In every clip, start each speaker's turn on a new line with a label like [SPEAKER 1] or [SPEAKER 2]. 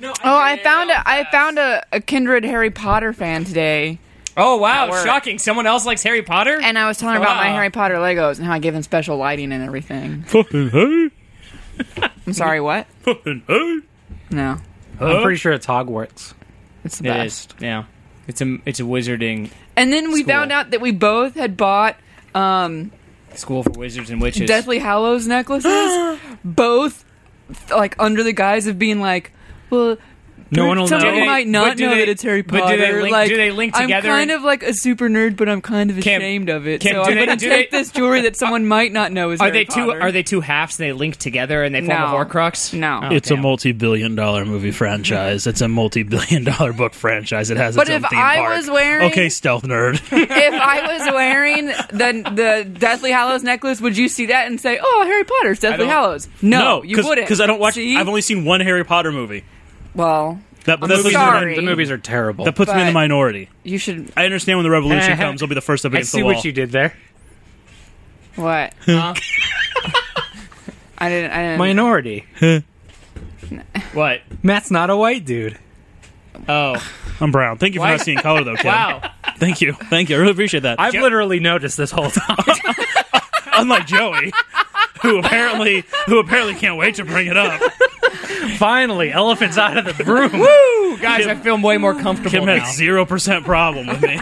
[SPEAKER 1] No.
[SPEAKER 2] Oh, I found a, I found a, a kindred Harry Potter fan today,
[SPEAKER 1] Oh wow!
[SPEAKER 2] At work.
[SPEAKER 1] Shocking. Someone else likes Harry Potter.
[SPEAKER 2] and I was telling her about my
[SPEAKER 1] Wow.
[SPEAKER 2] Harry Potter Legos and how I give them special lighting and everything.
[SPEAKER 3] Fucking hey,
[SPEAKER 2] I'm sorry, what?
[SPEAKER 3] fucking hey.
[SPEAKER 2] No,
[SPEAKER 3] Huh?
[SPEAKER 4] I'm pretty sure it's Hogwarts.
[SPEAKER 2] it's the
[SPEAKER 1] it
[SPEAKER 2] best.
[SPEAKER 1] is. Yeah. It's a it's a wizarding
[SPEAKER 2] And then we
[SPEAKER 1] School.
[SPEAKER 2] found out that we both had bought um,
[SPEAKER 1] school for wizards and witches.
[SPEAKER 2] Deathly Hallows necklaces, both th- like under the guise of being like, well.
[SPEAKER 4] No one will
[SPEAKER 2] Some
[SPEAKER 4] know.
[SPEAKER 2] people
[SPEAKER 1] Do they-
[SPEAKER 2] might
[SPEAKER 1] but
[SPEAKER 2] not
[SPEAKER 1] do
[SPEAKER 2] know
[SPEAKER 1] they-
[SPEAKER 2] that it's Harry Potter.
[SPEAKER 1] but do they link-
[SPEAKER 2] like,
[SPEAKER 1] do they link together
[SPEAKER 2] I'm kind
[SPEAKER 1] and-
[SPEAKER 2] of like a super nerd, but I'm kind of
[SPEAKER 1] Kim,
[SPEAKER 2] ashamed of it.
[SPEAKER 1] Kim,
[SPEAKER 2] so
[SPEAKER 1] do
[SPEAKER 2] I'm
[SPEAKER 1] they-
[SPEAKER 2] going to
[SPEAKER 1] do
[SPEAKER 2] take
[SPEAKER 1] they-
[SPEAKER 2] this jewelry that someone might not know is
[SPEAKER 1] Are
[SPEAKER 2] Harry
[SPEAKER 1] they two?
[SPEAKER 2] Potter.
[SPEAKER 1] Are they two halves? and They link together and they form
[SPEAKER 2] No.
[SPEAKER 1] a Horcrux.
[SPEAKER 2] No.
[SPEAKER 1] Oh,
[SPEAKER 3] It's a
[SPEAKER 1] damn.
[SPEAKER 3] multi-billion-dollar movie franchise. It's a multi-billion-dollar book franchise. It has
[SPEAKER 2] But
[SPEAKER 3] its own
[SPEAKER 2] if
[SPEAKER 3] theme
[SPEAKER 2] I
[SPEAKER 3] park.
[SPEAKER 2] was wearing-
[SPEAKER 3] okay, stealth nerd.
[SPEAKER 2] if I was wearing the the Deathly Hallows necklace, would you see that and say, "Oh, Harry Potter's Deathly
[SPEAKER 1] don't-
[SPEAKER 2] Hallows"? No, you
[SPEAKER 3] cause,
[SPEAKER 2] wouldn't.
[SPEAKER 3] because I don't watch.
[SPEAKER 2] See?
[SPEAKER 3] I've only seen one Harry Potter movie.
[SPEAKER 2] well,
[SPEAKER 3] That, that
[SPEAKER 2] I'm
[SPEAKER 3] puts me in the-
[SPEAKER 2] sorry.
[SPEAKER 4] The movies are terrible.
[SPEAKER 3] that puts me in the
[SPEAKER 2] But-
[SPEAKER 3] minority.
[SPEAKER 2] you should
[SPEAKER 3] I understand when the revolution comes, I'll be the first up
[SPEAKER 4] I
[SPEAKER 3] against
[SPEAKER 4] see
[SPEAKER 3] the wall.
[SPEAKER 4] what you did there.
[SPEAKER 2] what? I didn't. I didn't.
[SPEAKER 4] Minority.
[SPEAKER 1] What?
[SPEAKER 4] Matt's not a white dude.
[SPEAKER 1] Oh
[SPEAKER 3] I'm brown. Thank you for
[SPEAKER 1] Why-
[SPEAKER 3] not seeing color, though. Kim.
[SPEAKER 1] wow!
[SPEAKER 3] Thank you. Thank you. I really appreciate that.
[SPEAKER 4] I've literally noticed this whole time.
[SPEAKER 3] Unlike Joey, who apparently who apparently can't wait to bring it up.
[SPEAKER 4] Finally, elephants out of the room.
[SPEAKER 1] Ooh, guys, I feel way more comfortable
[SPEAKER 3] Kim
[SPEAKER 1] now.
[SPEAKER 3] has zero percent problem with me.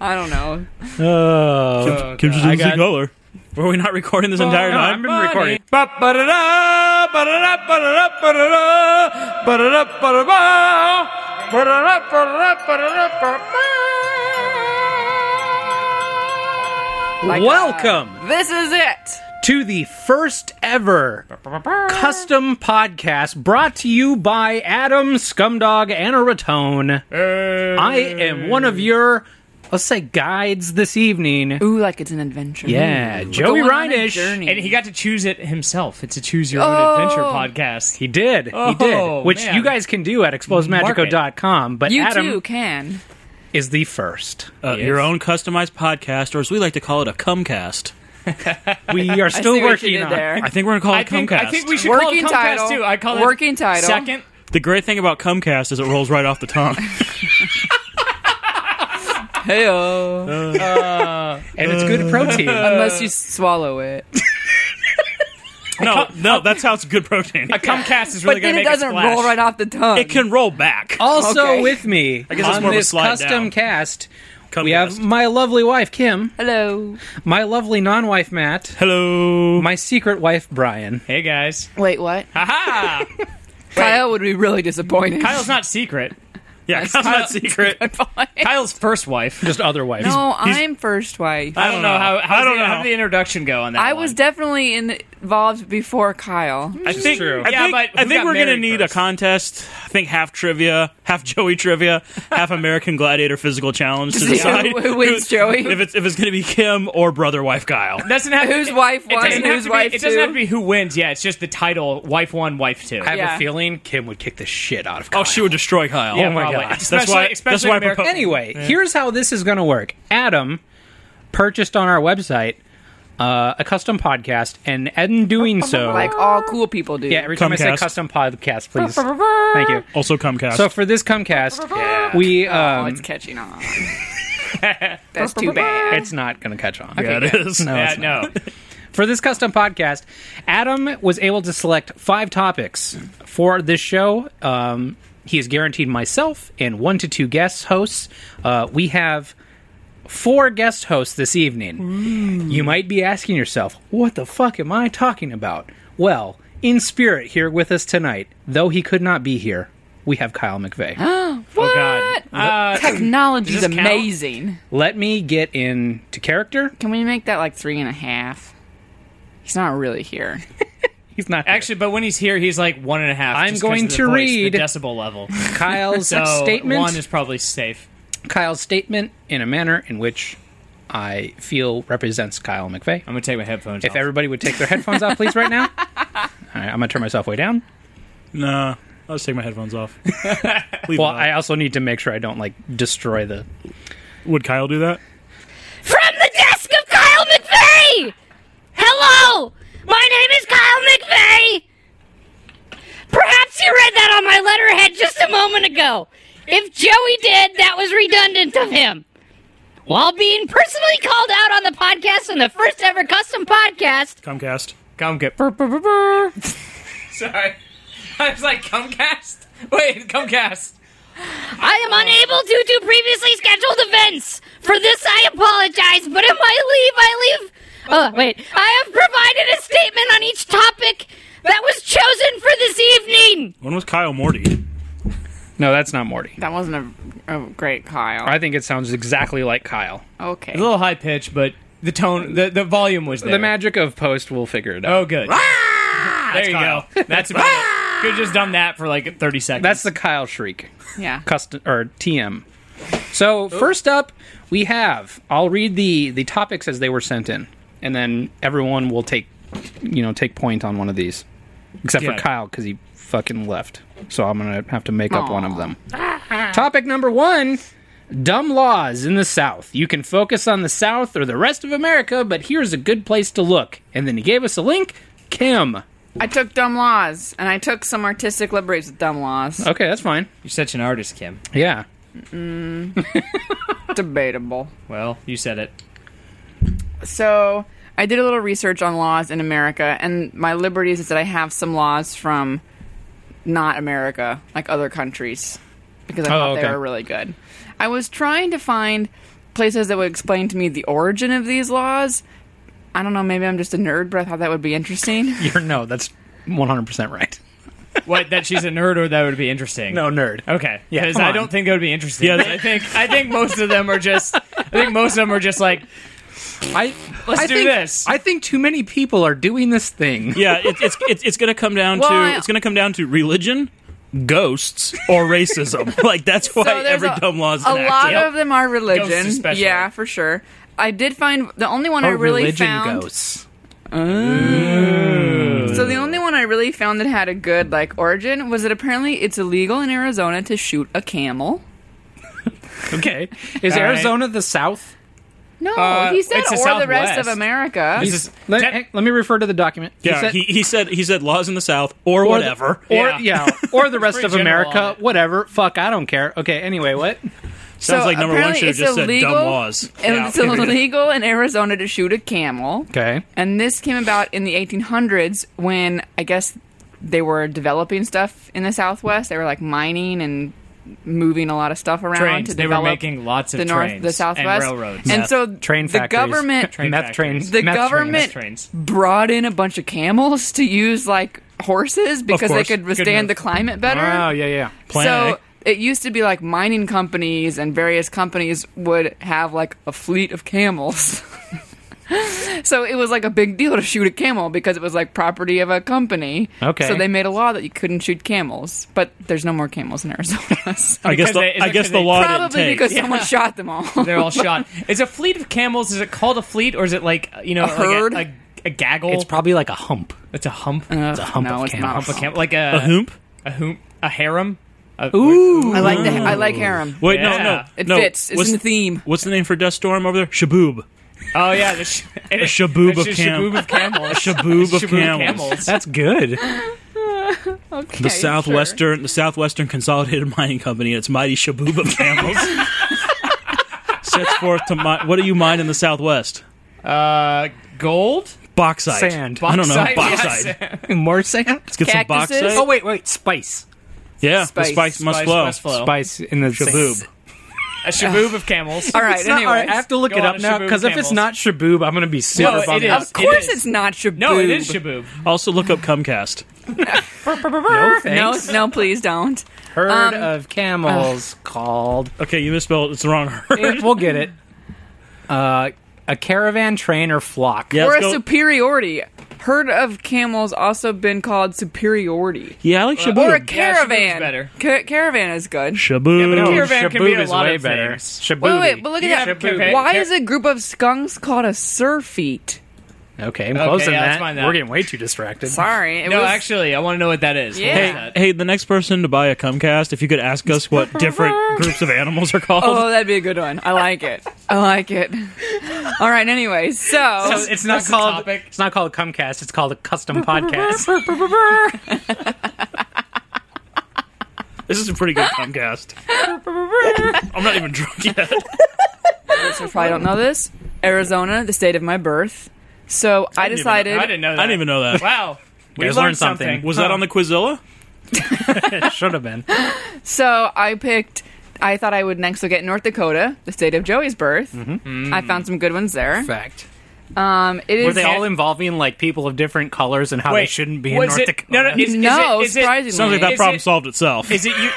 [SPEAKER 2] I don't know.
[SPEAKER 4] Oh.
[SPEAKER 1] Oh,
[SPEAKER 3] Kim
[SPEAKER 1] God.
[SPEAKER 3] just
[SPEAKER 1] I
[SPEAKER 3] doesn't see
[SPEAKER 1] got-
[SPEAKER 3] color. Were we not recording this entire
[SPEAKER 4] No, I've
[SPEAKER 3] time?
[SPEAKER 4] been recording.
[SPEAKER 1] Ba-ba-da-da, ba-da-da, ba-da-da, ba-da-da, ba-da-da, ba-da-ba, ba-da-da, ba-da-da, ba-da-da, ba-da-ba.
[SPEAKER 2] Like, uh,
[SPEAKER 4] Welcome
[SPEAKER 2] this is it.
[SPEAKER 4] to the first ever custom podcast brought to you by Adam Scumdog and a Ratone. I am one of your, let's say, guides this evening.
[SPEAKER 2] Ooh, like it's an adventure.
[SPEAKER 4] Yeah,
[SPEAKER 2] We're
[SPEAKER 4] Joey
[SPEAKER 2] going on a
[SPEAKER 4] Reinish.
[SPEAKER 2] journey.
[SPEAKER 1] And he got to choose it himself. It's a choose your own
[SPEAKER 2] Oh.
[SPEAKER 1] adventure podcast.
[SPEAKER 4] He did. he
[SPEAKER 1] Oh,
[SPEAKER 4] did. Which
[SPEAKER 1] man.
[SPEAKER 4] you guys can do at explosemagico.com, but
[SPEAKER 2] You
[SPEAKER 4] Adam
[SPEAKER 2] too can.
[SPEAKER 4] is the first.
[SPEAKER 3] Uh,
[SPEAKER 1] Yes.
[SPEAKER 3] Your own customized podcast, or as we like to call it, a cumcast.
[SPEAKER 4] We are
[SPEAKER 2] I
[SPEAKER 4] still
[SPEAKER 2] see what
[SPEAKER 4] working
[SPEAKER 2] you did
[SPEAKER 4] on
[SPEAKER 2] there.
[SPEAKER 3] I think we're gonna call it
[SPEAKER 1] I think,
[SPEAKER 3] Comcast.
[SPEAKER 1] I think we should
[SPEAKER 2] Working
[SPEAKER 1] call it Comcast
[SPEAKER 2] title.
[SPEAKER 1] too. I call it
[SPEAKER 2] Working title.
[SPEAKER 1] Second,
[SPEAKER 3] The great thing about Comcast is it rolls right off the tongue.
[SPEAKER 2] Hey,
[SPEAKER 1] Uh,
[SPEAKER 4] and it's good protein.
[SPEAKER 2] unless you swallow it,
[SPEAKER 3] no, no, that's how it's good protein.
[SPEAKER 1] a Comcast is really
[SPEAKER 2] but
[SPEAKER 1] going to
[SPEAKER 2] then it
[SPEAKER 1] make a
[SPEAKER 2] doesn't
[SPEAKER 1] splash.
[SPEAKER 2] roll right off the tongue.
[SPEAKER 3] It can roll back.
[SPEAKER 4] also
[SPEAKER 2] Okay.
[SPEAKER 4] with me
[SPEAKER 3] guess it's
[SPEAKER 4] on
[SPEAKER 3] more of a
[SPEAKER 4] this
[SPEAKER 3] slide
[SPEAKER 4] custom
[SPEAKER 3] down.
[SPEAKER 4] cast,
[SPEAKER 3] Comcast.
[SPEAKER 4] we have my lovely wife Kim,
[SPEAKER 2] Hello.
[SPEAKER 4] my lovely non-wife Matt,
[SPEAKER 3] hello.
[SPEAKER 4] my secret wife Brian.
[SPEAKER 1] Hey guys,
[SPEAKER 2] Wait, what?
[SPEAKER 1] haha!
[SPEAKER 2] Kyle would be really disappointed.
[SPEAKER 1] Kyle's not secret.
[SPEAKER 3] yeah, that's not secret.
[SPEAKER 1] Kyle's first wife.
[SPEAKER 4] Just other wife.
[SPEAKER 2] no,
[SPEAKER 3] he's-
[SPEAKER 2] I'm first wife.
[SPEAKER 1] I don't know how. how
[SPEAKER 3] I don't
[SPEAKER 1] the,
[SPEAKER 3] know.
[SPEAKER 1] How did the introduction go on that?
[SPEAKER 2] I
[SPEAKER 1] one?
[SPEAKER 2] was definitely in, involved before Kyle.
[SPEAKER 3] I think,
[SPEAKER 4] true.
[SPEAKER 3] I
[SPEAKER 1] Yeah,
[SPEAKER 3] think,
[SPEAKER 1] but
[SPEAKER 3] I
[SPEAKER 1] who
[SPEAKER 3] think
[SPEAKER 1] got
[SPEAKER 3] we're gonna
[SPEAKER 1] married
[SPEAKER 3] need
[SPEAKER 1] first?
[SPEAKER 3] a contest. I think half trivia, half Joey trivia, half American Gladiator physical challenge to
[SPEAKER 2] see who-
[SPEAKER 3] decide
[SPEAKER 2] who wins, Joey.
[SPEAKER 3] If it's if it's gonna be Kim or brother wife Kyle.
[SPEAKER 1] doesn't have
[SPEAKER 2] Whose
[SPEAKER 1] it-
[SPEAKER 2] wife
[SPEAKER 1] it
[SPEAKER 2] won
[SPEAKER 1] doesn't
[SPEAKER 2] and
[SPEAKER 1] have
[SPEAKER 2] whose
[SPEAKER 1] to be-
[SPEAKER 2] wife
[SPEAKER 1] It doesn't have to
[SPEAKER 2] two?
[SPEAKER 1] be who wins. Yeah, it's just the title: wife one, wife two.
[SPEAKER 4] I have
[SPEAKER 2] Yeah.
[SPEAKER 4] a feeling Kim would kick the shit out of Kyle.
[SPEAKER 3] Oh, she would destroy Kyle.
[SPEAKER 4] Yeah, Oh my
[SPEAKER 1] Probably.
[SPEAKER 4] God. That's
[SPEAKER 3] why-
[SPEAKER 1] Especially,
[SPEAKER 3] that's
[SPEAKER 1] especially
[SPEAKER 3] why I
[SPEAKER 1] American-
[SPEAKER 3] propose-
[SPEAKER 4] Anyway, here's how this is going to work. Adam purchased on our website uh, a custom podcast, and in doing so,
[SPEAKER 2] like all cool people do.
[SPEAKER 4] yeah, every time I
[SPEAKER 3] Comcast.
[SPEAKER 4] say custom podcast, please, thank you.
[SPEAKER 3] also Comcast.
[SPEAKER 4] So for this Comcast, we
[SPEAKER 2] oh,
[SPEAKER 4] um,
[SPEAKER 2] it's
[SPEAKER 4] it's,
[SPEAKER 2] catching on. That's too bad.
[SPEAKER 4] not going to catch on.
[SPEAKER 3] yeah, it is.
[SPEAKER 4] No,
[SPEAKER 1] Yeah,
[SPEAKER 4] it's not.
[SPEAKER 1] no.
[SPEAKER 4] For this custom podcast, Adam was able to select five topics for this show. Um, he has guaranteed myself and one to two guest hosts. Uh, we have four guest hosts this evening.
[SPEAKER 1] Mm.
[SPEAKER 4] You might be asking yourself, what the fuck am I talking about? Well, in spirit here with us tonight, though he could not be here, we have Kyle McVeigh.
[SPEAKER 2] what?
[SPEAKER 1] oh, God. Uh,
[SPEAKER 2] Technology's
[SPEAKER 1] Does this count?
[SPEAKER 2] amazing.
[SPEAKER 4] Let me get into character.
[SPEAKER 2] Can we make that like three and a half? He's not really here.
[SPEAKER 4] He's not here.
[SPEAKER 1] Actually, but when he's here, he's like one and a half.
[SPEAKER 4] I'm
[SPEAKER 1] just 'cause
[SPEAKER 4] going
[SPEAKER 1] of the
[SPEAKER 4] to
[SPEAKER 1] voice,
[SPEAKER 4] read-
[SPEAKER 1] the decibel level.
[SPEAKER 4] Kyle's
[SPEAKER 1] So
[SPEAKER 4] statement.
[SPEAKER 1] one is probably safe.
[SPEAKER 4] Kyle's statement in a manner in which I feel represents Kyle McVeigh.
[SPEAKER 1] I'm gonna take my headphones
[SPEAKER 4] If
[SPEAKER 1] off.
[SPEAKER 4] everybody would take their headphones off, please, right now. All right, I'm gonna turn myself way down.
[SPEAKER 3] Nah, I'll just take my headphones off. Leave
[SPEAKER 4] Well,
[SPEAKER 3] it
[SPEAKER 4] I
[SPEAKER 3] on.
[SPEAKER 4] also need to make sure I don't like destroy the.
[SPEAKER 3] would Kyle do that?
[SPEAKER 5] From the desk of Kyle McVeigh! Hello! My name is Kyle McVeigh! Perhaps you you read that on my letterhead just a moment ago. If Joey did, that was redundant of him. While being personally called out on the podcast in the first ever custom podcast,
[SPEAKER 3] Comcast.
[SPEAKER 1] Come get. Burr, burr, burr, burr. Sorry. I was like, Comcast? Wait, Comcast.
[SPEAKER 5] I am unable due to previously scheduled events. For this, I apologize, but in my leave, I leave. Oh, wait. I have provided a statement on each topic that was chosen for this evening.
[SPEAKER 3] When was Kyle Morty?
[SPEAKER 4] No, that's not Morty.
[SPEAKER 2] That wasn't a, a great Kyle.
[SPEAKER 4] I think it sounds exactly like Kyle.
[SPEAKER 2] okay.
[SPEAKER 1] A little high pitch, but the tone, the, the volume was there.
[SPEAKER 4] The magic of post will figure it out.
[SPEAKER 1] Oh, good. there you
[SPEAKER 3] Kyle.
[SPEAKER 1] go. That's about it. Could have just done that for like 30 seconds.
[SPEAKER 4] That's the Kyle shriek.
[SPEAKER 2] Yeah.
[SPEAKER 4] Custom or TM. So first up, we have. I'll read the the topics as they were sent in, and then everyone will take, you know, take point on one of these, except
[SPEAKER 1] Yeah.
[SPEAKER 4] for Kyle because he fucking left. So I'm gonna have to make up one of them. Topic number one. Dumb laws in the South. You can focus on the South or the rest of America, but here's a good place to look. And then he gave us a link. Kim.
[SPEAKER 2] I took dumb laws, and I took some artistic liberties with dumb laws.
[SPEAKER 4] Okay, that's fine.
[SPEAKER 1] You're such an artist, Kim.
[SPEAKER 4] Yeah. Uh.
[SPEAKER 2] Debatable.
[SPEAKER 1] Well, you said it.
[SPEAKER 2] So I did a little research on laws in America, and my liberties is that I have some laws from not America, like other countries, because I
[SPEAKER 4] Oh,
[SPEAKER 2] thought
[SPEAKER 4] okay.
[SPEAKER 2] they were really good. I was trying to find places that would explain to me the origin of these laws. I don't know, maybe I'm just a nerd, but I thought that would be interesting.
[SPEAKER 4] You're no, that's 100% right.
[SPEAKER 1] What, that she's a nerd or that would be interesting?
[SPEAKER 4] No, Oh, nerd.
[SPEAKER 1] Okay.
[SPEAKER 4] Yeah,
[SPEAKER 1] Because
[SPEAKER 4] come
[SPEAKER 1] I
[SPEAKER 4] on.
[SPEAKER 1] don't think that would be interesting.
[SPEAKER 3] Yeah,
[SPEAKER 1] I think I think most of them are just I think most of them are just like
[SPEAKER 4] I, Let's
[SPEAKER 1] do
[SPEAKER 4] think,
[SPEAKER 1] this.
[SPEAKER 4] I think too many people are doing this thing.
[SPEAKER 3] Yeah, it's it's it's, it's gonna come down
[SPEAKER 2] Well, I-
[SPEAKER 3] to it's gonna come down to religion, ghosts, or racism. like that's why
[SPEAKER 2] So there's
[SPEAKER 3] every dumb law is
[SPEAKER 2] a
[SPEAKER 3] enacted.
[SPEAKER 2] lot
[SPEAKER 1] Yep.
[SPEAKER 2] of them are religion.
[SPEAKER 1] especially.
[SPEAKER 2] Yeah, for sure. I did find the only one I
[SPEAKER 4] Or
[SPEAKER 2] really
[SPEAKER 4] Oh, religion
[SPEAKER 2] found.
[SPEAKER 4] goes.
[SPEAKER 2] So the only one I really found that had a good like origin was that apparently it's illegal in Arizona to shoot a camel.
[SPEAKER 4] Okay. Is
[SPEAKER 1] All right.
[SPEAKER 4] Arizona the South?
[SPEAKER 2] No,
[SPEAKER 1] Uh,
[SPEAKER 2] he said
[SPEAKER 1] it's
[SPEAKER 2] or
[SPEAKER 1] the
[SPEAKER 2] the rest
[SPEAKER 1] Southwest.
[SPEAKER 2] of America.
[SPEAKER 1] This is-
[SPEAKER 4] Let,
[SPEAKER 1] Tec-
[SPEAKER 4] hang- let me refer to the document.
[SPEAKER 3] yeah,
[SPEAKER 4] said-
[SPEAKER 3] he, he said he said laws in the South or,
[SPEAKER 4] or the-
[SPEAKER 3] whatever.
[SPEAKER 4] Or,
[SPEAKER 1] Yeah.
[SPEAKER 4] yeah. or the rest
[SPEAKER 1] pretty
[SPEAKER 4] of
[SPEAKER 1] general on
[SPEAKER 4] America.
[SPEAKER 1] it.
[SPEAKER 4] Whatever. Fuck, I don't care. Okay, anyway, what?
[SPEAKER 3] Sounds
[SPEAKER 2] So
[SPEAKER 3] like number one
[SPEAKER 2] apparently
[SPEAKER 3] should have
[SPEAKER 2] it's
[SPEAKER 3] just
[SPEAKER 2] illegal-
[SPEAKER 3] said dumb laws.
[SPEAKER 2] And
[SPEAKER 3] Yeah.
[SPEAKER 2] it's illegal in Arizona to shoot a camel.
[SPEAKER 4] Okay.
[SPEAKER 2] And this came about in the 1800s when I guess they were developing stuff in the Southwest. They were like mining and moving a lot of stuff around
[SPEAKER 1] trains.
[SPEAKER 2] to
[SPEAKER 1] They were
[SPEAKER 2] develop
[SPEAKER 1] making lots of
[SPEAKER 2] the north,
[SPEAKER 1] trains
[SPEAKER 2] the Southwest,
[SPEAKER 1] and railroads.
[SPEAKER 2] And
[SPEAKER 4] Meth-
[SPEAKER 2] so
[SPEAKER 4] Train
[SPEAKER 2] the
[SPEAKER 4] factories.
[SPEAKER 2] government
[SPEAKER 1] Train
[SPEAKER 4] meth
[SPEAKER 1] factories.
[SPEAKER 4] trains.
[SPEAKER 2] The
[SPEAKER 4] meth trains.
[SPEAKER 2] government-
[SPEAKER 1] trains.
[SPEAKER 2] brought in a bunch of camels to use like horses because they
[SPEAKER 4] course.
[SPEAKER 2] could withstand the
[SPEAKER 1] move.
[SPEAKER 2] climate better.
[SPEAKER 1] Ah,
[SPEAKER 4] Oh, yeah, yeah.
[SPEAKER 3] Plan
[SPEAKER 2] So it used to be like mining companies and various companies would have like a fleet of camels. so it was like a big deal to shoot a camel because it was like property of a company.
[SPEAKER 4] Okay.
[SPEAKER 2] So they made a law that you couldn't shoot camels, but there's no more camels in Arizona. so-
[SPEAKER 3] I guess
[SPEAKER 1] Because
[SPEAKER 3] the,
[SPEAKER 1] they-
[SPEAKER 3] I guess the
[SPEAKER 1] because they-
[SPEAKER 3] law didn't
[SPEAKER 2] Probably
[SPEAKER 3] take.
[SPEAKER 2] because someone shot them all.
[SPEAKER 1] They're all shot. Is a fleet of camels? Is it called a fleet, or is it like you know, like
[SPEAKER 2] herd? Uh,
[SPEAKER 1] a, a, a gaggle?
[SPEAKER 4] It's probably like a hump.
[SPEAKER 1] It's a hump.
[SPEAKER 2] Ugh,
[SPEAKER 4] hump
[SPEAKER 2] no,
[SPEAKER 4] of
[SPEAKER 2] it's
[SPEAKER 4] camel.
[SPEAKER 2] not
[SPEAKER 1] hump of camel, like a
[SPEAKER 3] a hoop.
[SPEAKER 1] a hoop, a harem. A,
[SPEAKER 4] Ooh.
[SPEAKER 2] I like the, I like harem.
[SPEAKER 3] Wait,
[SPEAKER 1] Yeah.
[SPEAKER 3] no, no,
[SPEAKER 2] It
[SPEAKER 3] no.
[SPEAKER 2] fits. It's
[SPEAKER 3] What's,
[SPEAKER 2] in the theme.
[SPEAKER 3] what's the name for Death Storm over there? Shaboob.
[SPEAKER 1] Oh yeah, the sh- a
[SPEAKER 3] shaboob of cam-
[SPEAKER 1] shaboob of camels.
[SPEAKER 3] Shaboob of
[SPEAKER 1] Shaboob
[SPEAKER 3] camels.
[SPEAKER 4] That's good.
[SPEAKER 2] Okay, sure.
[SPEAKER 3] The Southwestern, the Southwestern Consolidated Mining Company, and its mighty shaboob of camels sets forth to mine. What do you mine in the Southwest?
[SPEAKER 1] Uh, gold.
[SPEAKER 3] Bauxite,
[SPEAKER 4] Sand.
[SPEAKER 3] I don't know.
[SPEAKER 1] Bauxite,
[SPEAKER 3] Bauxite.
[SPEAKER 1] yes.
[SPEAKER 4] More sand?
[SPEAKER 3] Let's get
[SPEAKER 2] Cactuses?
[SPEAKER 3] some bauxite.
[SPEAKER 4] Oh, wait, wait. Spice.
[SPEAKER 3] yeah,
[SPEAKER 2] Spice.
[SPEAKER 3] the spice must
[SPEAKER 1] Spice
[SPEAKER 3] flow.
[SPEAKER 1] must flow.
[SPEAKER 4] Spice in the sand.
[SPEAKER 3] Shaboob.
[SPEAKER 1] A shaboob of camels.
[SPEAKER 2] All right.
[SPEAKER 4] It's not- all right,
[SPEAKER 2] anyways.
[SPEAKER 4] I have to look
[SPEAKER 1] Go
[SPEAKER 4] it
[SPEAKER 1] on
[SPEAKER 4] up
[SPEAKER 1] to
[SPEAKER 4] now
[SPEAKER 1] Shaboob
[SPEAKER 4] because if
[SPEAKER 1] Camels.
[SPEAKER 4] it's not Shaboob, I'm going to be super
[SPEAKER 1] No, it
[SPEAKER 4] bummed.
[SPEAKER 1] is.
[SPEAKER 4] out.
[SPEAKER 2] Of
[SPEAKER 1] is.
[SPEAKER 2] course, it's not Shaboob.
[SPEAKER 1] No, it is shaboob.
[SPEAKER 3] Also, look up Comcast.
[SPEAKER 4] No,
[SPEAKER 2] No,
[SPEAKER 4] thanks.
[SPEAKER 2] no, please don't.
[SPEAKER 4] Herd
[SPEAKER 1] Um,
[SPEAKER 4] of camels called.
[SPEAKER 3] Okay, you misspelled. it. It's the wrong word.
[SPEAKER 4] we'll get it. Uh, a caravan, train, or flock.
[SPEAKER 3] Yeah,
[SPEAKER 2] or
[SPEAKER 3] let's
[SPEAKER 2] a
[SPEAKER 3] go-
[SPEAKER 2] superiority. Herd of camels also been called superiority.
[SPEAKER 3] yeah, I like shaboob.
[SPEAKER 2] Or a
[SPEAKER 1] Shaboob's
[SPEAKER 2] caravan.
[SPEAKER 1] better.
[SPEAKER 2] Ca- caravan is good.
[SPEAKER 3] shaboob.
[SPEAKER 1] Yeah, but
[SPEAKER 4] No,
[SPEAKER 1] Caravan can be
[SPEAKER 4] Shaboob
[SPEAKER 1] a
[SPEAKER 4] is
[SPEAKER 1] lot
[SPEAKER 4] way
[SPEAKER 1] of
[SPEAKER 4] better.
[SPEAKER 1] things.
[SPEAKER 4] Shaboob.
[SPEAKER 2] Wait, wait, but look
[SPEAKER 1] Yeah,
[SPEAKER 2] at that.
[SPEAKER 1] okay, okay.
[SPEAKER 2] Why
[SPEAKER 1] Car-
[SPEAKER 2] is a group of skunks called a surfeit?
[SPEAKER 4] Okay, I'm closing
[SPEAKER 1] yeah, let's
[SPEAKER 4] that.
[SPEAKER 1] find out.
[SPEAKER 4] We're getting way too distracted.
[SPEAKER 2] Sorry. It
[SPEAKER 1] No,
[SPEAKER 2] was,
[SPEAKER 1] actually, I want to know what that is. What
[SPEAKER 2] Yeah.
[SPEAKER 1] is
[SPEAKER 3] Hey,
[SPEAKER 1] that?
[SPEAKER 3] hey, the next person to buy a Comcast, if you could ask us what different groups of animals are called.
[SPEAKER 2] Oh, that'd be a good one. I like it. I like it. All right. Anyway, so
[SPEAKER 4] It's not
[SPEAKER 1] That's the
[SPEAKER 4] called.
[SPEAKER 1] topic.
[SPEAKER 4] It's not called Comcast. It's called a custom podcast.
[SPEAKER 3] This is a pretty good Comcast. I'm not even drunk yet.
[SPEAKER 2] Listeners probably don't know this. Arizona, the state of my birth. So I,
[SPEAKER 3] didn't even know- I
[SPEAKER 2] decided.
[SPEAKER 1] I didn't know that.
[SPEAKER 3] I didn't even know that.
[SPEAKER 1] Wow. We
[SPEAKER 4] guys
[SPEAKER 1] learned,
[SPEAKER 4] learned something.
[SPEAKER 1] something.
[SPEAKER 3] Was that on the Quizilla?
[SPEAKER 4] Should have been.
[SPEAKER 2] So I picked. I thought I would next look at North Dakota, the state of Joey's birth. I found some good ones there.
[SPEAKER 4] Fact.
[SPEAKER 2] Um, it is
[SPEAKER 4] Were they all involving like people of different colors and how they
[SPEAKER 1] Wait,
[SPEAKER 4] shouldn't be in
[SPEAKER 1] was
[SPEAKER 4] North
[SPEAKER 1] it-
[SPEAKER 4] Dakota?
[SPEAKER 1] no, no, is-
[SPEAKER 2] no,
[SPEAKER 1] is it-
[SPEAKER 2] surprisingly.
[SPEAKER 3] Sounds like that
[SPEAKER 1] Is
[SPEAKER 3] problem
[SPEAKER 1] it-
[SPEAKER 3] solved itself.
[SPEAKER 1] Is it you?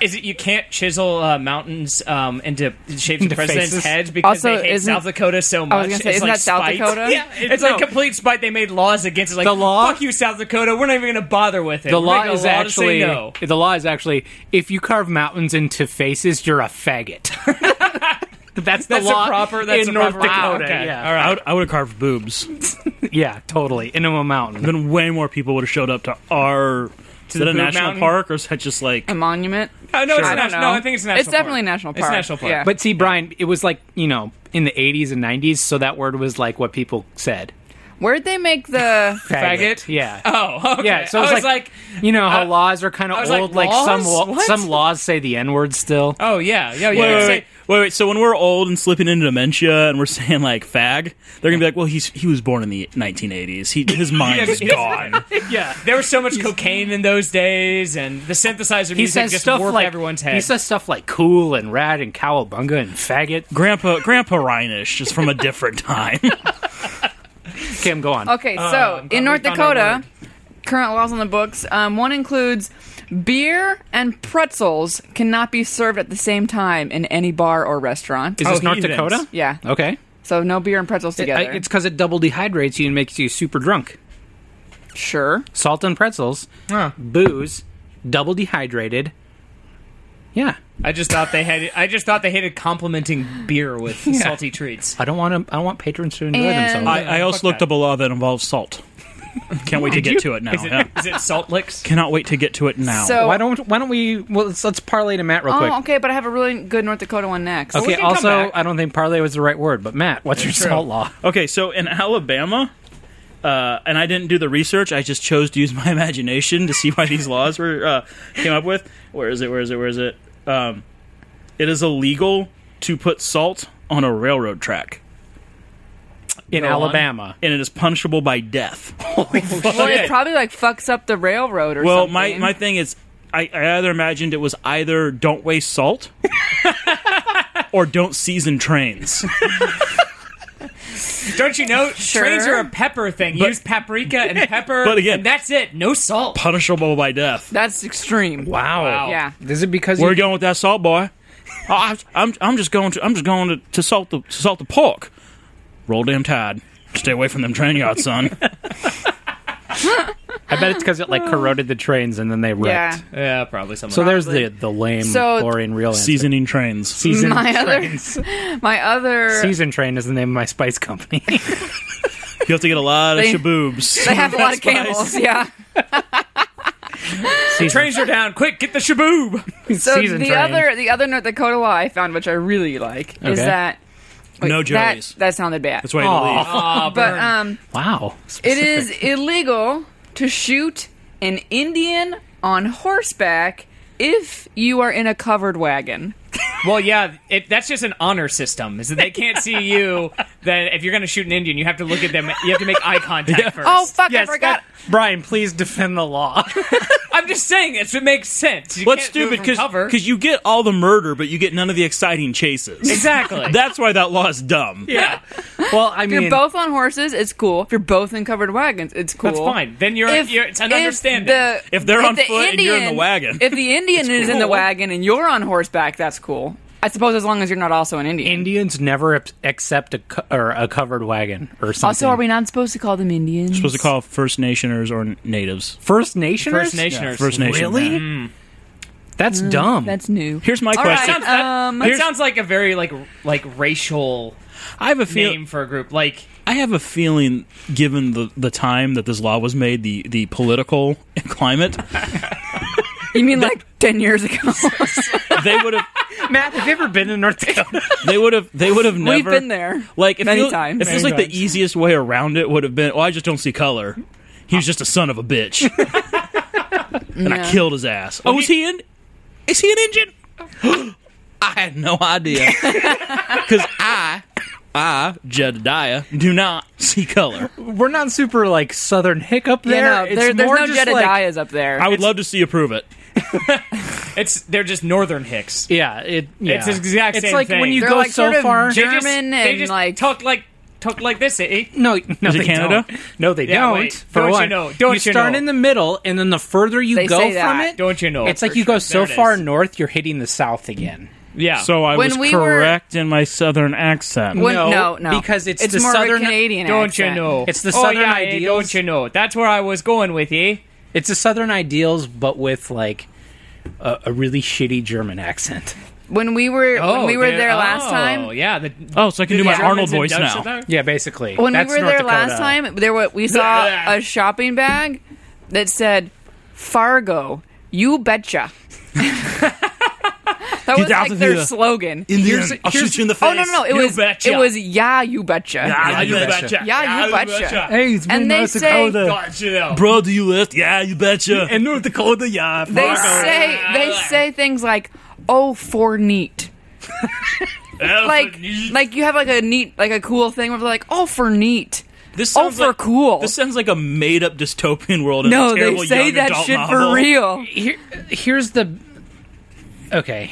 [SPEAKER 1] Is it you can't chisel uh, mountains um, into the shapes of
[SPEAKER 4] Into
[SPEAKER 1] the president's
[SPEAKER 4] faces.
[SPEAKER 1] heads because
[SPEAKER 2] Also,
[SPEAKER 1] they hate
[SPEAKER 2] isn't-
[SPEAKER 1] South Dakota so much?
[SPEAKER 2] I was gonna say,
[SPEAKER 1] It's
[SPEAKER 2] isn't
[SPEAKER 1] like
[SPEAKER 2] that South
[SPEAKER 1] spite.
[SPEAKER 2] Dakota?
[SPEAKER 1] Yeah, it's
[SPEAKER 4] No.
[SPEAKER 1] like complete spite. They made laws against it. Like
[SPEAKER 4] The law-
[SPEAKER 1] Fuck you, South Dakota. We're not even going to bother with it.
[SPEAKER 4] the
[SPEAKER 1] We're
[SPEAKER 4] law
[SPEAKER 1] making a
[SPEAKER 4] is
[SPEAKER 1] law to
[SPEAKER 4] actually
[SPEAKER 1] say no.
[SPEAKER 4] the law is actually if you carve mountains into faces, you're a faggot. that's the
[SPEAKER 1] That's a
[SPEAKER 4] law
[SPEAKER 1] proper- that's
[SPEAKER 4] in
[SPEAKER 1] a
[SPEAKER 4] North
[SPEAKER 1] proper- wow,
[SPEAKER 4] Dakota.
[SPEAKER 1] okay.
[SPEAKER 4] Yeah,
[SPEAKER 3] All right. I would, I would have carved boobs.
[SPEAKER 4] yeah, totally into a mountain.
[SPEAKER 3] Then way more people would have showed up to our. To is it
[SPEAKER 1] the
[SPEAKER 3] a
[SPEAKER 1] boob
[SPEAKER 3] national
[SPEAKER 1] mountain?
[SPEAKER 3] park or is that just like
[SPEAKER 2] a monument.
[SPEAKER 1] Oh, no, it's
[SPEAKER 2] I
[SPEAKER 1] a
[SPEAKER 2] don't
[SPEAKER 1] national- no,
[SPEAKER 2] know.
[SPEAKER 1] I think it's a national
[SPEAKER 2] It's definitely
[SPEAKER 1] park.
[SPEAKER 2] national
[SPEAKER 1] It's
[SPEAKER 2] park.
[SPEAKER 1] national park.
[SPEAKER 2] Yeah.
[SPEAKER 4] But see, Brian, it was like you know in the 80s and 90s, so that word was like what people said.
[SPEAKER 2] where'd they make the?
[SPEAKER 1] Faggot?
[SPEAKER 4] Yeah.
[SPEAKER 1] Oh, okay.
[SPEAKER 4] Yeah, so
[SPEAKER 1] I
[SPEAKER 4] it's
[SPEAKER 1] was like,
[SPEAKER 4] like, you know how
[SPEAKER 1] I-
[SPEAKER 4] laws are kind
[SPEAKER 1] I
[SPEAKER 4] of
[SPEAKER 1] was like,
[SPEAKER 4] old. Like, some
[SPEAKER 1] laws?
[SPEAKER 4] law-
[SPEAKER 1] What?
[SPEAKER 4] some laws say the n word still.
[SPEAKER 1] oh yeah, yeah, yeah.
[SPEAKER 3] wait, wait,
[SPEAKER 1] Say-
[SPEAKER 3] wait, wait, wait. So when we're old and slipping into dementia and we're saying like fag, they're gonna be like, well, he's he was born in the 1980s. He his mind is gone.
[SPEAKER 4] Yeah,
[SPEAKER 1] There was so much cocaine in those days, and the synthesizer
[SPEAKER 4] he
[SPEAKER 1] music
[SPEAKER 4] says
[SPEAKER 1] just
[SPEAKER 4] stuff
[SPEAKER 1] warped
[SPEAKER 4] like
[SPEAKER 1] everyone's head.
[SPEAKER 4] He says stuff like cool and rad and cowabunga and faggot.
[SPEAKER 3] Grandpa Grandpa Reinish is from a different time.
[SPEAKER 4] Kim, go on.
[SPEAKER 1] Oh,
[SPEAKER 2] Okay, so
[SPEAKER 1] I'm glad
[SPEAKER 2] in
[SPEAKER 1] we
[SPEAKER 2] North
[SPEAKER 1] found our
[SPEAKER 2] Dakota,
[SPEAKER 1] word.
[SPEAKER 2] current laws on the books. Um, one includes beer and pretzels cannot be served at the same time in any bar or restaurant.
[SPEAKER 4] Is this
[SPEAKER 1] Oh,
[SPEAKER 4] North
[SPEAKER 1] heathens.
[SPEAKER 4] Dakota?
[SPEAKER 2] yeah.
[SPEAKER 4] Okay.
[SPEAKER 2] So no beer and pretzels together.
[SPEAKER 4] I- it's because it double dehydrates you and makes you super drunk.
[SPEAKER 2] sure.
[SPEAKER 4] Salt and pretzels,
[SPEAKER 1] Huh.
[SPEAKER 4] booze, double dehydrated. Yeah.
[SPEAKER 1] I just thought they had. I just thought they hated complimenting beer with salty treats.
[SPEAKER 4] I don't want to. I don't want patrons to enjoy
[SPEAKER 2] And-
[SPEAKER 4] themselves.
[SPEAKER 3] I, I also
[SPEAKER 1] fuck
[SPEAKER 3] looked
[SPEAKER 1] that.
[SPEAKER 3] up a law that involves salt. Can't wait to get to it now.
[SPEAKER 1] Is it,
[SPEAKER 3] yeah.
[SPEAKER 1] is it salt licks?
[SPEAKER 3] Cannot wait to get to it now.
[SPEAKER 2] So-
[SPEAKER 4] why don't Why don't we? Well, let's let's parlay to Matt real quick.
[SPEAKER 2] Oh, okay, but I have a really good North Dakota one next.
[SPEAKER 4] Okay,
[SPEAKER 1] we can come
[SPEAKER 4] also,
[SPEAKER 1] back.
[SPEAKER 4] I don't think parlay was the right word, but Matt, what's your
[SPEAKER 1] true.
[SPEAKER 4] salt law?
[SPEAKER 3] okay, so in Alabama, uh, and I didn't do the research. I just chose to use my imagination to see why these laws were uh, came up with. Where is it? Where is it? Where is it? Um, it is illegal to put salt on a railroad track,
[SPEAKER 4] In
[SPEAKER 1] Go on.
[SPEAKER 4] Alabama.
[SPEAKER 3] and it is punishable by death.
[SPEAKER 4] Oh,
[SPEAKER 2] Well, it probably like fucks up the railroad or
[SPEAKER 3] Well,
[SPEAKER 2] something.
[SPEAKER 3] my, my thing is, I, I either imagined it was either don't waste salt or don't season trains.
[SPEAKER 1] Don't you know trains are a pepper thing?
[SPEAKER 3] But-
[SPEAKER 1] Use paprika and pepper,
[SPEAKER 3] But again-
[SPEAKER 1] and that's it. No salt.
[SPEAKER 3] Punishable by death.
[SPEAKER 2] that's extreme.
[SPEAKER 4] Wow.
[SPEAKER 2] Yeah.
[SPEAKER 4] Is it because
[SPEAKER 3] Where
[SPEAKER 4] you
[SPEAKER 3] you going with that salt, boy? Oh, I, I'm I'm just going to I'm just going to, to salt the to salt the pork. Roll damn tide. Stay away from them train yards, son.
[SPEAKER 4] I bet it's because it like corroded the trains and then they
[SPEAKER 2] Yeah.
[SPEAKER 4] wrecked.
[SPEAKER 1] Yeah, probably something.
[SPEAKER 4] So there's the the lame
[SPEAKER 2] So-
[SPEAKER 4] boring real answer.
[SPEAKER 3] Seasoning trains.
[SPEAKER 4] season
[SPEAKER 2] My other,
[SPEAKER 4] trains.
[SPEAKER 2] my other.
[SPEAKER 4] season train is the name of my spice company.
[SPEAKER 3] You have to get a lot of
[SPEAKER 2] They-
[SPEAKER 3] shaboobs.
[SPEAKER 2] They have a lot of camels. Yeah.
[SPEAKER 1] trains are down. Quick, get the shaboob.
[SPEAKER 2] So
[SPEAKER 4] season
[SPEAKER 2] the
[SPEAKER 4] train.
[SPEAKER 2] other the other North Dakota law I found, which I really like, is
[SPEAKER 4] Okay.
[SPEAKER 2] that wait,
[SPEAKER 3] No
[SPEAKER 2] that-
[SPEAKER 3] Joeys.
[SPEAKER 2] That, sounded bad.
[SPEAKER 3] That's why I had to leave.
[SPEAKER 1] Aw,
[SPEAKER 2] but
[SPEAKER 1] burn.
[SPEAKER 2] um,
[SPEAKER 4] wow.
[SPEAKER 2] it is illegal to shoot an Indian on horseback if you are in a covered wagon.
[SPEAKER 1] well, yeah, it, that's just an honor system. Is that they can't see you? Then if you're going to shoot an Indian, you have to look at them. You have to make eye contact first.
[SPEAKER 2] Oh fuck!
[SPEAKER 4] Yes,
[SPEAKER 2] I forgot.
[SPEAKER 4] that- Brian, please defend the law.
[SPEAKER 1] I'm just saying it's, it makes sense. You
[SPEAKER 3] What's
[SPEAKER 1] can't do it
[SPEAKER 3] stupid
[SPEAKER 1] from
[SPEAKER 3] because
[SPEAKER 1] cover.
[SPEAKER 3] because you get all the murder, but you get none of the exciting chases.
[SPEAKER 1] exactly.
[SPEAKER 3] That's why that law is dumb.
[SPEAKER 1] yeah,
[SPEAKER 4] well, I
[SPEAKER 2] If
[SPEAKER 4] mean,
[SPEAKER 2] you're both on horses, it's cool. If you're both in covered wagons, it's cool.
[SPEAKER 1] that's fine. Then you're, you're it's an
[SPEAKER 2] if
[SPEAKER 1] understanding.
[SPEAKER 2] the-
[SPEAKER 3] If they're on
[SPEAKER 2] the
[SPEAKER 3] foot and you're in the wagon.
[SPEAKER 2] if the Indian is in the
[SPEAKER 1] cool.
[SPEAKER 2] wagon and you're on horseback, that's cool. I suppose as long as you're not also an Indian.
[SPEAKER 4] Indians never ap- accept a co- or a covered wagon or something.
[SPEAKER 2] also, are we not supposed to call them Indians?
[SPEAKER 3] Supposed to call First Nationers or natives.
[SPEAKER 4] First Nationers?
[SPEAKER 1] First Nationers. Hmm.
[SPEAKER 3] First Nation.
[SPEAKER 4] Really?
[SPEAKER 3] yeah.
[SPEAKER 4] That's dumb.
[SPEAKER 2] Hmm, That's new.
[SPEAKER 3] Here's my
[SPEAKER 2] All right,
[SPEAKER 3] question.
[SPEAKER 1] Sounds- that,
[SPEAKER 2] um,
[SPEAKER 1] that sounds like a very like r- like racial
[SPEAKER 3] I have a feeling.
[SPEAKER 1] name for a group. Like
[SPEAKER 3] I have a feeling, given the, the time that this law was made, the, the political climate,
[SPEAKER 2] You mean like ten years ago?
[SPEAKER 3] they would have
[SPEAKER 4] Matt, have you ever been to North Dakota?
[SPEAKER 3] they would have they would have never
[SPEAKER 2] We've been there.
[SPEAKER 3] Like if
[SPEAKER 2] many
[SPEAKER 3] you-
[SPEAKER 2] times.
[SPEAKER 3] It feels
[SPEAKER 4] Many
[SPEAKER 3] like the
[SPEAKER 4] times.
[SPEAKER 3] easiest way around it would have been. Well, I just don't see color. He was just a son of a bitch, and I killed his ass. Oh, was he in? Is he an engine? I had no idea. Because I, I, Jedediah, do not see color.
[SPEAKER 4] We're not super like Southern hiccup there.
[SPEAKER 2] yeah, no,
[SPEAKER 4] It's
[SPEAKER 2] there,
[SPEAKER 4] more
[SPEAKER 2] there's no
[SPEAKER 4] just,
[SPEAKER 2] Jedediahs
[SPEAKER 4] like-
[SPEAKER 2] up there.
[SPEAKER 3] I would love to see you prove it.
[SPEAKER 1] It's they're just northern hicks.
[SPEAKER 4] yeah, it. Yeah.
[SPEAKER 1] It's the exact
[SPEAKER 4] It's
[SPEAKER 1] same
[SPEAKER 4] like when
[SPEAKER 1] thing.
[SPEAKER 4] you
[SPEAKER 2] They're
[SPEAKER 4] go
[SPEAKER 2] like
[SPEAKER 4] so
[SPEAKER 2] sort of
[SPEAKER 4] far.
[SPEAKER 2] Jer-
[SPEAKER 1] They just-
[SPEAKER 2] German
[SPEAKER 1] they
[SPEAKER 2] and,
[SPEAKER 1] just
[SPEAKER 2] like-
[SPEAKER 1] talk like talk like this. Eh?
[SPEAKER 4] No, no,
[SPEAKER 3] Is it
[SPEAKER 4] they
[SPEAKER 3] Canada?
[SPEAKER 4] Don't. No, they
[SPEAKER 1] Yeah,
[SPEAKER 4] don't.
[SPEAKER 1] wait.
[SPEAKER 4] for
[SPEAKER 1] Don't you
[SPEAKER 4] one,
[SPEAKER 1] know? Don't you
[SPEAKER 4] start
[SPEAKER 1] know?
[SPEAKER 4] in the middle, and then the further you
[SPEAKER 2] They
[SPEAKER 4] go
[SPEAKER 2] say
[SPEAKER 4] from
[SPEAKER 2] that.
[SPEAKER 4] it,
[SPEAKER 1] Don't you know?
[SPEAKER 4] it's like
[SPEAKER 1] for
[SPEAKER 4] you go
[SPEAKER 1] sure.
[SPEAKER 4] so
[SPEAKER 1] There it
[SPEAKER 4] far
[SPEAKER 1] is.
[SPEAKER 4] north, you're hitting the south again.
[SPEAKER 1] Yeah.
[SPEAKER 3] So I
[SPEAKER 2] When
[SPEAKER 3] was
[SPEAKER 2] we were-
[SPEAKER 3] correct in my southern accent.
[SPEAKER 2] When-
[SPEAKER 4] no,
[SPEAKER 2] no, no,
[SPEAKER 4] because it's the
[SPEAKER 2] more of a
[SPEAKER 4] southern-
[SPEAKER 2] Canadian
[SPEAKER 1] don't
[SPEAKER 2] accent.
[SPEAKER 1] you know?
[SPEAKER 4] It's the
[SPEAKER 1] oh,
[SPEAKER 4] southern
[SPEAKER 1] yeah, eh,
[SPEAKER 4] ideals.
[SPEAKER 1] Don't you know? That's where I was going with eh? you.
[SPEAKER 4] It's the Southern ideals, but with like a, a really shitty German accent.
[SPEAKER 2] When we were
[SPEAKER 1] Oh,
[SPEAKER 2] when we were
[SPEAKER 1] they-
[SPEAKER 2] there last
[SPEAKER 1] oh,
[SPEAKER 2] time.
[SPEAKER 1] Yeah. The,
[SPEAKER 3] oh, so I can do my
[SPEAKER 1] Germans
[SPEAKER 3] Arnold
[SPEAKER 1] and
[SPEAKER 3] voice
[SPEAKER 1] Dutch
[SPEAKER 3] now.
[SPEAKER 1] are there?
[SPEAKER 4] Yeah, basically.
[SPEAKER 2] When
[SPEAKER 4] That's
[SPEAKER 2] we were
[SPEAKER 4] North
[SPEAKER 2] there
[SPEAKER 4] Dakota.
[SPEAKER 2] last time, there were, we saw a shopping bag that said Fargo. You betcha. that was
[SPEAKER 3] out
[SPEAKER 2] like
[SPEAKER 3] of
[SPEAKER 2] their
[SPEAKER 3] here.
[SPEAKER 2] slogan.
[SPEAKER 3] Here's, I'll shoot you in the face.
[SPEAKER 2] Oh no no no! It
[SPEAKER 1] You
[SPEAKER 2] was
[SPEAKER 1] betcha.
[SPEAKER 2] it was yeah you betcha.
[SPEAKER 3] Yeah, you
[SPEAKER 4] betcha.
[SPEAKER 3] betcha.
[SPEAKER 2] Yeah, you betcha.
[SPEAKER 4] Hey, it's
[SPEAKER 2] And they say
[SPEAKER 1] Got you though.
[SPEAKER 3] Bro, do you list? Yeah, you betcha. And North Dakota, yeah.
[SPEAKER 2] they say they say things like oh for neat. like like you have like a neat like a cool thing where they're like oh for neat.
[SPEAKER 3] this
[SPEAKER 2] oh,
[SPEAKER 3] sounds
[SPEAKER 2] for
[SPEAKER 3] like-
[SPEAKER 2] cool.
[SPEAKER 3] This sounds like a made up dystopian world. in
[SPEAKER 2] No,
[SPEAKER 3] a
[SPEAKER 2] they
[SPEAKER 3] terrible
[SPEAKER 2] say
[SPEAKER 3] young
[SPEAKER 2] that
[SPEAKER 3] adult
[SPEAKER 2] shit
[SPEAKER 3] novel.
[SPEAKER 2] for real.
[SPEAKER 4] Here, here's the. Okay,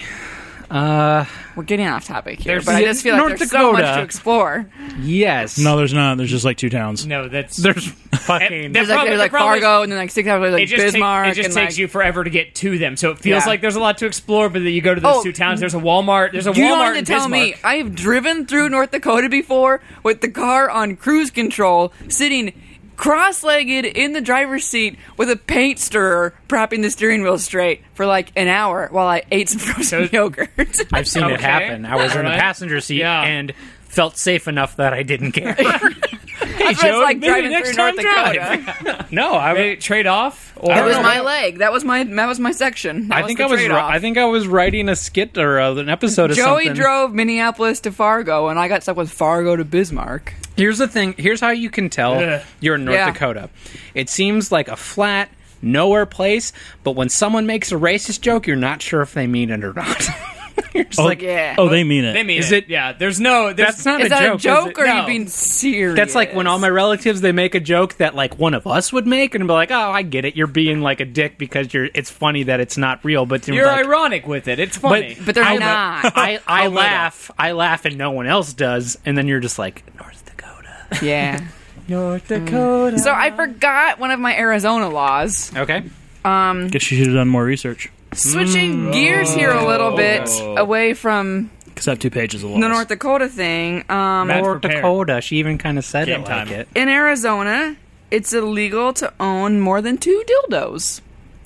[SPEAKER 2] We're getting off topic here,
[SPEAKER 1] There's-
[SPEAKER 2] but I just feel like
[SPEAKER 4] North
[SPEAKER 2] there's so much
[SPEAKER 4] Dakota.
[SPEAKER 2] to explore.
[SPEAKER 4] yes.
[SPEAKER 3] No, there's not. There's just like two towns.
[SPEAKER 1] No, that's
[SPEAKER 4] there's fucking.
[SPEAKER 1] There's
[SPEAKER 2] There's like,
[SPEAKER 1] Probably-
[SPEAKER 2] there's like
[SPEAKER 1] probably-
[SPEAKER 2] Fargo, and then like six hours later,
[SPEAKER 1] it
[SPEAKER 2] like
[SPEAKER 1] just, take-
[SPEAKER 2] Bismarck.
[SPEAKER 1] it just
[SPEAKER 2] and,
[SPEAKER 1] takes
[SPEAKER 2] like,
[SPEAKER 1] you forever to get to them, so it feels
[SPEAKER 2] Yeah.
[SPEAKER 1] like there's a lot to explore. But then you go to those
[SPEAKER 2] Oh,
[SPEAKER 1] two towns. There's a Walmart. There's a
[SPEAKER 2] You
[SPEAKER 1] Walmart
[SPEAKER 2] don't
[SPEAKER 1] in
[SPEAKER 2] have to tell me.
[SPEAKER 1] Bismarck.
[SPEAKER 2] I have driven through North Dakota before with the car on cruise control, sitting cross-legged in the driver's seat with a paint stirrer propping the steering wheel straight for like an hour while I ate some frozen
[SPEAKER 1] So-
[SPEAKER 2] yogurt.
[SPEAKER 4] I've seen it
[SPEAKER 1] Okay.
[SPEAKER 4] happen. I was in the
[SPEAKER 1] Alright.
[SPEAKER 4] passenger seat
[SPEAKER 1] Yeah.
[SPEAKER 4] and felt safe enough that I didn't care.
[SPEAKER 2] That's what it's like driving through North Dakota.
[SPEAKER 4] no, I
[SPEAKER 1] They trade off. Or
[SPEAKER 2] That
[SPEAKER 4] don't
[SPEAKER 2] was
[SPEAKER 4] know.
[SPEAKER 2] my leg. That was my that was my section. That
[SPEAKER 4] I think
[SPEAKER 2] the
[SPEAKER 4] I was. ri-
[SPEAKER 2] trade-off.
[SPEAKER 4] I think I was writing a skit or uh, an episode of
[SPEAKER 2] Joey
[SPEAKER 4] something.
[SPEAKER 2] drove Minneapolis to Fargo, and I got stuck with Fargo to Bismarck.
[SPEAKER 4] Here's the thing. Here's how you can tell
[SPEAKER 1] Ugh.
[SPEAKER 4] you're in North
[SPEAKER 2] Yeah.
[SPEAKER 4] Dakota. It seems like a flat, nowhere place, but when someone makes a racist joke, you're not sure if they mean it or not. you're just
[SPEAKER 3] Oh,
[SPEAKER 4] like,
[SPEAKER 2] Yeah.
[SPEAKER 3] oh, they mean it.
[SPEAKER 1] They mean
[SPEAKER 4] Is it-
[SPEAKER 1] Yeah. There's no. There's,
[SPEAKER 4] that's not
[SPEAKER 2] Is
[SPEAKER 4] a
[SPEAKER 2] that
[SPEAKER 4] joke.
[SPEAKER 2] a
[SPEAKER 4] is
[SPEAKER 2] joke,
[SPEAKER 4] it?
[SPEAKER 2] or are
[SPEAKER 1] No.
[SPEAKER 2] you being serious?
[SPEAKER 4] That's like when all my relatives they make a joke that like one of us would make and be like, "Oh, I get it. You're being like a dick because you're it's funny that it's not real, but you're
[SPEAKER 1] You're
[SPEAKER 4] like,
[SPEAKER 1] ironic with it. It's funny.
[SPEAKER 2] But they're
[SPEAKER 4] I-
[SPEAKER 2] not.
[SPEAKER 4] I, I laugh, I laugh, and no one else does, and then you're just like North Dakota.
[SPEAKER 2] yeah. North Dakota. So I forgot one of my Arizona laws.
[SPEAKER 4] Okay,
[SPEAKER 3] Guess you should have done more research.
[SPEAKER 1] Hmm.
[SPEAKER 2] Switching gears here a
[SPEAKER 1] Oh,
[SPEAKER 2] little bit away from
[SPEAKER 3] Because I have two pages of laws.
[SPEAKER 2] the North Dakota thing. Um,
[SPEAKER 1] That's
[SPEAKER 4] North
[SPEAKER 1] prepared.
[SPEAKER 4] Dakota. She even kind of said
[SPEAKER 1] Game
[SPEAKER 4] it
[SPEAKER 1] time.
[SPEAKER 4] like it.
[SPEAKER 2] in Arizona, it's illegal to own more than two dildos.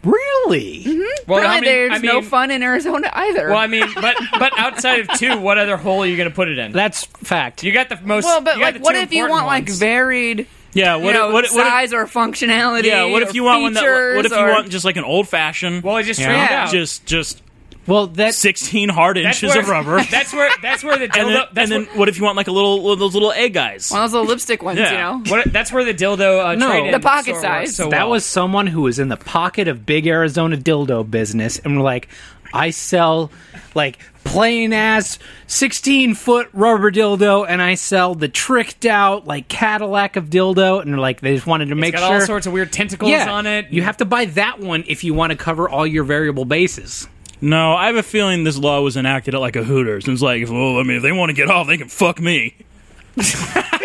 [SPEAKER 4] Really?
[SPEAKER 1] Well,
[SPEAKER 2] Apparently,
[SPEAKER 1] I mean-
[SPEAKER 2] there's
[SPEAKER 1] I
[SPEAKER 2] no
[SPEAKER 1] mean-
[SPEAKER 2] fun in Arizona either.
[SPEAKER 1] Well, I mean, but but outside of two, what other hole are you going to put it in?
[SPEAKER 4] That's fact.
[SPEAKER 1] you got the most.
[SPEAKER 2] Well, but
[SPEAKER 1] you got
[SPEAKER 2] like,
[SPEAKER 1] the
[SPEAKER 2] what
[SPEAKER 1] two
[SPEAKER 2] if you
[SPEAKER 1] important
[SPEAKER 2] want like
[SPEAKER 1] ones.
[SPEAKER 2] varied?
[SPEAKER 3] Yeah.
[SPEAKER 2] you
[SPEAKER 3] What?
[SPEAKER 2] know,
[SPEAKER 3] what? what?
[SPEAKER 2] size or functionality?
[SPEAKER 3] yeah. What if
[SPEAKER 2] or
[SPEAKER 3] you want one that?
[SPEAKER 2] features
[SPEAKER 3] What if you
[SPEAKER 2] or-
[SPEAKER 3] want just like an old fashioned? uh,
[SPEAKER 1] Well, I just
[SPEAKER 4] Yeah.
[SPEAKER 1] straightened
[SPEAKER 2] Yeah.
[SPEAKER 1] out.
[SPEAKER 3] just just
[SPEAKER 4] well, that's
[SPEAKER 3] sixteen hard
[SPEAKER 1] that's
[SPEAKER 3] inches
[SPEAKER 1] where,
[SPEAKER 3] of rubber.
[SPEAKER 1] That's where. That's where the dildo.
[SPEAKER 3] and then,
[SPEAKER 1] that's
[SPEAKER 3] and then what if you want like a little one of those little egg guys?
[SPEAKER 2] One of those little lipstick ones,
[SPEAKER 3] Yeah.
[SPEAKER 2] you know?
[SPEAKER 1] where, what, that's where the dildo. Uh,
[SPEAKER 4] No.
[SPEAKER 1] trade-in
[SPEAKER 4] The
[SPEAKER 2] pocket
[SPEAKER 1] store works
[SPEAKER 2] size.
[SPEAKER 1] So
[SPEAKER 4] that
[SPEAKER 1] well.
[SPEAKER 4] was someone who was in the pocket of big Arizona dildo business and were like, I sell like plain ass 16 foot rubber dildo and I sell the tricked out like Cadillac of dildo and they're like they just wanted to
[SPEAKER 1] It's
[SPEAKER 4] make
[SPEAKER 1] got
[SPEAKER 4] sure
[SPEAKER 1] all sorts of weird tentacles
[SPEAKER 4] yeah,
[SPEAKER 1] on it.
[SPEAKER 4] You have to buy that one if you want to cover all your variable bases.
[SPEAKER 3] No, I have a feeling this law was enacted at like a Hooters. And it's like, well, I mean, if they want to get off, they can fuck me.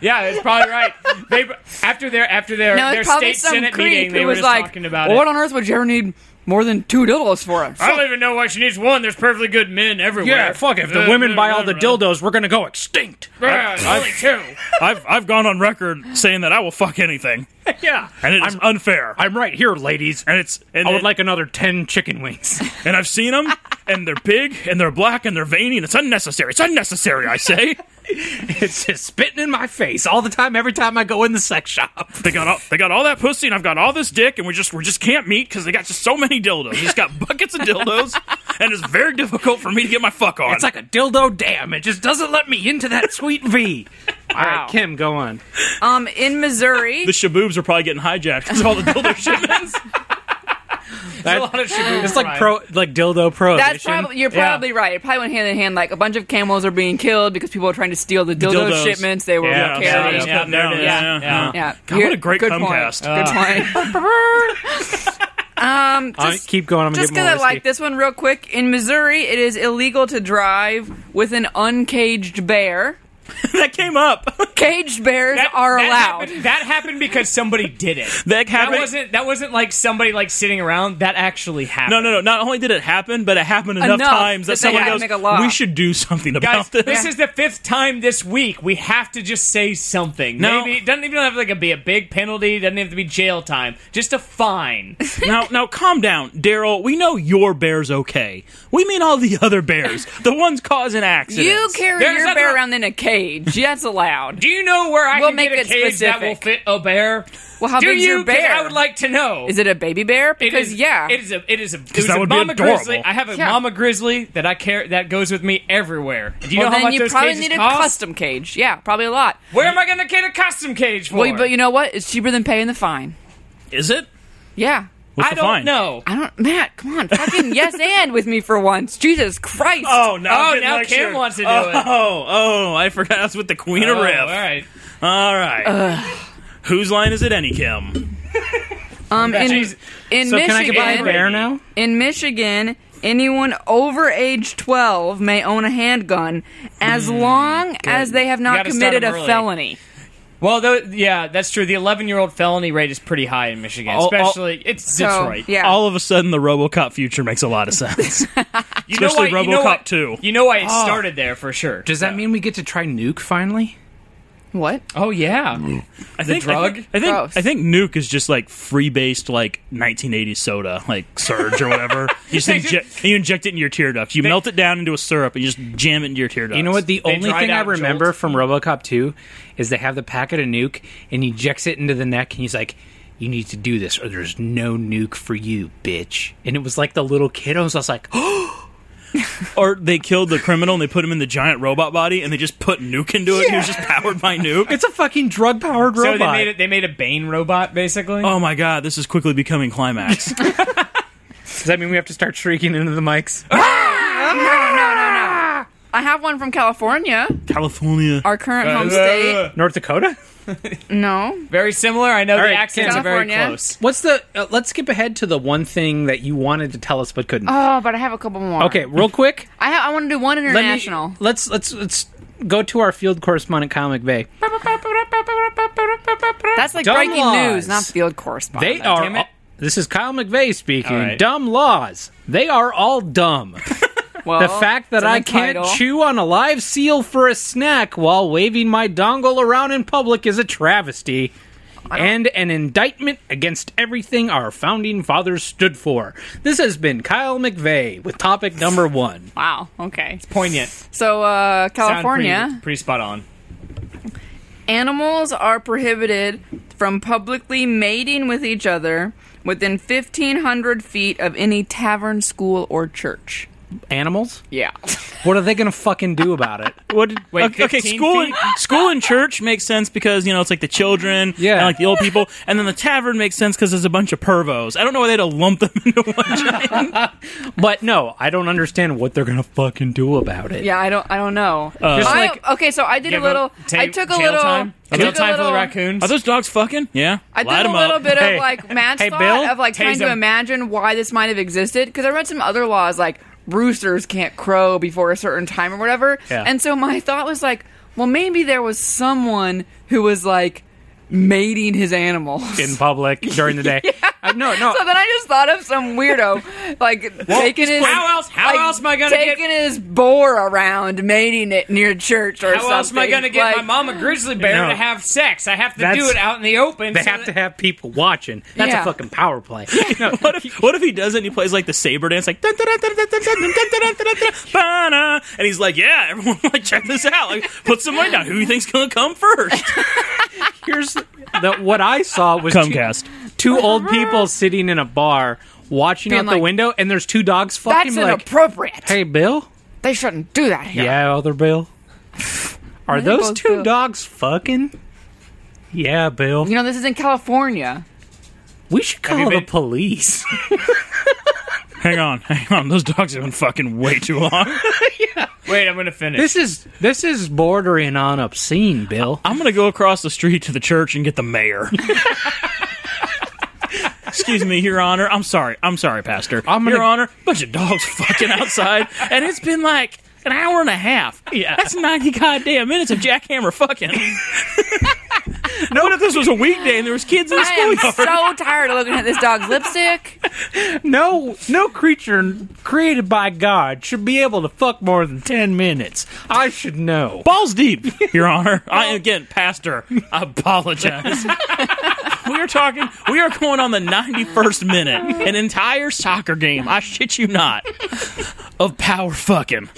[SPEAKER 1] yeah, it's probably right. They after their after their
[SPEAKER 2] No,
[SPEAKER 1] their
[SPEAKER 2] it's probably
[SPEAKER 1] state
[SPEAKER 2] some
[SPEAKER 1] senate
[SPEAKER 2] creep
[SPEAKER 1] meeting, they
[SPEAKER 2] who
[SPEAKER 1] were
[SPEAKER 2] was
[SPEAKER 1] just
[SPEAKER 2] like,
[SPEAKER 1] talking about
[SPEAKER 2] what
[SPEAKER 1] it.
[SPEAKER 2] on earth would you ever need more than two dildos for?
[SPEAKER 1] I don't even know why she needs one. There's perfectly good men everywhere. Uh, uh, uh,
[SPEAKER 4] dildos, we're going to go extinct.
[SPEAKER 1] Yeah, there's only two.
[SPEAKER 3] I've I've gone on record saying that I will fuck anything,
[SPEAKER 1] Yeah.
[SPEAKER 3] and it's unfair.
[SPEAKER 4] I'm right here, ladies.
[SPEAKER 3] and it's and
[SPEAKER 4] I would
[SPEAKER 3] it-
[SPEAKER 4] like another 10 chicken wings.
[SPEAKER 3] and I've seen them, and they're big, and they're black, and they're veiny, and it's unnecessary. It's unnecessary, I say.
[SPEAKER 4] It's just spitting in my face all the time, every time I go in the sex shop.
[SPEAKER 3] They got all, they got all that pussy, and I've got all this dick, and we just we just can't meet because they got just so many dildos. They just got buckets of dildos, and it's very difficult for me to get my fuck on.
[SPEAKER 4] It's like a dildo dam. It just doesn't let me into that sweet V. All right, Kim, go on.
[SPEAKER 2] Um, in Missouri,
[SPEAKER 3] the shaboobs are probably getting hijacked because of all the dildo shipments.
[SPEAKER 1] There's a lot of Shibu
[SPEAKER 4] It's like pro, like dildo prohibition.
[SPEAKER 2] That's probably you're
[SPEAKER 1] Yeah.
[SPEAKER 2] probably right. It probably went hand in hand. Like a bunch of camels are being killed because people are trying to steal the dildo
[SPEAKER 3] dildos.
[SPEAKER 2] shipments they were
[SPEAKER 1] Yeah,
[SPEAKER 2] carrying.
[SPEAKER 1] yeah, yeah,
[SPEAKER 3] there it is.
[SPEAKER 1] yeah,
[SPEAKER 3] Yeah. Uh,
[SPEAKER 1] yeah.
[SPEAKER 2] Yeah.
[SPEAKER 3] God,
[SPEAKER 2] You're-
[SPEAKER 3] what a great
[SPEAKER 2] good point.
[SPEAKER 3] Comcast.
[SPEAKER 1] Uh.
[SPEAKER 2] Good point. um,
[SPEAKER 4] All right,
[SPEAKER 2] just,
[SPEAKER 4] keep going. I'm gonna
[SPEAKER 2] just
[SPEAKER 4] get
[SPEAKER 2] because
[SPEAKER 4] more
[SPEAKER 2] I
[SPEAKER 4] whiskey.
[SPEAKER 2] like this one real quick. In Missouri, it is illegal to drive with an uncaged bear.
[SPEAKER 3] that came up.
[SPEAKER 2] Caged bears
[SPEAKER 1] That-
[SPEAKER 2] are
[SPEAKER 1] that
[SPEAKER 2] allowed.
[SPEAKER 1] Happened, that happened because somebody did it.
[SPEAKER 3] That happened-
[SPEAKER 1] wasn't that wasn't like somebody like sitting around. That actually happened.
[SPEAKER 3] No, no, no. Not only did it happen, but it happened enough,
[SPEAKER 2] Enough
[SPEAKER 3] times that
[SPEAKER 2] that they
[SPEAKER 3] someone
[SPEAKER 2] had to
[SPEAKER 3] goes,
[SPEAKER 2] make a law.
[SPEAKER 3] "We should do something
[SPEAKER 1] Guys,
[SPEAKER 3] about
[SPEAKER 1] this
[SPEAKER 3] this."
[SPEAKER 1] is the fifth time this week. We have to just say something.
[SPEAKER 3] No.
[SPEAKER 1] Maybe it doesn't even have like a, be a big penalty. Doesn't have to be jail time. Just a fine.
[SPEAKER 3] now, now, calm down, Daryl. We know your bear's okay. We mean all the other bears, the ones causing accidents.
[SPEAKER 2] You carry
[SPEAKER 1] There's
[SPEAKER 2] your
[SPEAKER 1] nothing
[SPEAKER 2] bear
[SPEAKER 1] wrong-
[SPEAKER 2] around in a cage. That's allowed.
[SPEAKER 1] Do you know where I
[SPEAKER 2] We'll
[SPEAKER 1] can get
[SPEAKER 2] make
[SPEAKER 1] a
[SPEAKER 2] it
[SPEAKER 1] cage that will fit
[SPEAKER 2] specific.
[SPEAKER 1] a bear?
[SPEAKER 2] Well, how
[SPEAKER 1] Do
[SPEAKER 2] big's
[SPEAKER 1] you?
[SPEAKER 2] your
[SPEAKER 1] 'Cause
[SPEAKER 2] bear?
[SPEAKER 1] I would like to know.
[SPEAKER 2] Is it a baby bear?
[SPEAKER 1] It
[SPEAKER 2] Because
[SPEAKER 1] is-
[SPEAKER 2] yeah,
[SPEAKER 1] it is a it is a, it was
[SPEAKER 3] that
[SPEAKER 1] a
[SPEAKER 3] would be
[SPEAKER 1] mama
[SPEAKER 3] adorable.
[SPEAKER 1] grizzly. I have a
[SPEAKER 2] Yeah.
[SPEAKER 1] mama grizzly that I care that goes with me everywhere. Do you
[SPEAKER 2] well,
[SPEAKER 1] know how
[SPEAKER 2] then
[SPEAKER 1] much
[SPEAKER 2] you
[SPEAKER 1] those
[SPEAKER 2] probably
[SPEAKER 1] cages
[SPEAKER 2] need a
[SPEAKER 1] cost?
[SPEAKER 2] custom cage. Yeah, probably a lot.
[SPEAKER 1] Where am I going to get a custom cage for?
[SPEAKER 2] Well, you- but you know what? It's cheaper than paying the fine.
[SPEAKER 3] Is it?
[SPEAKER 2] Yeah.
[SPEAKER 3] What's
[SPEAKER 1] I
[SPEAKER 3] the
[SPEAKER 1] don't
[SPEAKER 3] fine?
[SPEAKER 1] know.
[SPEAKER 2] I don't, Matt. Come on, fucking yes and with me for once. Jesus Christ!
[SPEAKER 3] Oh no!
[SPEAKER 1] Oh, now Kim wants to do
[SPEAKER 3] oh,
[SPEAKER 1] it.
[SPEAKER 3] Oh, oh! I forgot. That's with the Queen of
[SPEAKER 1] Oh,
[SPEAKER 3] Riff.
[SPEAKER 1] All right.
[SPEAKER 3] All right. Whose line is it, any Kim?
[SPEAKER 2] um, in,
[SPEAKER 1] Jeez.
[SPEAKER 2] in
[SPEAKER 4] so can I
[SPEAKER 2] Michigan,
[SPEAKER 4] get my bear now?
[SPEAKER 2] in Michigan, anyone over age twelve may own a handgun as long as they have not
[SPEAKER 1] Hmm. gotta start
[SPEAKER 2] committed a
[SPEAKER 1] 'em early.
[SPEAKER 2] felony.
[SPEAKER 1] Well, though, yeah, that's true. The 11 year old felony rate is pretty high in Michigan,
[SPEAKER 3] I'll- I'll-
[SPEAKER 1] especially it's
[SPEAKER 2] So,
[SPEAKER 1] Detroit.
[SPEAKER 2] Yeah.
[SPEAKER 3] All of a sudden, the RoboCop future makes a lot of
[SPEAKER 1] you
[SPEAKER 3] sense.
[SPEAKER 1] know
[SPEAKER 3] especially
[SPEAKER 1] why, you know
[SPEAKER 3] RoboCop
[SPEAKER 1] why-
[SPEAKER 3] 2.
[SPEAKER 1] You know why it
[SPEAKER 2] Oh.
[SPEAKER 1] started there for sure.
[SPEAKER 4] Does that mean we get to try nuke finally?
[SPEAKER 2] what?
[SPEAKER 1] oh yeah,
[SPEAKER 3] I think,
[SPEAKER 1] drug?
[SPEAKER 3] I think, I think,
[SPEAKER 2] Gross.
[SPEAKER 3] I think Nuke is just like free based, like 1980s soda, like Surge or whatever. you just inject, you inject it into your tear duct. You melt it down into a syrup and you just jam it into your tear duct.
[SPEAKER 4] You know what? The
[SPEAKER 1] They
[SPEAKER 4] only
[SPEAKER 1] dried
[SPEAKER 4] thing I
[SPEAKER 1] out
[SPEAKER 4] remember
[SPEAKER 1] Jolt.
[SPEAKER 4] from RoboCop 2 is they have the packet of nuke and he injects it into the neck and he's like, "You need to do this or there's no nuke for you, bitch." And it was like the little kiddos. I was like, "Oh,
[SPEAKER 3] Or they killed the criminal and they put him in the giant robot body and they just put Nuke into it. and He was just powered by Nuke.
[SPEAKER 4] it's a fucking drug powered
[SPEAKER 1] so
[SPEAKER 4] robot."
[SPEAKER 1] they made it. They made a Bane robot basically.
[SPEAKER 3] oh my god, this is quickly becoming climax.
[SPEAKER 4] Does that mean we have to start shrieking into the mics?
[SPEAKER 2] I have one from California,
[SPEAKER 3] California.
[SPEAKER 2] our current home
[SPEAKER 1] Uh,
[SPEAKER 2] state.
[SPEAKER 4] North Dakota?
[SPEAKER 2] No,
[SPEAKER 1] Very similar. I know the
[SPEAKER 4] right,
[SPEAKER 1] accents are
[SPEAKER 2] California.
[SPEAKER 1] very close.
[SPEAKER 4] What's the? Uh, let's skip ahead to the one thing that you wanted to tell us but couldn't.
[SPEAKER 1] Uh,
[SPEAKER 2] oh, but I have a couple more.
[SPEAKER 4] okay, real quick.
[SPEAKER 2] I ha- I want to do one
[SPEAKER 4] let me-
[SPEAKER 2] international.
[SPEAKER 4] let's let's let's go to our field correspondent, Comic Bay.
[SPEAKER 2] That's like
[SPEAKER 4] Dumb
[SPEAKER 2] breaking
[SPEAKER 4] laws.
[SPEAKER 2] news, not field correspondent.
[SPEAKER 4] They are.
[SPEAKER 1] damn it.
[SPEAKER 4] all- this is Kyle McVeigh speaking.
[SPEAKER 1] All right.
[SPEAKER 4] Dumb laws. They are all dumb.
[SPEAKER 2] Well,
[SPEAKER 4] the fact
[SPEAKER 2] it's
[SPEAKER 4] that
[SPEAKER 2] in
[SPEAKER 4] I
[SPEAKER 2] the
[SPEAKER 4] can't
[SPEAKER 2] title.
[SPEAKER 4] chew on a live seal for a snack while waving my dongle around in public is a travesty. And an indictment against everything our founding fathers stood for. This has been Kyle McVeigh with topic number one.
[SPEAKER 2] Wow. Okay.
[SPEAKER 1] Poignant.
[SPEAKER 2] So uh,
[SPEAKER 1] Sound pretty-
[SPEAKER 2] California.
[SPEAKER 1] pretty, spot on.
[SPEAKER 2] Animals are prohibited from publicly mating with each other within 1,500 feet of any tavern, school, or church.
[SPEAKER 4] Animals?
[SPEAKER 2] Yeah.
[SPEAKER 4] What are they going to fucking do about it?
[SPEAKER 3] What did,
[SPEAKER 1] Wait,
[SPEAKER 3] okay, okay,
[SPEAKER 1] 15
[SPEAKER 3] school
[SPEAKER 1] feet?
[SPEAKER 3] and school and church makes sense because you know it's like the children,
[SPEAKER 4] Yeah.
[SPEAKER 3] and like the old people, and then the tavern makes sense because there's a bunch of pervos. I don't know why they had to lump them into one.
[SPEAKER 4] But no, I don't understand what they're going to fucking do about it.
[SPEAKER 2] Yeah, I don't I don't know.
[SPEAKER 3] Just
[SPEAKER 2] I-
[SPEAKER 4] like-
[SPEAKER 2] okay, so I did a
[SPEAKER 1] Give
[SPEAKER 2] little
[SPEAKER 1] them ta-
[SPEAKER 2] I took a
[SPEAKER 1] jail
[SPEAKER 2] little
[SPEAKER 1] time.
[SPEAKER 2] I
[SPEAKER 1] Jail
[SPEAKER 2] took a
[SPEAKER 1] time for the
[SPEAKER 2] little-
[SPEAKER 1] raccoons.
[SPEAKER 3] Are those dogs fucking? Yeah,
[SPEAKER 2] I
[SPEAKER 3] Light
[SPEAKER 2] did a
[SPEAKER 3] 'em
[SPEAKER 2] little
[SPEAKER 3] up.
[SPEAKER 2] bit
[SPEAKER 4] Hey.
[SPEAKER 2] of like Matt's
[SPEAKER 4] Hey,
[SPEAKER 2] thought
[SPEAKER 4] Bill?
[SPEAKER 2] of like trying
[SPEAKER 1] Tase
[SPEAKER 2] to
[SPEAKER 1] 'em.
[SPEAKER 2] imagine why this might have existed because I read some other laws like roosters can't crow before a certain time or whatever,
[SPEAKER 4] Yeah.
[SPEAKER 2] and so my thought was like, well, maybe there was someone who was like mating his animals
[SPEAKER 4] In public during the day. Uh, no, no.
[SPEAKER 2] So then I just thought of some weirdo, like taking his
[SPEAKER 1] how else- how
[SPEAKER 2] like,
[SPEAKER 1] else am I gonna
[SPEAKER 2] taking his boar around, mating it near church
[SPEAKER 1] How
[SPEAKER 2] or something.
[SPEAKER 1] else am I going to get
[SPEAKER 2] Like,
[SPEAKER 1] my mama grizzly bear
[SPEAKER 4] No.
[SPEAKER 1] to have sex? I have to
[SPEAKER 4] That's-
[SPEAKER 1] do it out in the open.
[SPEAKER 4] They
[SPEAKER 1] so
[SPEAKER 4] have
[SPEAKER 1] that-
[SPEAKER 4] to have people watching. That's
[SPEAKER 2] Yeah.
[SPEAKER 4] a fucking power play. No,
[SPEAKER 3] What if, what if he does it and he plays like the saber dance, like dun, dun, dun, dun, dun, dun, dun, dun, dun, dun, dun, dun, dun, dun, and he's like, yeah, everyone, like check this out, like put some money down. Who you think's gonna come first?
[SPEAKER 4] here's the, what I saw was two-
[SPEAKER 3] Comcast.
[SPEAKER 4] Two, old people sitting in a bar watching
[SPEAKER 2] Being
[SPEAKER 4] out the
[SPEAKER 2] like,
[SPEAKER 4] window, and there's two dogs fucking
[SPEAKER 2] That's
[SPEAKER 4] like,
[SPEAKER 2] inappropriate.
[SPEAKER 4] "Hey, Bill."
[SPEAKER 2] They shouldn't do that here.
[SPEAKER 4] Yeah, other Bill. Are
[SPEAKER 2] they
[SPEAKER 4] those
[SPEAKER 2] both
[SPEAKER 4] two
[SPEAKER 2] Bill.
[SPEAKER 4] dogs fucking? Yeah, Bill.
[SPEAKER 2] You know, this is in California.
[SPEAKER 4] we should call
[SPEAKER 1] you
[SPEAKER 4] the
[SPEAKER 1] been-
[SPEAKER 4] police.
[SPEAKER 3] hang on, hang on. Those dogs have been fucking way too long.
[SPEAKER 1] Wait, I'm gonna finish.
[SPEAKER 4] This is this is bordering on obscene, Bill.
[SPEAKER 3] I'm gonna go across the street to the church and get the mayor. Excuse me, Your Honor. I'm sorry. I'm sorry, Pastor.
[SPEAKER 4] I'm gonna-
[SPEAKER 3] Your Honor, bunch of dogs fucking outside, and it's been like an hour and a half.
[SPEAKER 4] Yeah.
[SPEAKER 3] that's ninety goddamn minutes of jackhammer fucking. no, what if this was a weekday and there was kids in the
[SPEAKER 2] I am
[SPEAKER 3] schoolyard?
[SPEAKER 2] so tired of looking at this dog's lipstick.
[SPEAKER 4] No, no creature created by God should be able to fuck more than ten minutes. I should know.
[SPEAKER 3] Balls deep, Your Honor. I again, Pastor. I apologize. we are talking. We are going on the ninety-first minute, an entire soccer game. I shit you not, of power fucking.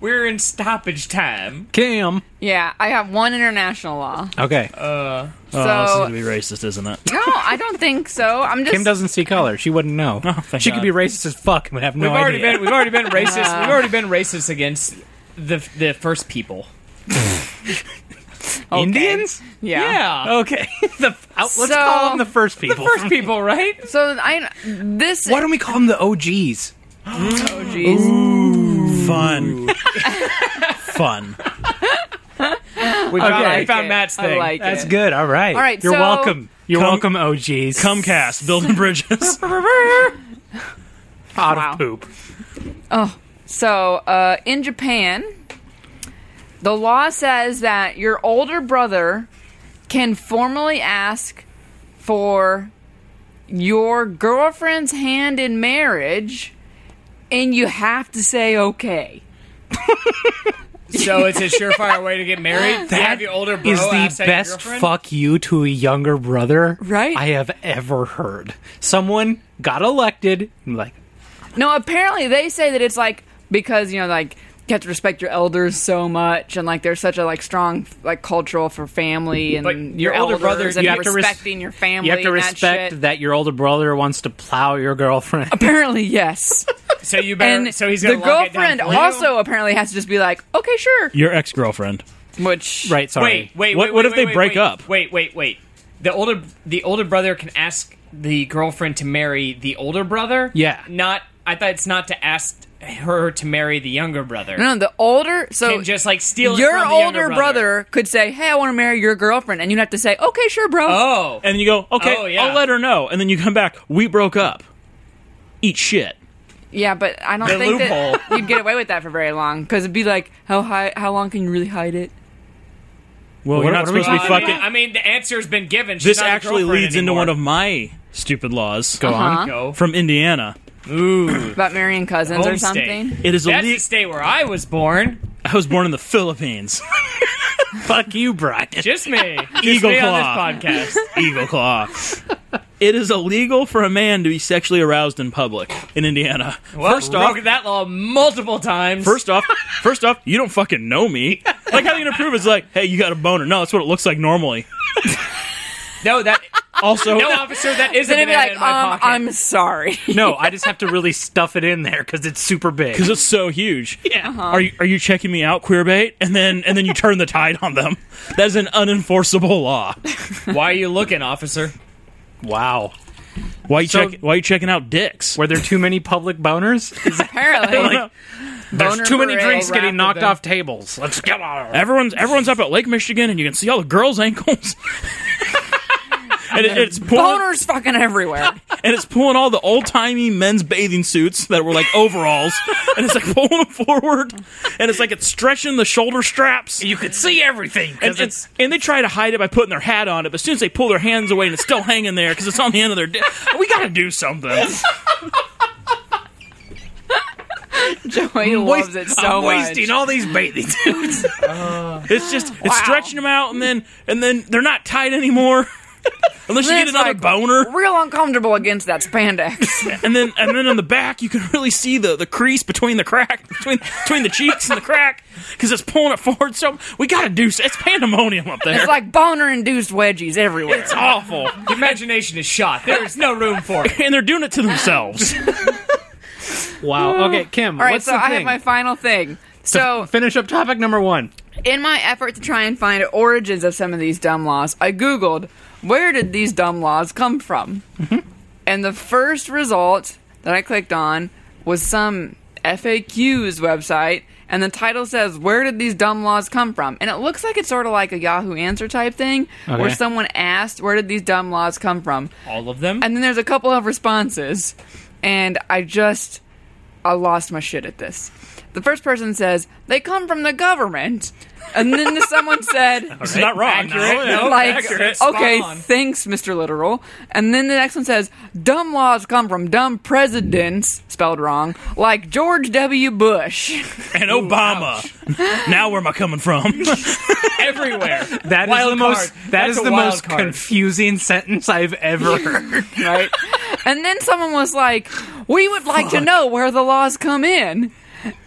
[SPEAKER 1] We're in stoppage time.
[SPEAKER 4] Cam.
[SPEAKER 2] Yeah, I got one international law.
[SPEAKER 4] Okay.
[SPEAKER 1] Uh,
[SPEAKER 3] Oh, this is
[SPEAKER 2] So-
[SPEAKER 3] gonna be racist, isn't it?
[SPEAKER 2] No, I don't think so. I'm just
[SPEAKER 4] Kim doesn't see color. She wouldn't know.
[SPEAKER 3] thank
[SPEAKER 4] she
[SPEAKER 3] God.
[SPEAKER 4] could be racist as fuck and would have no
[SPEAKER 1] Oh, We've already
[SPEAKER 4] idea.
[SPEAKER 1] been we've already been racist. We've already been racist against the the first people.
[SPEAKER 2] okay.
[SPEAKER 4] Indians?
[SPEAKER 2] Yeah.
[SPEAKER 4] Okay. the, let's
[SPEAKER 2] So-
[SPEAKER 4] call them the first people.
[SPEAKER 1] Oh. First people, right?
[SPEAKER 2] So I this
[SPEAKER 4] Why don't we call them the OGs?
[SPEAKER 2] oh geez.
[SPEAKER 3] Fun. Fun.
[SPEAKER 4] We
[SPEAKER 1] found- I
[SPEAKER 2] like
[SPEAKER 1] found
[SPEAKER 2] it.
[SPEAKER 1] Matt's thing.
[SPEAKER 2] I like
[SPEAKER 4] That's
[SPEAKER 2] it.
[SPEAKER 4] good. All right.
[SPEAKER 2] All right,
[SPEAKER 4] You're
[SPEAKER 2] so-
[SPEAKER 4] welcome. You're
[SPEAKER 3] Come-
[SPEAKER 4] welcome, OGs.
[SPEAKER 3] Comcast building bridges.
[SPEAKER 4] out
[SPEAKER 2] Wow.
[SPEAKER 4] of poop.
[SPEAKER 2] So uh, in Japan, the law says that your older brother can formally ask for your girlfriend's hand in marriage, and you have to say okay.
[SPEAKER 1] So it's a surefire way to get married. That you have your older bro
[SPEAKER 4] is
[SPEAKER 1] ask
[SPEAKER 4] the
[SPEAKER 1] out your
[SPEAKER 4] best
[SPEAKER 1] girlfriend?
[SPEAKER 4] fuck you to a younger brother
[SPEAKER 2] Right?
[SPEAKER 4] I have ever heard. Someone got elected, and like
[SPEAKER 2] No, apparently they say that it's like because you know like you have to respect your elders so much and like there's such a like strong like cultural for family and
[SPEAKER 1] But your
[SPEAKER 2] your,
[SPEAKER 1] older
[SPEAKER 2] elders
[SPEAKER 1] brother-
[SPEAKER 2] and
[SPEAKER 4] you have to res-
[SPEAKER 2] respecting your family
[SPEAKER 4] you have to
[SPEAKER 2] and that,
[SPEAKER 4] respect
[SPEAKER 2] shit.
[SPEAKER 4] that, your older brother wants to plow your girlfriend.
[SPEAKER 2] apparently yes
[SPEAKER 1] So you better.
[SPEAKER 2] and
[SPEAKER 1] so he's
[SPEAKER 2] the
[SPEAKER 1] gonna lock it down
[SPEAKER 2] girlfriend
[SPEAKER 1] for you?
[SPEAKER 2] also apparently has to just be like okay sure
[SPEAKER 3] Your ex girlfriend.
[SPEAKER 2] which
[SPEAKER 4] right? Sorry.
[SPEAKER 1] Wait, wait,
[SPEAKER 3] What-
[SPEAKER 1] wait,
[SPEAKER 3] what
[SPEAKER 1] wait,
[SPEAKER 3] if they
[SPEAKER 1] wait,
[SPEAKER 3] break
[SPEAKER 1] wait.
[SPEAKER 3] up?
[SPEAKER 1] Wait, wait, wait. The older the older brother can ask the girlfriend to marry the older brother.
[SPEAKER 4] Yeah.
[SPEAKER 1] Not. I thought it's not to ask her to marry the younger brother.
[SPEAKER 2] no the older so
[SPEAKER 1] Can just like steal it
[SPEAKER 2] your
[SPEAKER 1] from the
[SPEAKER 2] older
[SPEAKER 1] younger brother.
[SPEAKER 2] could say hey I want to marry your girlfriend and you'd have to say okay sure bro
[SPEAKER 1] Oh.
[SPEAKER 3] And you go, okay,
[SPEAKER 1] Oh, yeah.
[SPEAKER 3] I'll let her know. And then you come back, we broke up. Eat shit.
[SPEAKER 2] Yeah, but I don't
[SPEAKER 1] The
[SPEAKER 2] think
[SPEAKER 1] loophole.
[SPEAKER 2] that you'd get away with that for very long because it'd be like, how high, how long can you really hide it?
[SPEAKER 3] Well,
[SPEAKER 4] What-
[SPEAKER 3] you're not
[SPEAKER 4] what are we
[SPEAKER 3] supposed to be
[SPEAKER 1] I
[SPEAKER 3] fucking.
[SPEAKER 1] mean, I mean, the answer's been given. She's
[SPEAKER 3] this
[SPEAKER 1] not your
[SPEAKER 3] actually
[SPEAKER 1] girlfriend
[SPEAKER 3] leads into
[SPEAKER 1] anymore.
[SPEAKER 3] one of my stupid laws. Go
[SPEAKER 2] on.
[SPEAKER 1] Go.
[SPEAKER 3] From Indiana.
[SPEAKER 1] Ooh,
[SPEAKER 2] About marrying cousins
[SPEAKER 1] home
[SPEAKER 2] or something?
[SPEAKER 1] state.
[SPEAKER 3] It is
[SPEAKER 1] That's the
[SPEAKER 3] illegal.
[SPEAKER 1] state where I was born.
[SPEAKER 3] I was born in the Philippines.
[SPEAKER 4] fuck you, Brian.
[SPEAKER 1] Just me. Just
[SPEAKER 3] Eagle
[SPEAKER 1] me
[SPEAKER 3] claw.
[SPEAKER 1] on this podcast.
[SPEAKER 3] Eagle Claw. It is illegal for a man to be sexually aroused in public in Indiana.
[SPEAKER 1] Well,
[SPEAKER 3] First off,
[SPEAKER 1] broke that law multiple times.
[SPEAKER 3] First off, first off, you don't fucking know me. Like, how are you gonna prove it's like, hey, you got a boner? No, that's what it looks like normally.
[SPEAKER 1] no, that
[SPEAKER 3] Also,
[SPEAKER 1] no officer, that is a
[SPEAKER 2] Then it'd be
[SPEAKER 1] banana
[SPEAKER 2] like,
[SPEAKER 1] in my
[SPEAKER 2] um,
[SPEAKER 1] pocket.
[SPEAKER 2] I'm sorry.
[SPEAKER 4] No, I just have to really stuff it in there because it's super big.
[SPEAKER 3] because it's so huge. Yeah. Are you are you checking me out, queer bait? And then and then you turn the tide on them. That is an unenforceable law.
[SPEAKER 1] Why are you looking, officer?
[SPEAKER 4] Wow.
[SPEAKER 3] Why you
[SPEAKER 4] So-
[SPEAKER 3] check? Why you checking out dicks?
[SPEAKER 4] Were there too many public boners? Is that-
[SPEAKER 2] Apparently,
[SPEAKER 4] There's
[SPEAKER 2] Boner
[SPEAKER 4] too many
[SPEAKER 2] parade.
[SPEAKER 4] drinks getting knocked
[SPEAKER 1] them.
[SPEAKER 4] off tables. Let's get on.
[SPEAKER 3] Everyone's everyone's up at Lake Michigan, and you can see all the girls' ankles. and it, it's pulling,
[SPEAKER 2] boners fucking everywhere.
[SPEAKER 3] and it's pulling all the old timey men's bathing suits that were like overalls, and it's like pulling them forward, and it's like it's stretching the shoulder straps.
[SPEAKER 4] You could see everything
[SPEAKER 3] And,
[SPEAKER 4] because
[SPEAKER 3] and,
[SPEAKER 4] it's
[SPEAKER 3] and they try to hide it by putting their hat on it, but as soon as they pull their hands away and it's still hanging there because it's on the end of their dick, we gotta do something.
[SPEAKER 2] Joey loves it so
[SPEAKER 4] I'm
[SPEAKER 2] much.
[SPEAKER 4] wasting all these bathing suits.
[SPEAKER 3] It's just it's stretching them out, and then and then they're not tight anymore. Unless you
[SPEAKER 2] Then
[SPEAKER 3] get
[SPEAKER 2] it's
[SPEAKER 3] another
[SPEAKER 2] like-
[SPEAKER 3] boner,
[SPEAKER 2] Real uncomfortable against that spandex.
[SPEAKER 3] and then and then on the back you can really see the, the crease between the crack between between the cheeks and the crack because it's pulling it forward. So we gotta do. s- It's pandemonium up there.
[SPEAKER 2] it's like boner-induced wedgies everywhere.
[SPEAKER 3] It's awful,
[SPEAKER 1] The imagination is shot. There is no room for it.
[SPEAKER 3] and they're doing it to themselves.
[SPEAKER 4] Wow. Okay, Kim.
[SPEAKER 2] all right,
[SPEAKER 4] what's
[SPEAKER 2] so
[SPEAKER 4] the
[SPEAKER 2] I have
[SPEAKER 4] thing?
[SPEAKER 2] my final thing. So,
[SPEAKER 4] Finish up topic number one.
[SPEAKER 2] in my effort to try and find origins of some of these dumb laws, I googled where did these dumb laws come from? and the first result that I clicked on was some FAQs website, and the title says, Where did these dumb laws come from? And it looks like it's sort of like a Yahoo Answer type thing where
[SPEAKER 4] Okay.
[SPEAKER 2] someone asked, Where did these dumb laws come from?
[SPEAKER 1] All of them.
[SPEAKER 2] And then there's a couple of responses, and I just I lost my shit at this. The first person says they come from the government, and then someone said,
[SPEAKER 3] It's not wrong.
[SPEAKER 1] Accurate. Oh, No,
[SPEAKER 2] like,
[SPEAKER 1] accurate. Spot
[SPEAKER 2] okay,
[SPEAKER 1] on.
[SPEAKER 2] thanks, Mr. Literal. And then the next one says, dumb laws come from dumb presidents, spelled wrong, like George W. Bush.
[SPEAKER 3] And Obama. now where am I coming from?
[SPEAKER 1] everywhere.
[SPEAKER 4] That is
[SPEAKER 1] Wild
[SPEAKER 4] the most.
[SPEAKER 1] card.
[SPEAKER 4] That
[SPEAKER 1] That's
[SPEAKER 4] is
[SPEAKER 1] a
[SPEAKER 4] the
[SPEAKER 1] wild
[SPEAKER 4] most
[SPEAKER 1] card.
[SPEAKER 4] confusing sentence I've ever heard.
[SPEAKER 2] right? and then someone was like, "We would like to know where the laws come in."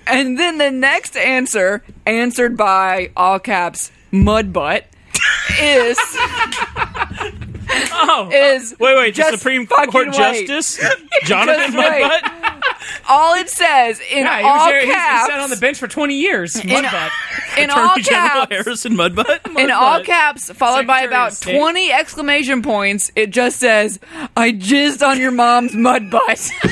[SPEAKER 2] And then the next answer, answered by all caps, mud butt, is
[SPEAKER 3] oh.
[SPEAKER 2] is
[SPEAKER 3] Wait, wait,
[SPEAKER 2] just
[SPEAKER 3] the Supreme
[SPEAKER 2] fucking
[SPEAKER 3] Court
[SPEAKER 2] wait.
[SPEAKER 3] Justice? Jonathan
[SPEAKER 2] Just wait.
[SPEAKER 3] Mudbutt?
[SPEAKER 2] all it says in
[SPEAKER 1] Yeah, he was
[SPEAKER 2] all
[SPEAKER 1] there- he's-
[SPEAKER 2] caps.
[SPEAKER 1] He sat on the bench for 20 years. Mudbutt.
[SPEAKER 2] in all
[SPEAKER 3] Attorney General
[SPEAKER 2] caps.
[SPEAKER 3] Harrison Mudbutt?
[SPEAKER 2] In all
[SPEAKER 1] Mudbutt.
[SPEAKER 2] caps, followed by
[SPEAKER 1] Secretary of
[SPEAKER 2] about
[SPEAKER 1] State.
[SPEAKER 2] 20 exclamation points, it just says, I jizzed on your mom's mud butt.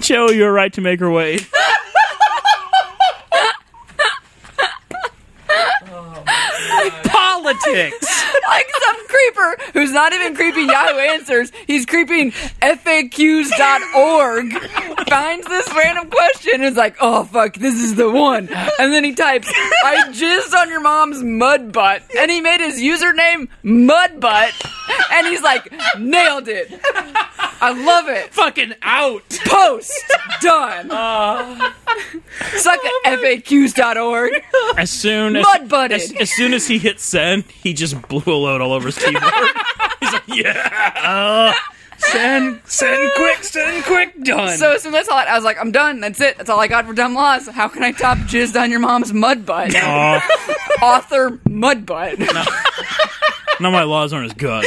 [SPEAKER 3] Joe, you're right to make her wait.
[SPEAKER 4] Politics.
[SPEAKER 2] like some creeper who's not even creeping Yahoo Answers. He's creeping FAQs.org, finds this random question and is like, oh, fuck, this is the one. And then he types, I jizzed on your mom's mud butt. And he made his username mud butt. And he's like, nailed it. I love it.
[SPEAKER 1] Fucking out. Uh.
[SPEAKER 2] Post. Done. Suck at FAQs.org.
[SPEAKER 3] As soon as,
[SPEAKER 2] Mudbutted.
[SPEAKER 3] as as soon as he hit send, he just blew a load all over his keyboard. He's like, yeah.
[SPEAKER 4] send, send quick, send quick, done.
[SPEAKER 2] So as soon as I saw it, I was like, I'm done. That's it. That's all I got for dumb laws. How can I top jizzed on your mom's mud butt? Author mud butt.
[SPEAKER 3] Now my laws aren't as good.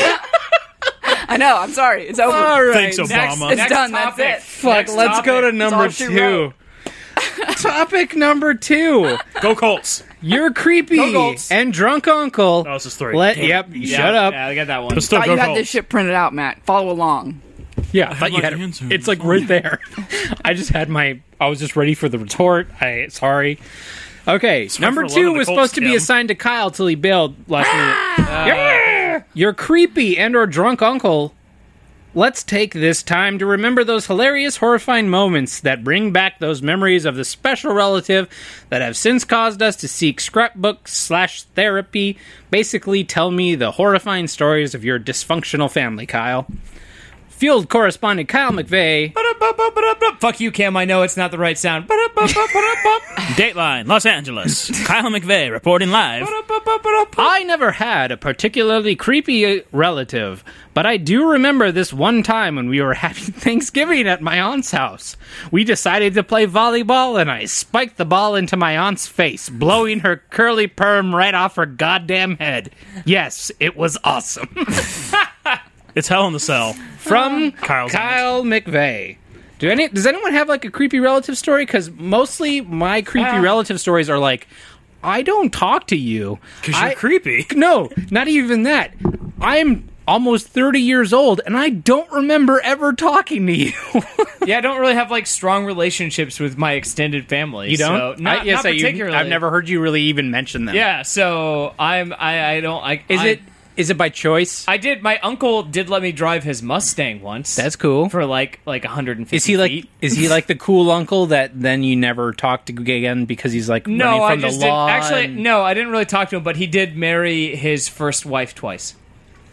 [SPEAKER 2] I know. I'm sorry. It's over.
[SPEAKER 3] Thanks, Obama.
[SPEAKER 2] It's done. That's it.
[SPEAKER 4] Fuck, let's go to
[SPEAKER 2] all
[SPEAKER 4] number
[SPEAKER 2] she
[SPEAKER 4] two. Topic number two.
[SPEAKER 3] Go Colts.
[SPEAKER 4] Your creepy
[SPEAKER 1] Go Colts.
[SPEAKER 4] and drunk uncle.
[SPEAKER 3] Oh, this is three.
[SPEAKER 4] Let,
[SPEAKER 3] Damn it.
[SPEAKER 4] yep, shut
[SPEAKER 1] yeah,
[SPEAKER 4] up.
[SPEAKER 1] Yeah, I got that one.
[SPEAKER 3] But still,
[SPEAKER 2] Thought
[SPEAKER 3] go
[SPEAKER 2] you had
[SPEAKER 3] Colts.
[SPEAKER 2] this shit printed out, Matt. Follow along.
[SPEAKER 4] Yeah, I thought you
[SPEAKER 3] my
[SPEAKER 4] had it.
[SPEAKER 3] answer.
[SPEAKER 4] It's like right there. I just had my. I was just ready for the retort. I sorry. Okay, number two
[SPEAKER 3] for loving the
[SPEAKER 4] was
[SPEAKER 3] Colts,
[SPEAKER 4] supposed to be
[SPEAKER 3] Tim.
[SPEAKER 4] assigned to Kyle till he bailed last minute. Yeah! Your creepy and or drunk uncle. Let's take this time to remember those hilarious, horrifying moments that bring back those memories of the special relative that have since caused us to seek scrapbooks slash therapy. Basically, tell me the horrifying stories of your dysfunctional family, Kyle. Field correspondent Kyle McVeigh.
[SPEAKER 1] Fuck you, Cam. I know it's not the right sound.
[SPEAKER 3] Dateline, Los Angeles. Kyle McVeigh reporting live.
[SPEAKER 4] I never had a particularly creepy uh, relative, but I do remember this one time when we were having Thanksgiving at my aunt's house. We decided to play volleyball, and I spiked the ball into my aunt's face, blowing her curly perm right off her goddamn head. Yes, it was awesome.
[SPEAKER 3] It's Hell in the Cell.
[SPEAKER 4] From
[SPEAKER 3] Kyle's
[SPEAKER 4] Kyle McVeigh. Do any, does anyone have like a creepy relative story? Because mostly my creepy relative stories are like, I don't talk to you.
[SPEAKER 3] Because you're
[SPEAKER 4] I-
[SPEAKER 3] creepy.
[SPEAKER 4] no, not even that. I'm almost 30 years old and I don't remember ever talking to you.
[SPEAKER 1] yeah, I don't really have like strong relationships with my extended family. So, not,
[SPEAKER 4] I, yes,
[SPEAKER 1] not
[SPEAKER 4] I, you-
[SPEAKER 1] particularly.
[SPEAKER 4] I've never heard you really even mention them.
[SPEAKER 1] Yeah, so I'm. I, I don't. I,
[SPEAKER 4] Is
[SPEAKER 1] I,
[SPEAKER 4] it is it by choice?
[SPEAKER 1] I did. My uncle did let me drive his Mustang once.
[SPEAKER 4] That's cool.
[SPEAKER 1] For like like 150.
[SPEAKER 4] Is he like
[SPEAKER 1] feet.
[SPEAKER 4] is he like the cool uncle that then you never talk to again because he's like
[SPEAKER 1] No,
[SPEAKER 4] running
[SPEAKER 1] I
[SPEAKER 4] from
[SPEAKER 1] just
[SPEAKER 4] the law?
[SPEAKER 1] didn't. Actually,
[SPEAKER 4] and-
[SPEAKER 1] no, I didn't really talk to him, but he did marry his first wife twice.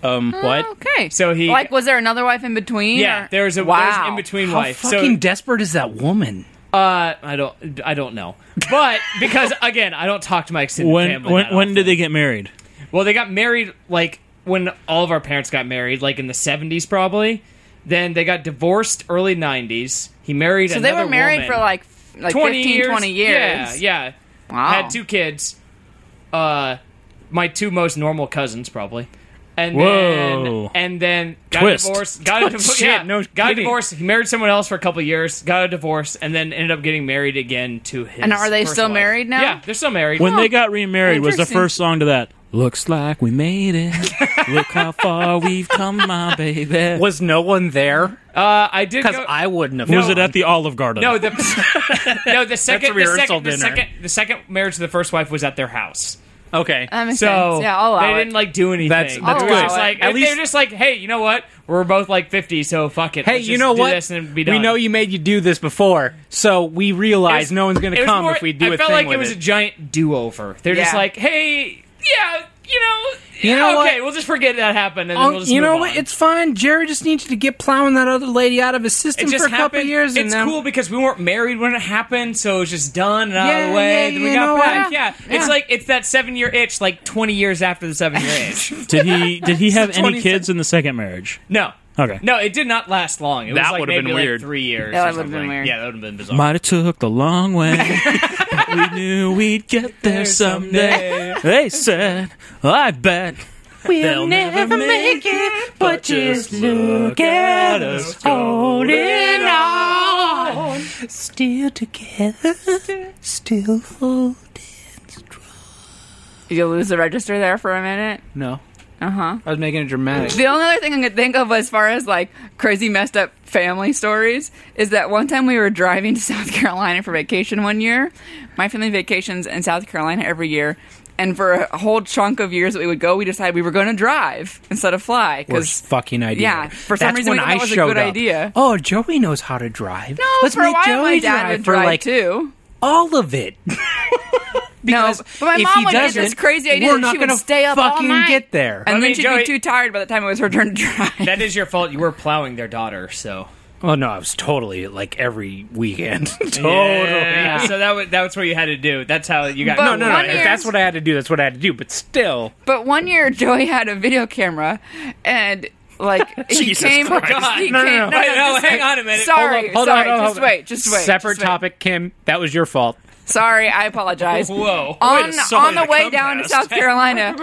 [SPEAKER 4] um what?
[SPEAKER 2] Okay.
[SPEAKER 1] So he-
[SPEAKER 2] like, was there another wife in between?
[SPEAKER 1] Yeah,
[SPEAKER 2] or-
[SPEAKER 1] there was a
[SPEAKER 2] wow.
[SPEAKER 1] there was in between
[SPEAKER 4] How
[SPEAKER 1] wife.
[SPEAKER 4] fucking desperate is that woman?
[SPEAKER 1] so uh, I don't I don't know, but because again, I don't talk to my extended
[SPEAKER 3] When
[SPEAKER 1] family. that
[SPEAKER 3] when, when
[SPEAKER 1] often.
[SPEAKER 3] did they get married?
[SPEAKER 1] Well, they got married like when all of our parents got married, like in the seventies probably. Then they got divorced early nineties. He married.
[SPEAKER 2] So they were
[SPEAKER 1] another
[SPEAKER 2] married
[SPEAKER 1] woman.
[SPEAKER 2] for like f- like
[SPEAKER 1] 20
[SPEAKER 2] 15,
[SPEAKER 1] years.
[SPEAKER 2] 20 years.
[SPEAKER 1] Yeah, yeah.
[SPEAKER 2] Wow.
[SPEAKER 1] Had two kids. Uh, my two most normal cousins probably. And
[SPEAKER 3] Whoa.
[SPEAKER 1] then and then got
[SPEAKER 3] Twist.
[SPEAKER 1] a divorce. Got a divorce.
[SPEAKER 4] Shit,
[SPEAKER 1] yeah,
[SPEAKER 4] no
[SPEAKER 1] got a
[SPEAKER 4] kidding.
[SPEAKER 1] divorce. He married someone else for a couple years. Got a divorce, and then ended up getting married again to his.
[SPEAKER 2] And are they
[SPEAKER 1] first
[SPEAKER 2] still
[SPEAKER 1] wife.
[SPEAKER 2] married now?
[SPEAKER 1] Yeah, they're still married.
[SPEAKER 3] When they got remarried was the
[SPEAKER 2] Interesting.
[SPEAKER 3] first song to that. Looks like we made it. Look how far we've come, my baby.
[SPEAKER 4] Was no one there?
[SPEAKER 1] Uh, I did
[SPEAKER 4] Because
[SPEAKER 1] go-
[SPEAKER 4] I wouldn't have.
[SPEAKER 3] Was it at the Olive Garden?
[SPEAKER 1] No, the no the second the
[SPEAKER 3] rehearsal
[SPEAKER 1] second, the
[SPEAKER 3] dinner.
[SPEAKER 1] second the second marriage to the first wife was at their house.
[SPEAKER 4] Okay.
[SPEAKER 2] That makes
[SPEAKER 1] So
[SPEAKER 2] sense. Yeah, oh, I'll
[SPEAKER 1] they
[SPEAKER 2] allow
[SPEAKER 1] didn't
[SPEAKER 2] it.
[SPEAKER 1] like do anything.
[SPEAKER 4] That's-
[SPEAKER 2] that's
[SPEAKER 1] They were
[SPEAKER 2] good.
[SPEAKER 1] Just like,
[SPEAKER 4] At
[SPEAKER 1] at
[SPEAKER 4] least-
[SPEAKER 1] least they're just like, hey, you know what? We're both like fifty, so fuck it.
[SPEAKER 4] Hey,
[SPEAKER 1] Let's
[SPEAKER 4] you
[SPEAKER 1] just
[SPEAKER 4] know
[SPEAKER 1] do
[SPEAKER 4] what?
[SPEAKER 1] This and be
[SPEAKER 4] We
[SPEAKER 1] done.
[SPEAKER 4] know you made you do this before, so we
[SPEAKER 1] It
[SPEAKER 4] realize
[SPEAKER 1] was-
[SPEAKER 4] no one's going
[SPEAKER 1] it
[SPEAKER 4] to
[SPEAKER 1] was
[SPEAKER 4] come
[SPEAKER 1] more-
[SPEAKER 4] if we do
[SPEAKER 1] I
[SPEAKER 4] a
[SPEAKER 1] felt
[SPEAKER 4] thing
[SPEAKER 1] like
[SPEAKER 4] with
[SPEAKER 1] it was
[SPEAKER 4] it.
[SPEAKER 1] a giant do over. They're just
[SPEAKER 2] Yeah.
[SPEAKER 1] like, hey, yeah, you know,
[SPEAKER 4] You know
[SPEAKER 1] okay,
[SPEAKER 4] what?
[SPEAKER 1] we'll just forget that happened, and then
[SPEAKER 4] Oh,
[SPEAKER 1] we'll just
[SPEAKER 4] you
[SPEAKER 1] move
[SPEAKER 4] know
[SPEAKER 1] on.
[SPEAKER 4] what? It's fine. Jerry just needs to get plowing that other lady out of his system
[SPEAKER 1] it just
[SPEAKER 4] for a couple
[SPEAKER 1] happened.
[SPEAKER 4] years. and
[SPEAKER 1] it's
[SPEAKER 4] then-
[SPEAKER 1] cool because we weren't married when it happened, so it was just done and out of
[SPEAKER 4] Yeah,
[SPEAKER 1] the way.
[SPEAKER 4] yeah,
[SPEAKER 1] then we
[SPEAKER 4] you know
[SPEAKER 1] got
[SPEAKER 4] what?
[SPEAKER 1] back. Yeah.
[SPEAKER 4] Yeah.
[SPEAKER 1] it's like it's that seven year itch, like twenty years after the seven year itch.
[SPEAKER 3] Did he did he have any
[SPEAKER 4] 27
[SPEAKER 3] kids in the second marriage?
[SPEAKER 1] No.
[SPEAKER 3] Okay.
[SPEAKER 1] No, it did not last long. It was
[SPEAKER 3] That
[SPEAKER 1] like
[SPEAKER 3] would've been
[SPEAKER 1] maybe like
[SPEAKER 3] weird.
[SPEAKER 1] three years.
[SPEAKER 2] That
[SPEAKER 1] or
[SPEAKER 2] would've been
[SPEAKER 1] something.
[SPEAKER 2] weird.
[SPEAKER 1] Yeah, that would have been bizarre.
[SPEAKER 3] Might have took the long way. but we knew we'd get there someday. They said, "I bet we'll never make it." But just look at us holding on.
[SPEAKER 4] Still together. Still holding.
[SPEAKER 2] Did you lose the register there for a minute? Uh-huh.
[SPEAKER 4] No. Uh huh. I was making it dramatic.
[SPEAKER 2] The only other thing I could think of as far as like crazy messed up family stories is that one time we were driving to South Carolina for vacation one year. My family vacations in South Carolina every year. And for a whole chunk of years that we would go, we decided we were going to drive instead of fly.
[SPEAKER 4] Worst
[SPEAKER 2] Because
[SPEAKER 4] fucking idea.
[SPEAKER 2] yeah, for some
[SPEAKER 4] That's
[SPEAKER 2] reason
[SPEAKER 4] when
[SPEAKER 2] we thought
[SPEAKER 4] I
[SPEAKER 2] that was a
[SPEAKER 4] showed
[SPEAKER 2] good
[SPEAKER 4] up.
[SPEAKER 2] idea.
[SPEAKER 4] Oh, Joey knows how to drive.
[SPEAKER 2] no,
[SPEAKER 4] Let's
[SPEAKER 2] for a
[SPEAKER 4] make
[SPEAKER 2] while
[SPEAKER 4] Joey
[SPEAKER 2] my dad
[SPEAKER 4] drive
[SPEAKER 2] would
[SPEAKER 4] for
[SPEAKER 2] drive
[SPEAKER 4] like
[SPEAKER 2] too.
[SPEAKER 4] all of it. because
[SPEAKER 2] no, but my
[SPEAKER 4] if
[SPEAKER 2] mom
[SPEAKER 4] he
[SPEAKER 2] would get
[SPEAKER 4] doesn't,
[SPEAKER 2] this crazy idea
[SPEAKER 4] we're
[SPEAKER 2] that
[SPEAKER 4] not
[SPEAKER 2] she would
[SPEAKER 4] gonna
[SPEAKER 2] stay up all
[SPEAKER 4] fucking
[SPEAKER 2] night.
[SPEAKER 4] get there.
[SPEAKER 2] And
[SPEAKER 1] I
[SPEAKER 2] then
[SPEAKER 1] mean,
[SPEAKER 2] she'd
[SPEAKER 1] Joey-
[SPEAKER 2] be too tired by the time it was her turn to drive.
[SPEAKER 1] That is your fault. You were plowing their daughter, so
[SPEAKER 4] oh no, I was totally like every weekend. totally.
[SPEAKER 1] Yeah, so that was that's what you had to do. That's how you got.
[SPEAKER 2] But
[SPEAKER 4] No, no, no.
[SPEAKER 2] One
[SPEAKER 4] If
[SPEAKER 2] year's-
[SPEAKER 4] that's what I had to do, that's what I had to do. But still,
[SPEAKER 2] But one year, Joey had a video camera, and like he
[SPEAKER 3] Jesus
[SPEAKER 2] came.
[SPEAKER 3] Christ.
[SPEAKER 2] He
[SPEAKER 4] No, no,
[SPEAKER 2] came,
[SPEAKER 4] no.
[SPEAKER 1] Wait, no,
[SPEAKER 2] just
[SPEAKER 1] hang
[SPEAKER 2] wait.
[SPEAKER 1] on a minute.
[SPEAKER 2] Sorry,
[SPEAKER 1] Hold
[SPEAKER 4] hold
[SPEAKER 2] sorry,
[SPEAKER 4] on, hold on,
[SPEAKER 2] just
[SPEAKER 4] hold on.
[SPEAKER 2] wait, just wait.
[SPEAKER 4] Separate
[SPEAKER 2] just wait.
[SPEAKER 4] topic, Kim. That was your fault.
[SPEAKER 2] Sorry, I apologize.
[SPEAKER 1] Whoa.
[SPEAKER 2] On, on
[SPEAKER 3] Way to
[SPEAKER 2] the
[SPEAKER 3] sully the
[SPEAKER 2] way down to
[SPEAKER 3] Comcast.
[SPEAKER 2] South Carolina,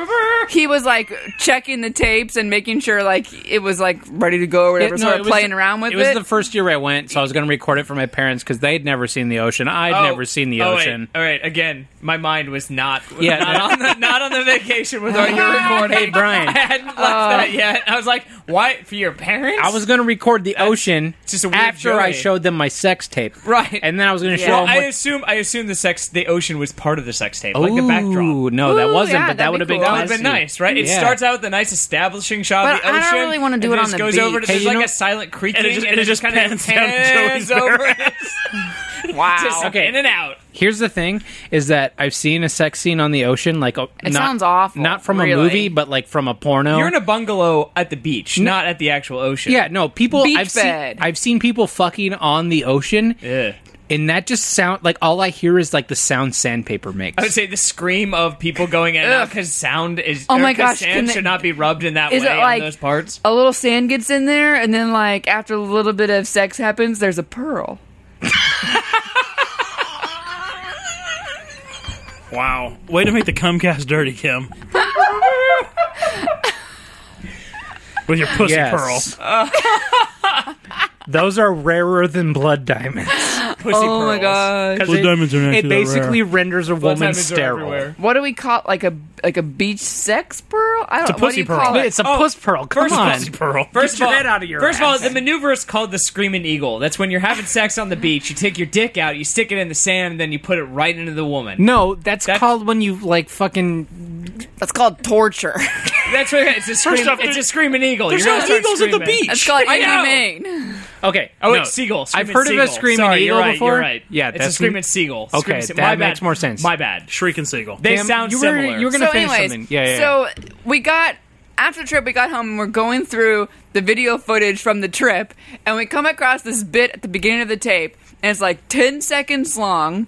[SPEAKER 2] he was like checking the tapes and making sure like it was like ready to go or whatever,
[SPEAKER 4] no,
[SPEAKER 2] sort
[SPEAKER 4] it
[SPEAKER 2] of
[SPEAKER 4] was-
[SPEAKER 2] playing around with
[SPEAKER 4] it
[SPEAKER 2] it.
[SPEAKER 4] was the first year I went, so I was going to record it for my parents because they'd never seen the ocean. I'd
[SPEAKER 1] Oh,
[SPEAKER 4] never seen the
[SPEAKER 1] oh, wait,
[SPEAKER 4] ocean.
[SPEAKER 1] all right, again, my mind was not was
[SPEAKER 4] Yeah.
[SPEAKER 1] not on the not on the vacation
[SPEAKER 2] Oh,
[SPEAKER 1] with all your recording.
[SPEAKER 4] Hey, Brian.
[SPEAKER 1] I hadn't left that yet. I was like, why for your parents?
[SPEAKER 4] I was going to record the ocean
[SPEAKER 1] just a weird
[SPEAKER 4] after I
[SPEAKER 1] joy.
[SPEAKER 4] showed them my sex tape,
[SPEAKER 1] Right.
[SPEAKER 4] And then I was going to
[SPEAKER 2] Yeah.
[SPEAKER 4] show
[SPEAKER 1] Well,
[SPEAKER 4] them.
[SPEAKER 1] I
[SPEAKER 4] What-
[SPEAKER 1] assume I assume the sex the ocean was part of the sex tape, like a
[SPEAKER 4] Ooh,
[SPEAKER 1] backdrop.
[SPEAKER 4] no, that
[SPEAKER 2] Ooh,
[SPEAKER 4] wasn't.
[SPEAKER 2] yeah,
[SPEAKER 4] but that
[SPEAKER 2] that'd
[SPEAKER 4] would have
[SPEAKER 2] be
[SPEAKER 4] been
[SPEAKER 2] cool.
[SPEAKER 1] That would have been nice, right? It
[SPEAKER 4] Yeah.
[SPEAKER 1] starts out with a nice establishing shot of
[SPEAKER 2] But
[SPEAKER 1] the
[SPEAKER 2] I
[SPEAKER 1] ocean.
[SPEAKER 2] don't really wanna do
[SPEAKER 1] and
[SPEAKER 2] it
[SPEAKER 1] then
[SPEAKER 2] on
[SPEAKER 1] just
[SPEAKER 2] the
[SPEAKER 1] goes over to
[SPEAKER 2] beach.
[SPEAKER 4] Hey,
[SPEAKER 1] just
[SPEAKER 4] you
[SPEAKER 1] like
[SPEAKER 4] know-
[SPEAKER 1] a silent creaking,
[SPEAKER 3] just- and it just
[SPEAKER 1] kind of
[SPEAKER 3] pans down
[SPEAKER 1] pans
[SPEAKER 3] Joey's
[SPEAKER 1] over
[SPEAKER 3] barrel.
[SPEAKER 1] it.
[SPEAKER 2] wow.
[SPEAKER 1] just
[SPEAKER 4] Okay.
[SPEAKER 1] in and out.
[SPEAKER 4] Here's the thing: is that I've seen a sex scene on the ocean, like a,
[SPEAKER 2] It
[SPEAKER 4] not,
[SPEAKER 2] sounds awful,
[SPEAKER 4] not from a
[SPEAKER 2] really.
[SPEAKER 4] movie, but like from a porno.
[SPEAKER 1] You're in a bungalow at the beach, not at the actual ocean.
[SPEAKER 4] yeah, no, people.
[SPEAKER 2] Beach
[SPEAKER 4] I've
[SPEAKER 2] bed.
[SPEAKER 4] seen I've seen people fucking on the ocean,
[SPEAKER 1] Ugh.
[SPEAKER 4] and that just sound like all I hear is like the sound sandpaper makes.
[SPEAKER 1] I would say the scream of people going in
[SPEAKER 2] Ugh.
[SPEAKER 1] because sound is.
[SPEAKER 2] Oh
[SPEAKER 1] or
[SPEAKER 2] my
[SPEAKER 1] 'cause
[SPEAKER 2] gosh,
[SPEAKER 1] sand
[SPEAKER 2] can it-
[SPEAKER 1] should not be rubbed in that
[SPEAKER 2] is
[SPEAKER 1] way
[SPEAKER 2] it like
[SPEAKER 1] on those parts.
[SPEAKER 2] a little sand gets in there, and then like after a little bit of sex happens, there's a pearl.
[SPEAKER 3] Wow, way to make the Comcast dirty, Kim. With your pussy
[SPEAKER 4] yes.
[SPEAKER 1] Um,
[SPEAKER 4] Those are rarer than blood diamonds.
[SPEAKER 1] Pussy
[SPEAKER 2] Oh my gosh.
[SPEAKER 3] pearl. Those diamonds are
[SPEAKER 4] It
[SPEAKER 3] actually
[SPEAKER 4] basically
[SPEAKER 3] rare.
[SPEAKER 4] renders a
[SPEAKER 1] Blood
[SPEAKER 4] woman
[SPEAKER 1] diamonds are
[SPEAKER 4] sterile.
[SPEAKER 1] everywhere.
[SPEAKER 2] what do we call like a like a beach sex pearl? I don't know. What
[SPEAKER 3] pussy
[SPEAKER 2] do you
[SPEAKER 3] pearl.
[SPEAKER 2] call it?
[SPEAKER 4] It's a
[SPEAKER 1] Oh,
[SPEAKER 4] puss pearl. Come
[SPEAKER 1] first
[SPEAKER 4] on.
[SPEAKER 1] pussy
[SPEAKER 3] pearl.
[SPEAKER 1] First
[SPEAKER 4] Get
[SPEAKER 1] of
[SPEAKER 4] your
[SPEAKER 1] all,
[SPEAKER 4] head out of your
[SPEAKER 1] first of all,
[SPEAKER 4] ass.
[SPEAKER 1] the maneuver is called the screaming eagle. That's when you're having sex on the beach. You take your dick out, you stick it in the sand, and then you put it right into the woman.
[SPEAKER 4] No, that's,
[SPEAKER 1] That's-
[SPEAKER 4] called when you like fucking.
[SPEAKER 2] That's called torture.
[SPEAKER 1] That's what it's a scream,
[SPEAKER 3] off,
[SPEAKER 1] It's
[SPEAKER 3] there-
[SPEAKER 1] a screaming eagle.
[SPEAKER 3] There's
[SPEAKER 1] You're
[SPEAKER 3] no
[SPEAKER 1] gonna start
[SPEAKER 3] eagles at the
[SPEAKER 1] screaming.
[SPEAKER 3] beach.
[SPEAKER 2] That's called
[SPEAKER 1] I know.
[SPEAKER 2] inhumane.
[SPEAKER 4] Okay.
[SPEAKER 1] Oh, wait,
[SPEAKER 4] no.
[SPEAKER 1] seagull.
[SPEAKER 4] I've
[SPEAKER 1] Screaming
[SPEAKER 4] heard of a
[SPEAKER 1] seagull.
[SPEAKER 4] screaming
[SPEAKER 1] Sorry,
[SPEAKER 4] eagle
[SPEAKER 1] you're right,
[SPEAKER 4] before.
[SPEAKER 1] You're right.
[SPEAKER 4] Yeah,
[SPEAKER 1] it's a
[SPEAKER 4] that's-
[SPEAKER 1] screaming seagull.
[SPEAKER 4] Okay,
[SPEAKER 1] Screaming se-
[SPEAKER 4] that
[SPEAKER 1] my bad.
[SPEAKER 4] makes more sense.
[SPEAKER 1] My bad.
[SPEAKER 3] Shrieking seagull.
[SPEAKER 1] They
[SPEAKER 4] Sam,
[SPEAKER 1] sound
[SPEAKER 4] you were-
[SPEAKER 1] similar.
[SPEAKER 4] you were gonna-
[SPEAKER 2] So,
[SPEAKER 4] finish
[SPEAKER 2] anyways,
[SPEAKER 4] something. Yeah, yeah,
[SPEAKER 2] so we got after the trip, we got home and we're going through the video footage from the trip, and we come across this bit at the beginning of the tape, and it's like ten seconds long,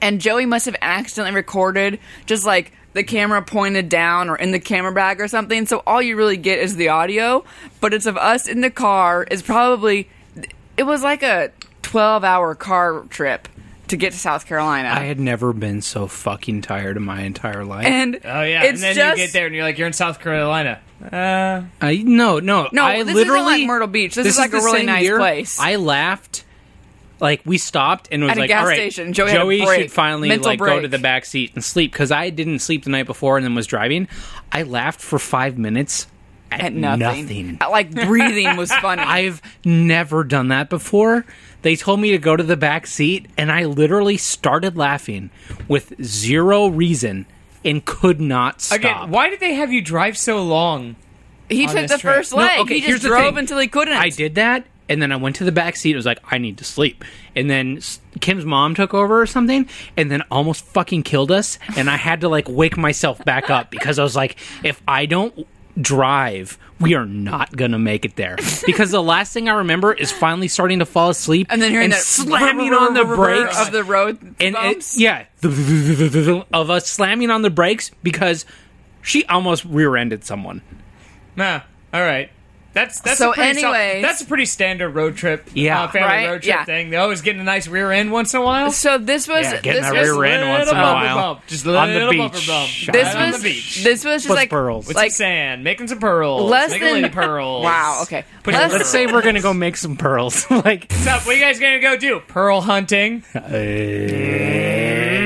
[SPEAKER 2] and Joey must have accidentally recorded just like. The camera pointed down or in the camera bag or something, so all you really get is the audio. But it's of us in the car. It's probably it was like a twelve-hour car trip to get to South Carolina.
[SPEAKER 4] I had never been so fucking tired in my entire life.
[SPEAKER 2] and
[SPEAKER 1] Oh yeah, and
[SPEAKER 2] it's
[SPEAKER 1] then
[SPEAKER 2] just
[SPEAKER 1] you get there and you're like, you're in South Carolina. Uh,
[SPEAKER 4] I no no
[SPEAKER 2] No,
[SPEAKER 4] I
[SPEAKER 2] this isn't
[SPEAKER 4] literally
[SPEAKER 2] like Myrtle Beach. This is like a
[SPEAKER 4] the
[SPEAKER 2] really
[SPEAKER 4] same
[SPEAKER 2] nice
[SPEAKER 4] year
[SPEAKER 2] place.
[SPEAKER 4] I laughed like we stopped and was
[SPEAKER 2] At a
[SPEAKER 4] like,
[SPEAKER 2] gas
[SPEAKER 4] all right,
[SPEAKER 2] station. Joey had a break.
[SPEAKER 4] should finally
[SPEAKER 2] Mental
[SPEAKER 4] like go
[SPEAKER 2] break.
[SPEAKER 4] to the back seat and sleep because I didn't sleep the night before and then was driving. I laughed for five minutes at,
[SPEAKER 2] at nothing. Uh, Like breathing was funny.
[SPEAKER 4] I've never done that before. They told me to go to the back seat, and I literally started laughing with zero reason and could not stop.
[SPEAKER 1] Again, why did they have you drive so long?
[SPEAKER 2] he
[SPEAKER 4] oh,
[SPEAKER 1] on
[SPEAKER 2] took
[SPEAKER 1] this
[SPEAKER 2] the
[SPEAKER 1] trip.
[SPEAKER 2] first
[SPEAKER 1] No,
[SPEAKER 2] leg.
[SPEAKER 4] okay,
[SPEAKER 2] he just
[SPEAKER 4] here's the
[SPEAKER 2] drove
[SPEAKER 4] thing.
[SPEAKER 2] until he couldn't.
[SPEAKER 4] I did that, and then I went to the back seat. It was like, I need to sleep. And then s- Kim's mom took over or something, and then almost fucking killed us. And I had to like wake myself back up because I was like, if I don't drive, we are not gonna make it there. Because the last thing I remember is finally starting to fall asleep,
[SPEAKER 2] And then hearing that
[SPEAKER 4] slamming on the brakes
[SPEAKER 2] of the road
[SPEAKER 4] and it-
[SPEAKER 2] bumps.
[SPEAKER 4] yeah, of us slamming on the brakes because she almost rear-ended someone.
[SPEAKER 1] Nah. All right. That's that's
[SPEAKER 2] So
[SPEAKER 1] a pretty sol-
[SPEAKER 2] anyways-
[SPEAKER 1] that's a pretty standard road trip.
[SPEAKER 4] Yeah.
[SPEAKER 1] uh, family
[SPEAKER 2] Right?
[SPEAKER 1] road trip
[SPEAKER 2] Yeah.
[SPEAKER 1] thing. They always getting a nice rear end once in a while.
[SPEAKER 2] So this was
[SPEAKER 4] Yeah, getting
[SPEAKER 2] this
[SPEAKER 4] that
[SPEAKER 2] was
[SPEAKER 4] rear end once
[SPEAKER 1] Little
[SPEAKER 4] in a
[SPEAKER 1] bumper
[SPEAKER 4] while.
[SPEAKER 1] bump. Just
[SPEAKER 4] On the
[SPEAKER 1] little bumper
[SPEAKER 4] beach.
[SPEAKER 1] bump.
[SPEAKER 4] This
[SPEAKER 2] this
[SPEAKER 1] Out on the
[SPEAKER 2] was
[SPEAKER 1] beach.
[SPEAKER 2] this was just
[SPEAKER 4] What's
[SPEAKER 2] like
[SPEAKER 4] pearls?
[SPEAKER 1] with
[SPEAKER 2] like
[SPEAKER 1] some sand, making some pearls,
[SPEAKER 2] Less
[SPEAKER 1] making
[SPEAKER 2] than-
[SPEAKER 1] lady pearls.
[SPEAKER 2] Wow, okay.
[SPEAKER 1] Push
[SPEAKER 2] Less-
[SPEAKER 1] pearls.
[SPEAKER 4] Let's say we're gonna go make some pearls. like,
[SPEAKER 1] What's up? What you guys gonna go do? Pearl hunting?
[SPEAKER 4] wait, is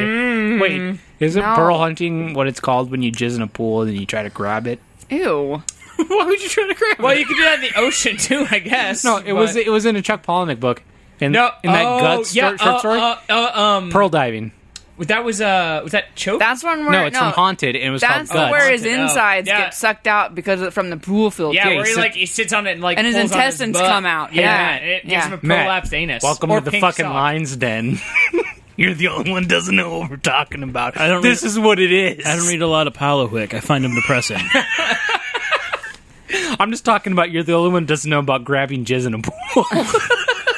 [SPEAKER 4] it
[SPEAKER 2] Eh. Mm. No.
[SPEAKER 4] pearl hunting? What it's called when you jizz in a pool and you try to grab it?
[SPEAKER 2] ew.
[SPEAKER 3] Why would you try to grab?
[SPEAKER 1] Well, you could do that in the ocean too, I guess.
[SPEAKER 4] No, it was
[SPEAKER 1] but-
[SPEAKER 4] it was in a Chuck Palahniuk book. In,
[SPEAKER 1] no
[SPEAKER 4] in that
[SPEAKER 1] oh,
[SPEAKER 4] guts
[SPEAKER 1] yeah,
[SPEAKER 4] short, short
[SPEAKER 1] uh,
[SPEAKER 4] story,
[SPEAKER 1] Uh, uh, um,
[SPEAKER 4] pearl diving.
[SPEAKER 1] that was uh, was that choke?
[SPEAKER 2] That's one where
[SPEAKER 4] no, it's from Haunted, and it was
[SPEAKER 2] That's
[SPEAKER 4] called Guts.
[SPEAKER 2] where his
[SPEAKER 1] Haunted, oh.
[SPEAKER 2] insides
[SPEAKER 1] Yeah.
[SPEAKER 2] get sucked out because of, from the pool filter.
[SPEAKER 1] yeah,
[SPEAKER 4] yeah,
[SPEAKER 1] where
[SPEAKER 4] he
[SPEAKER 1] he
[SPEAKER 4] sit-
[SPEAKER 1] like he sits on it and like
[SPEAKER 2] And his
[SPEAKER 1] pulls on
[SPEAKER 2] intestines
[SPEAKER 1] butt.
[SPEAKER 2] come out. Yeah.
[SPEAKER 1] and it gives
[SPEAKER 2] Yeah.
[SPEAKER 1] him a
[SPEAKER 4] Matt,
[SPEAKER 1] prolapsed anus.
[SPEAKER 4] Welcome
[SPEAKER 1] Or
[SPEAKER 4] to the
[SPEAKER 1] pink
[SPEAKER 4] fucking
[SPEAKER 1] sock.
[SPEAKER 4] lion's den. You're the only one doesn't know what we're talking about.
[SPEAKER 3] I don't
[SPEAKER 4] This
[SPEAKER 3] read-
[SPEAKER 4] is what it is.
[SPEAKER 3] I don't read a lot of Paolo Wick. I find him depressing.
[SPEAKER 4] I'm just talking about you're the only one doesn't know about grabbing jizz in a pool.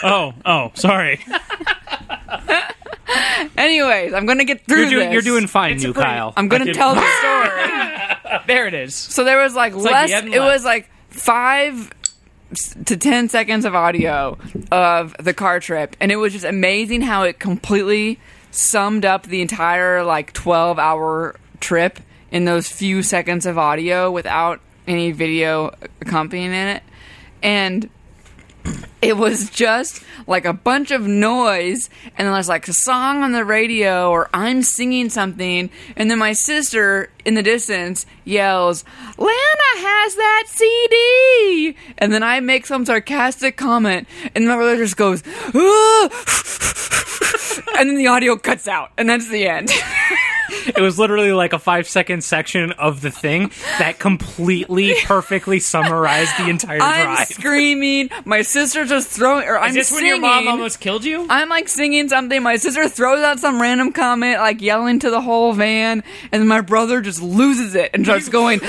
[SPEAKER 3] oh, oh, sorry.
[SPEAKER 2] Anyways, I'm gonna get through
[SPEAKER 4] you're, doing,
[SPEAKER 2] this.
[SPEAKER 4] you're doing fine,
[SPEAKER 1] It's a
[SPEAKER 4] new
[SPEAKER 1] pretty-
[SPEAKER 4] Kyle.
[SPEAKER 2] I'm gonna tell the story.
[SPEAKER 1] There it is.
[SPEAKER 2] So there was like
[SPEAKER 1] like
[SPEAKER 2] less.
[SPEAKER 1] the end
[SPEAKER 2] it
[SPEAKER 1] line.
[SPEAKER 2] was like five to ten seconds of audio of the car trip, and it was just amazing how it completely summed up the entire like twelve hour trip in those few seconds of audio without any video accompanying it, and. It was just like a bunch of noise, and then there's like a song on the radio, or I'm singing something, and then my sister in the distance yells, Lana has that CD! And then I make some sarcastic comment, and my brother just goes, "Ah!" and then the audio cuts out, and that's the end.
[SPEAKER 4] it was literally like a five second section of the thing that completely, perfectly summarized the entire
[SPEAKER 2] I'm
[SPEAKER 4] drive.
[SPEAKER 2] screaming, my sister's just throwing, or I'm
[SPEAKER 1] Is this
[SPEAKER 2] singing.
[SPEAKER 1] when your mom almost killed you?
[SPEAKER 2] I'm like singing something. My sister throws out some random comment, like yelling to the whole van, and then my brother just loses it and starts going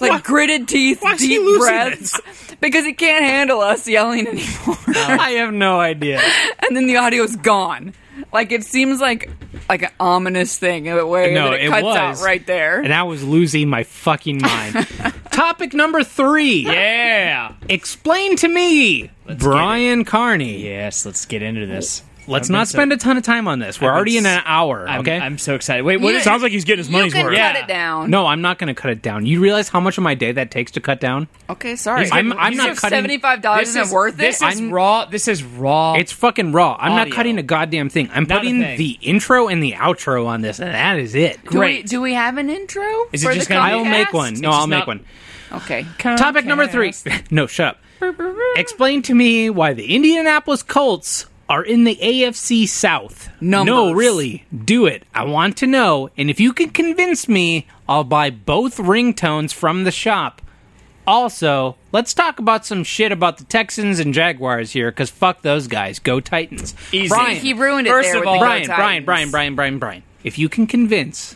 [SPEAKER 2] like gritted teeth,
[SPEAKER 4] why's he
[SPEAKER 2] deep
[SPEAKER 4] losing
[SPEAKER 2] breaths, because he can't handle us yelling anymore.
[SPEAKER 4] I have no idea.
[SPEAKER 2] and then the audio's gone. Like it seems like like an ominous thing of it where
[SPEAKER 4] No,
[SPEAKER 2] that it,
[SPEAKER 4] it
[SPEAKER 2] cuts
[SPEAKER 4] was.
[SPEAKER 2] out right there.
[SPEAKER 4] And I was losing my fucking mind. Topic number three.
[SPEAKER 1] yeah.
[SPEAKER 4] Explain to me, Brian Carney.
[SPEAKER 1] Yes, let's get into this.
[SPEAKER 4] Let's not spend a ton of time on this. We're
[SPEAKER 1] I've
[SPEAKER 4] already
[SPEAKER 1] been
[SPEAKER 4] in
[SPEAKER 1] s-
[SPEAKER 4] an hour.
[SPEAKER 1] I'm,
[SPEAKER 4] okay.
[SPEAKER 1] I'm so excited. Wait, what
[SPEAKER 2] You-
[SPEAKER 1] is
[SPEAKER 3] Sounds like he's getting his
[SPEAKER 2] you
[SPEAKER 3] money's
[SPEAKER 2] can
[SPEAKER 3] worth.
[SPEAKER 2] cut
[SPEAKER 1] Yeah.
[SPEAKER 2] it down.
[SPEAKER 4] no, I'm not going to cut it down. You realize how much of my day that takes to cut down?
[SPEAKER 2] Okay, sorry.
[SPEAKER 4] I'm- I'm not cutting-
[SPEAKER 2] seventy five dollars. Isn't it worth
[SPEAKER 1] this
[SPEAKER 2] it?
[SPEAKER 1] is raw. This is raw.
[SPEAKER 4] It's fucking raw. I'm
[SPEAKER 1] Audio.
[SPEAKER 4] not cutting a goddamn thing. I'm
[SPEAKER 1] Not a
[SPEAKER 4] putting
[SPEAKER 1] thing.
[SPEAKER 4] the intro and the outro on this, and that is it.
[SPEAKER 2] do we,
[SPEAKER 1] great.
[SPEAKER 2] do we have an intro?
[SPEAKER 1] Is it
[SPEAKER 2] for
[SPEAKER 1] just
[SPEAKER 2] the
[SPEAKER 1] gonna be-
[SPEAKER 4] I'll make
[SPEAKER 2] Comcast?
[SPEAKER 4] one. No,
[SPEAKER 1] It's
[SPEAKER 4] I'll
[SPEAKER 1] just
[SPEAKER 4] make
[SPEAKER 1] not-
[SPEAKER 4] one.
[SPEAKER 2] Okay.
[SPEAKER 4] Topic number three. no, shut up. Explain to me why the Indianapolis Colts are in the AFC South. No,
[SPEAKER 2] Numbers.
[SPEAKER 4] really. Do it. I want to know. And if you can convince me, I'll buy both ringtones from the shop. Also, let's talk about some shit about the Texans and Jaguars here, because fuck those guys. Go Titans.
[SPEAKER 1] Easy.
[SPEAKER 4] Brian,
[SPEAKER 2] He ruined it
[SPEAKER 1] First
[SPEAKER 2] there
[SPEAKER 1] of
[SPEAKER 2] with
[SPEAKER 1] all-
[SPEAKER 2] the
[SPEAKER 4] Brian,
[SPEAKER 2] Go
[SPEAKER 4] Brian,
[SPEAKER 2] Titans.
[SPEAKER 4] Brian, Brian, Brian, Brian. If you can convince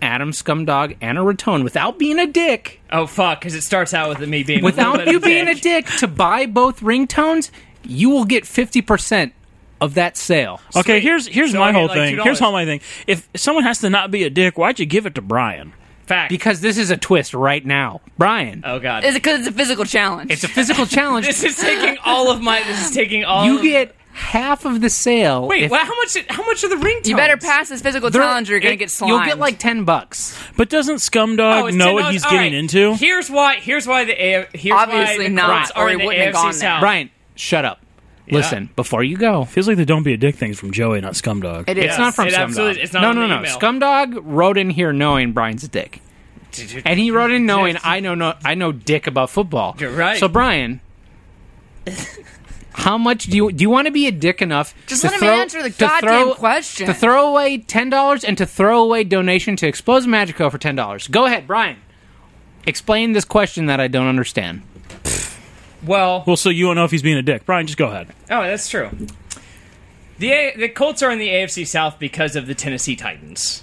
[SPEAKER 4] Adam Scumdog and a Ratone without being a dick
[SPEAKER 1] oh fuck, because it starts out with me being a little
[SPEAKER 4] without
[SPEAKER 1] bit
[SPEAKER 4] you
[SPEAKER 1] of a
[SPEAKER 4] being
[SPEAKER 1] dick.
[SPEAKER 4] a dick to buy both ringtones, you will get 50% of that sale.
[SPEAKER 3] Okay, here's here's
[SPEAKER 1] So I
[SPEAKER 3] my
[SPEAKER 1] get,
[SPEAKER 3] whole
[SPEAKER 1] like,
[SPEAKER 3] thing.
[SPEAKER 1] $2.
[SPEAKER 3] Here's how my thing. If someone has to not be a dick, why'd you give it to Brian?
[SPEAKER 1] fact.
[SPEAKER 4] Because this is a twist right now. Brian,
[SPEAKER 1] oh god,
[SPEAKER 2] Is it because it's a physical challenge?
[SPEAKER 4] it's a physical challenge.
[SPEAKER 1] this is taking all of my. This is taking all.
[SPEAKER 4] you
[SPEAKER 1] of-
[SPEAKER 4] get half of the sale.
[SPEAKER 1] Wait,
[SPEAKER 4] if-
[SPEAKER 1] well, how much? How much of the ringtones?
[SPEAKER 2] you better pass this physical
[SPEAKER 4] They're-
[SPEAKER 2] challenge or you're going
[SPEAKER 4] it-
[SPEAKER 2] to get slimed.
[SPEAKER 4] You'll get like 10 bucks.
[SPEAKER 3] But doesn't Scumdog
[SPEAKER 1] Oh, it's
[SPEAKER 3] know
[SPEAKER 1] ten
[SPEAKER 3] what
[SPEAKER 1] dollars?
[SPEAKER 3] he's
[SPEAKER 1] All
[SPEAKER 3] getting
[SPEAKER 1] right.
[SPEAKER 3] into?
[SPEAKER 1] Here's why. Here's why the A. Here's
[SPEAKER 2] Obviously
[SPEAKER 1] why the
[SPEAKER 2] not,
[SPEAKER 1] Colts
[SPEAKER 2] or
[SPEAKER 1] are
[SPEAKER 2] he
[SPEAKER 1] in the
[SPEAKER 2] wouldn't have
[SPEAKER 1] AFC
[SPEAKER 2] gone there.
[SPEAKER 1] South.
[SPEAKER 4] Brian, shut up. Listen, before you go,
[SPEAKER 3] Feels like the "Don't Be a Dick" things from Joey, not Scumdog.
[SPEAKER 2] It is.
[SPEAKER 4] it's not from
[SPEAKER 1] it
[SPEAKER 4] Scumdog.
[SPEAKER 1] absolutely- it's not
[SPEAKER 4] no,
[SPEAKER 1] in
[SPEAKER 4] no,
[SPEAKER 1] the
[SPEAKER 4] no.
[SPEAKER 1] email.
[SPEAKER 4] Scumdog wrote in here knowing Brian's a dick, and he wrote in knowing I know no, I know dick about football.
[SPEAKER 1] You're right.
[SPEAKER 4] So Brian, how much do you do you want to be a dick enough?
[SPEAKER 2] Just
[SPEAKER 4] to
[SPEAKER 2] let him
[SPEAKER 4] throw-
[SPEAKER 2] answer the
[SPEAKER 4] to
[SPEAKER 2] goddamn
[SPEAKER 4] throw-
[SPEAKER 2] question.
[SPEAKER 4] To throw away ten dollars and to throw away donation to Expose Magico for ten dollars. Go ahead, Brian. Explain this question that I don't understand.
[SPEAKER 1] Well,
[SPEAKER 3] Well, so you don't know if he's being a dick, Brian. Just go ahead.
[SPEAKER 1] Oh, that's true. The a- the Colts are in the AFC South because of the Tennessee Titans.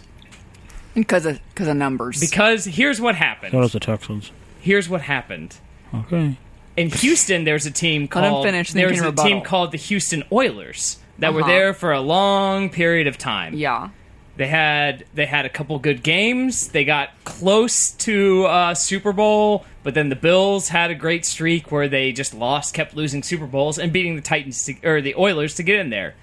[SPEAKER 2] because of because of numbers.
[SPEAKER 1] Because here's what happened.
[SPEAKER 3] What else the Texans?
[SPEAKER 1] Here's what happened.
[SPEAKER 3] Okay.
[SPEAKER 1] In Houston, there's a team
[SPEAKER 2] Let him
[SPEAKER 1] called
[SPEAKER 2] finish, then you
[SPEAKER 1] there's
[SPEAKER 2] can
[SPEAKER 1] a
[SPEAKER 2] rebuttal.
[SPEAKER 1] team called the Houston Oilers that were
[SPEAKER 2] Uh-huh.
[SPEAKER 1] there for a long period of time.
[SPEAKER 2] yeah,
[SPEAKER 1] They had they had a couple good games. They got close to uh, Super Bowl, but then the Bills had a great streak where they just lost, kept losing Super Bowls and beating the Titans to, or the Oilers to get in there.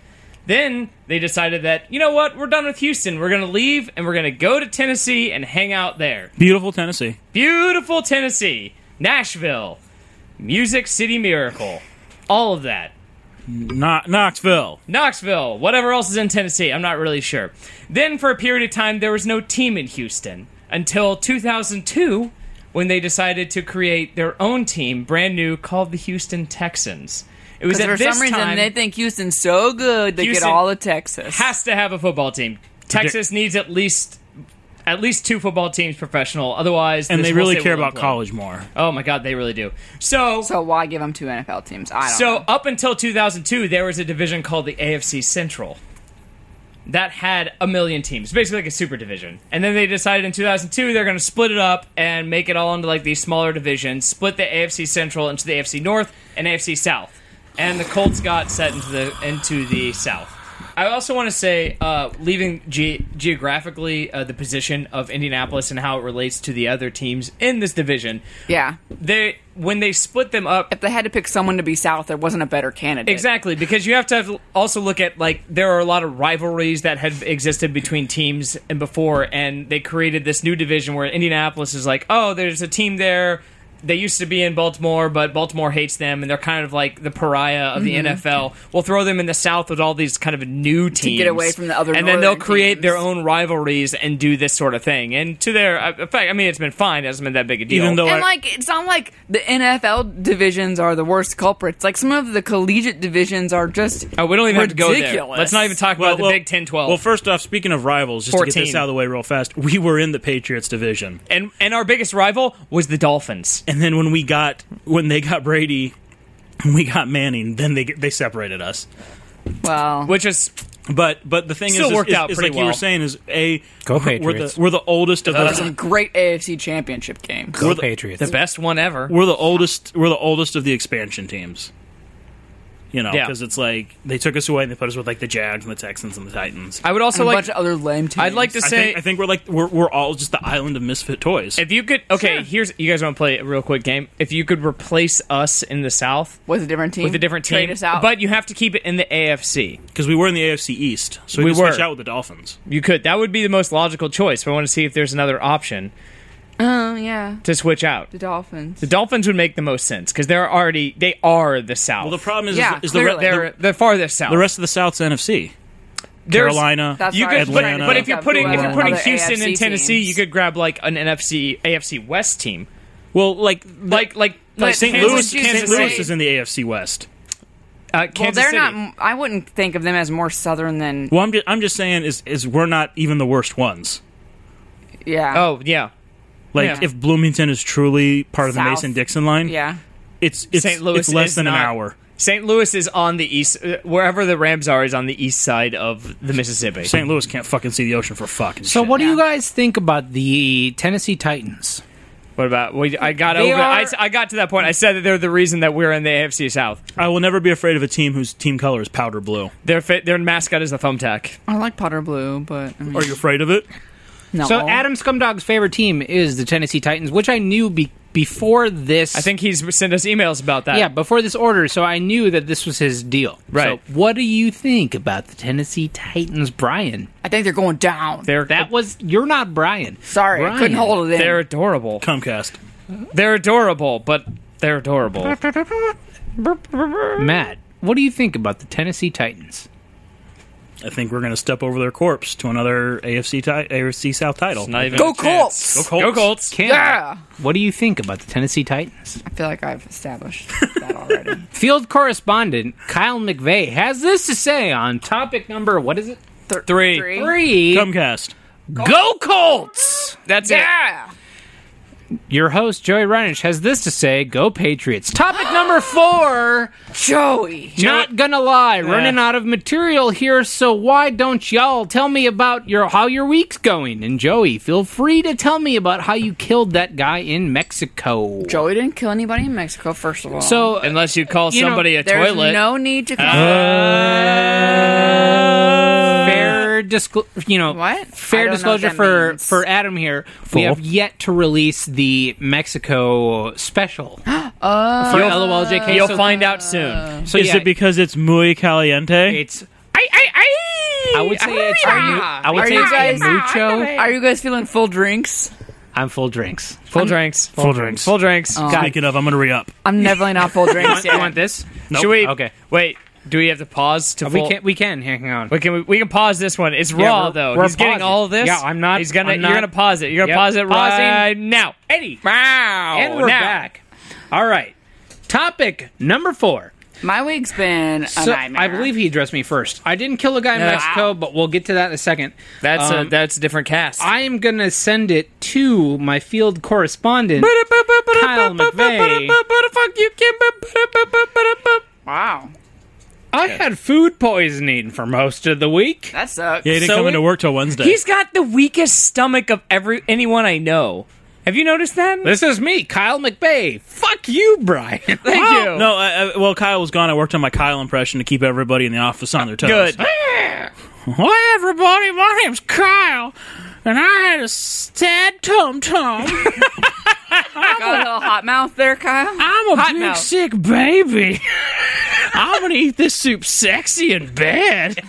[SPEAKER 1] Then they decided that you know what, we're done with Houston. We're going to leave and we're going to go to Tennessee and hang out there.
[SPEAKER 3] Beautiful Tennessee.
[SPEAKER 1] Beautiful Tennessee, Nashville, Music City Miracle, all of that.
[SPEAKER 3] Not Knoxville.
[SPEAKER 1] Knoxville, whatever else is in Tennessee, I'm not really sure. Then, for a period of time, there was no team in Houston until 2002 when they decided to create their own team, brand new, called the Houston Texans. It was
[SPEAKER 2] because
[SPEAKER 1] at
[SPEAKER 2] for
[SPEAKER 1] this
[SPEAKER 2] some reason
[SPEAKER 1] time
[SPEAKER 2] they think Houston's so good they
[SPEAKER 1] Houston
[SPEAKER 2] get all of Texas.
[SPEAKER 1] has to have a football team. Texas needs at least at least two football teams professional. Otherwise,
[SPEAKER 3] And
[SPEAKER 1] this
[SPEAKER 3] they
[SPEAKER 1] whole
[SPEAKER 3] really
[SPEAKER 1] state
[SPEAKER 3] care
[SPEAKER 1] will
[SPEAKER 3] about
[SPEAKER 1] implode.
[SPEAKER 3] college more.
[SPEAKER 1] Oh my God, they really do. So, so,
[SPEAKER 2] so why give them two NFL teams? I don't. know.
[SPEAKER 1] up until 2002, there was a division called the AFC Central. that had a million teams, basically like a super division. And then they decided in 2002 they're going to split it up and make it all into like these smaller divisions, split the AFC Central into the AFC North and AFC South. And the Colts got set into the into the South. I also want to say, uh, leaving ge- geographically uh, the position of Indianapolis and how it relates to the other teams in this division.
[SPEAKER 2] Yeah.
[SPEAKER 1] they when they split them up,
[SPEAKER 2] If they had to pick someone to be South, there wasn't a better candidate.
[SPEAKER 1] Exactly, because you have to have also look at like there are a lot of rivalries that had existed between teams and before, and they created this new division where Indianapolis is like, oh, there's a team there. They used to be in Baltimore, but Baltimore hates them, and they're kind of like the pariah of
[SPEAKER 2] Mm-hmm.
[SPEAKER 1] the NFL. We'll throw them in the South with all these kind of new teams
[SPEAKER 2] get away from the other
[SPEAKER 1] and then they'll
[SPEAKER 2] northern
[SPEAKER 1] create their
[SPEAKER 2] teams.
[SPEAKER 1] own rivalries and do this sort of thing. And to their uh, effect, I mean, it's been fine; it hasn't been that big a deal.
[SPEAKER 3] Even though I,
[SPEAKER 2] And like it's not like the NFL divisions are the worst culprits. Like some of the collegiate divisions are just
[SPEAKER 1] oh, we don't even have to go there.
[SPEAKER 2] ridiculous.
[SPEAKER 1] Let's not even talk
[SPEAKER 3] well,
[SPEAKER 1] about
[SPEAKER 3] well-
[SPEAKER 1] the Big Ten, twelve.
[SPEAKER 3] Well, first off, speaking of rivals, just to get
[SPEAKER 1] 14.
[SPEAKER 3] this out of the way real fast, we were in the Patriots division,
[SPEAKER 1] and and our biggest rival was the Dolphins.
[SPEAKER 3] and then when we got when they got Brady, and we got Manning, then they they separated us.
[SPEAKER 2] Well,
[SPEAKER 1] which is
[SPEAKER 3] But but the thing
[SPEAKER 1] Still
[SPEAKER 3] is,
[SPEAKER 1] worked
[SPEAKER 3] is,
[SPEAKER 1] out
[SPEAKER 3] is,
[SPEAKER 1] pretty
[SPEAKER 3] like you were
[SPEAKER 1] well.
[SPEAKER 3] saying, is a
[SPEAKER 4] Go
[SPEAKER 3] we're the
[SPEAKER 4] Patriots.
[SPEAKER 3] we're the oldest of the
[SPEAKER 2] great AFC championship game.
[SPEAKER 3] We're the-
[SPEAKER 4] Patriots.
[SPEAKER 1] the best one ever.
[SPEAKER 3] we're the oldest we're the oldest of the expansion teams. You know,
[SPEAKER 1] Yeah.
[SPEAKER 3] because it's like they took us away and they put us with like the Jags and the Texans and the Titans.
[SPEAKER 1] I would
[SPEAKER 2] And a
[SPEAKER 1] also like.
[SPEAKER 2] bunch of other lame teams.
[SPEAKER 1] I'd like to
[SPEAKER 3] I
[SPEAKER 1] say
[SPEAKER 3] think, I think we're like we're, we're all just the island of misfit toys.
[SPEAKER 1] if you could. Okay, here's you guys want to play a real quick game. If you could replace us in the South
[SPEAKER 2] with a different team.
[SPEAKER 1] with a different team,
[SPEAKER 2] Trade us out.
[SPEAKER 1] but you have to keep it in the AFC.
[SPEAKER 3] Because we were in the AFC East, so we,
[SPEAKER 1] We
[SPEAKER 3] could switch
[SPEAKER 1] were.
[SPEAKER 3] out with the Dolphins.
[SPEAKER 1] You could. That would be the most logical choice. But I want to see if there's another option
[SPEAKER 2] oh yeah,
[SPEAKER 1] to switch out.
[SPEAKER 2] the Dolphins.
[SPEAKER 1] The Dolphins would make the most sense because they're already they are the South.
[SPEAKER 3] Well, the problem is,
[SPEAKER 2] Yeah,
[SPEAKER 3] is, the, re-
[SPEAKER 2] clearly.
[SPEAKER 1] they're
[SPEAKER 3] the,
[SPEAKER 1] the farthest south.
[SPEAKER 3] the rest of the South's NFC.
[SPEAKER 1] There's-
[SPEAKER 3] Carolina,
[SPEAKER 2] That's
[SPEAKER 1] You
[SPEAKER 2] Sorry,
[SPEAKER 1] could,
[SPEAKER 2] I'm
[SPEAKER 1] but,
[SPEAKER 2] trying to
[SPEAKER 1] but if
[SPEAKER 2] look
[SPEAKER 1] you're
[SPEAKER 2] up
[SPEAKER 1] putting
[SPEAKER 2] who
[SPEAKER 1] if you're
[SPEAKER 2] are
[SPEAKER 1] putting
[SPEAKER 2] other
[SPEAKER 1] Houston
[SPEAKER 2] AFC
[SPEAKER 1] and Tennessee,
[SPEAKER 2] teams.
[SPEAKER 1] you could grab like an NFC AFC West team,
[SPEAKER 3] Well, like
[SPEAKER 1] like like like
[SPEAKER 3] St.
[SPEAKER 1] Kansas-
[SPEAKER 3] Louis,
[SPEAKER 2] would you
[SPEAKER 3] Kansas
[SPEAKER 2] say?
[SPEAKER 3] Louis is in the AFC West.
[SPEAKER 1] Uh,
[SPEAKER 2] Well,
[SPEAKER 1] Kansas
[SPEAKER 2] they're
[SPEAKER 1] City.
[SPEAKER 2] not. I wouldn't think of them as more southern than
[SPEAKER 3] Well, I'm just, I'm just saying is is we're not even the worst ones.
[SPEAKER 2] yeah.
[SPEAKER 1] Oh yeah,
[SPEAKER 3] Like
[SPEAKER 1] Yeah.
[SPEAKER 3] if Bloomington is truly part of the
[SPEAKER 2] South.
[SPEAKER 3] Mason Dixon
[SPEAKER 1] oh.
[SPEAKER 3] line,
[SPEAKER 2] yeah.
[SPEAKER 3] it's it's,
[SPEAKER 1] St. Louis
[SPEAKER 3] it's less
[SPEAKER 1] is
[SPEAKER 3] than an
[SPEAKER 1] not-
[SPEAKER 3] hour.
[SPEAKER 1] St. Louis is on the east. uh, Wherever the Rams are is on the east side of the Mississippi.
[SPEAKER 3] St. Louis can't fucking see the ocean for fucking.
[SPEAKER 4] so,
[SPEAKER 3] shit.
[SPEAKER 4] what do you
[SPEAKER 2] Yeah.
[SPEAKER 4] guys think about the Tennessee Titans?
[SPEAKER 1] What about? We, I got
[SPEAKER 4] They
[SPEAKER 1] over. I,
[SPEAKER 4] are-
[SPEAKER 1] I got to that point. I said that they're the reason that we're in the AFC South.
[SPEAKER 3] I will never be afraid of a team whose team color is powder blue.
[SPEAKER 1] Their fa- their mascot is the thumbtack.
[SPEAKER 2] I like Potter Blue, but I mean,
[SPEAKER 3] Are you afraid of it?
[SPEAKER 2] no.
[SPEAKER 4] So Adam Scumdog's favorite team is the Tennessee Titans, which I knew be- before this.
[SPEAKER 1] I think he's sent us emails about that.
[SPEAKER 4] yeah, before this order, so I knew that this was his deal.
[SPEAKER 1] Right.
[SPEAKER 4] So what do you think about the Tennessee Titans, Brian?
[SPEAKER 2] I think they're going down.
[SPEAKER 1] they're
[SPEAKER 4] That was you're not Brian.
[SPEAKER 2] Sorry, I couldn't hold it in.
[SPEAKER 1] they're adorable.
[SPEAKER 3] Comcast.
[SPEAKER 1] They're adorable, but they're adorable.
[SPEAKER 4] Matt. what do you think about the Tennessee Titans?
[SPEAKER 3] I think we're going to step over their corpse to another AFC ti- AFC South title.
[SPEAKER 1] It's not even
[SPEAKER 2] Go
[SPEAKER 1] a chance.
[SPEAKER 2] Colts!
[SPEAKER 1] Go Colts! Go Colts!
[SPEAKER 4] Cam,
[SPEAKER 2] Yeah!
[SPEAKER 4] What do you think about the Tennessee Titans?
[SPEAKER 2] I feel like I've established that already.
[SPEAKER 4] Field correspondent Kyle McVeigh has this to say on topic number what is it?
[SPEAKER 2] Thir-
[SPEAKER 1] Three.
[SPEAKER 4] Three.
[SPEAKER 3] Comcast.
[SPEAKER 4] Go Colts!
[SPEAKER 1] That's
[SPEAKER 2] Yeah!
[SPEAKER 4] Your host Joey Reinish has this to say: Go Patriots. Topic number four.
[SPEAKER 2] Joey!
[SPEAKER 4] Not gonna lie, running out of material here, so why don't y'all tell me about your how your week's going? And Joey, feel free to tell me about how you killed that guy in Mexico.
[SPEAKER 2] Joey didn't kill anybody in Mexico, first of all.
[SPEAKER 4] So
[SPEAKER 1] it. Unless you call
[SPEAKER 4] You know,
[SPEAKER 1] somebody a
[SPEAKER 2] there's
[SPEAKER 1] toilet. Uh,
[SPEAKER 2] no need to.
[SPEAKER 4] fair disclosure, you know,
[SPEAKER 2] What? I
[SPEAKER 4] fair
[SPEAKER 2] don't know what
[SPEAKER 4] disclosure
[SPEAKER 2] that
[SPEAKER 4] for
[SPEAKER 2] means.
[SPEAKER 4] for Adam here. We have yet to release the Mexico special. oh, for LOLJK.
[SPEAKER 1] You'll
[SPEAKER 4] so,
[SPEAKER 1] find out soon.
[SPEAKER 4] So
[SPEAKER 3] Is
[SPEAKER 4] yeah,
[SPEAKER 3] it because it's muy caliente?
[SPEAKER 4] it's. I, I, I, I would say it's.
[SPEAKER 2] Are you-
[SPEAKER 4] I would
[SPEAKER 2] are
[SPEAKER 4] say
[SPEAKER 2] you
[SPEAKER 4] it's
[SPEAKER 2] guys-
[SPEAKER 4] mucho.
[SPEAKER 2] Are you guys feeling full drinks?
[SPEAKER 4] I'm full drinks.
[SPEAKER 1] full drinks.
[SPEAKER 3] Full Oh. drinks.
[SPEAKER 1] Full drinks.
[SPEAKER 3] Speaking of, I'm going to re up.
[SPEAKER 2] I'm definitely not full drinks yet.
[SPEAKER 4] You want this?
[SPEAKER 1] Should we?
[SPEAKER 4] Okay.
[SPEAKER 1] Wait. Do Uh, we have to pause to?
[SPEAKER 4] We
[SPEAKER 1] full-
[SPEAKER 4] can. We can. Hang on.
[SPEAKER 1] We can we can pause this one. It's
[SPEAKER 4] Yeah,
[SPEAKER 1] raw
[SPEAKER 4] we're-
[SPEAKER 1] though.
[SPEAKER 4] we're
[SPEAKER 1] He's getting
[SPEAKER 4] pausing.
[SPEAKER 1] all of this.
[SPEAKER 4] Yeah, I'm not-
[SPEAKER 1] He's gonna.
[SPEAKER 4] I'm
[SPEAKER 1] You're
[SPEAKER 4] not-
[SPEAKER 1] gonna pause it. You're gonna
[SPEAKER 4] Yep.
[SPEAKER 1] pause it
[SPEAKER 4] Pausing.
[SPEAKER 1] right now.
[SPEAKER 4] Eddie.
[SPEAKER 1] Wow.
[SPEAKER 4] And we're
[SPEAKER 1] now.
[SPEAKER 4] back. All right. Topic number four.
[SPEAKER 2] My week's been a
[SPEAKER 4] So,
[SPEAKER 2] nightmare.
[SPEAKER 4] I believe he addressed me first. I didn't kill a guy in
[SPEAKER 1] No.
[SPEAKER 4] Mexico, but we'll get to that in a second.
[SPEAKER 1] That's a
[SPEAKER 4] Um,
[SPEAKER 1] that's a different cast.
[SPEAKER 4] I am going to send it to my field correspondent. Kyle McVeigh.
[SPEAKER 2] Wow,
[SPEAKER 4] I had food poisoning for most of the week.
[SPEAKER 2] that sucks.
[SPEAKER 3] Yeah, he didn't
[SPEAKER 1] So
[SPEAKER 3] come
[SPEAKER 1] it-
[SPEAKER 3] into work till Wednesday.
[SPEAKER 1] He's got the weakest stomach of every anyone I know. Have you noticed that?
[SPEAKER 4] This is me, Kyle McVeigh. Fuck you, Brian.
[SPEAKER 1] Thank you.
[SPEAKER 3] no, I, I, well, Kyle was gone. I worked on my Kyle impression to keep everybody in the office on their toes.
[SPEAKER 1] Good.
[SPEAKER 3] Hi, everybody. My name's Kyle, and I had a sad tum tum.
[SPEAKER 2] Got a little hot mouth there, Kyle.
[SPEAKER 3] I'm a
[SPEAKER 2] Hot
[SPEAKER 3] big
[SPEAKER 2] mouth.
[SPEAKER 3] sick baby. I'm gonna eat this soup sexy and bad.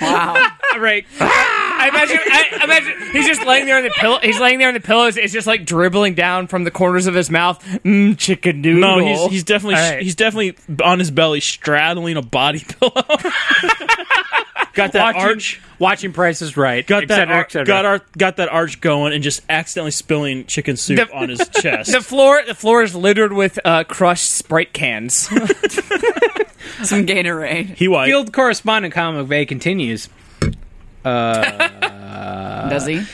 [SPEAKER 2] Wow.
[SPEAKER 1] All right. I imagine. I imagine he's just laying there in the pillow. He's laying there in the pillows. It's just like dribbling down from the corners of his mouth. Mmm, chicken noodle.
[SPEAKER 3] No, he's he's definitely
[SPEAKER 1] All right.
[SPEAKER 3] he's definitely on his belly straddling a body pillow. got that
[SPEAKER 4] Watching-
[SPEAKER 3] arch.
[SPEAKER 4] Watching Price is Right.
[SPEAKER 3] Got
[SPEAKER 4] et
[SPEAKER 3] that
[SPEAKER 4] cetera,
[SPEAKER 3] ar-
[SPEAKER 4] et cetera.
[SPEAKER 3] got our got that arch going and just accidentally spilling chicken soup
[SPEAKER 1] The-
[SPEAKER 3] on his chest.
[SPEAKER 1] The floor, the floor is littered with uh, crushed Sprite cans.
[SPEAKER 2] Some Gatorade
[SPEAKER 3] he white.
[SPEAKER 4] Field correspondent Kyle McVeigh continues.
[SPEAKER 2] does he?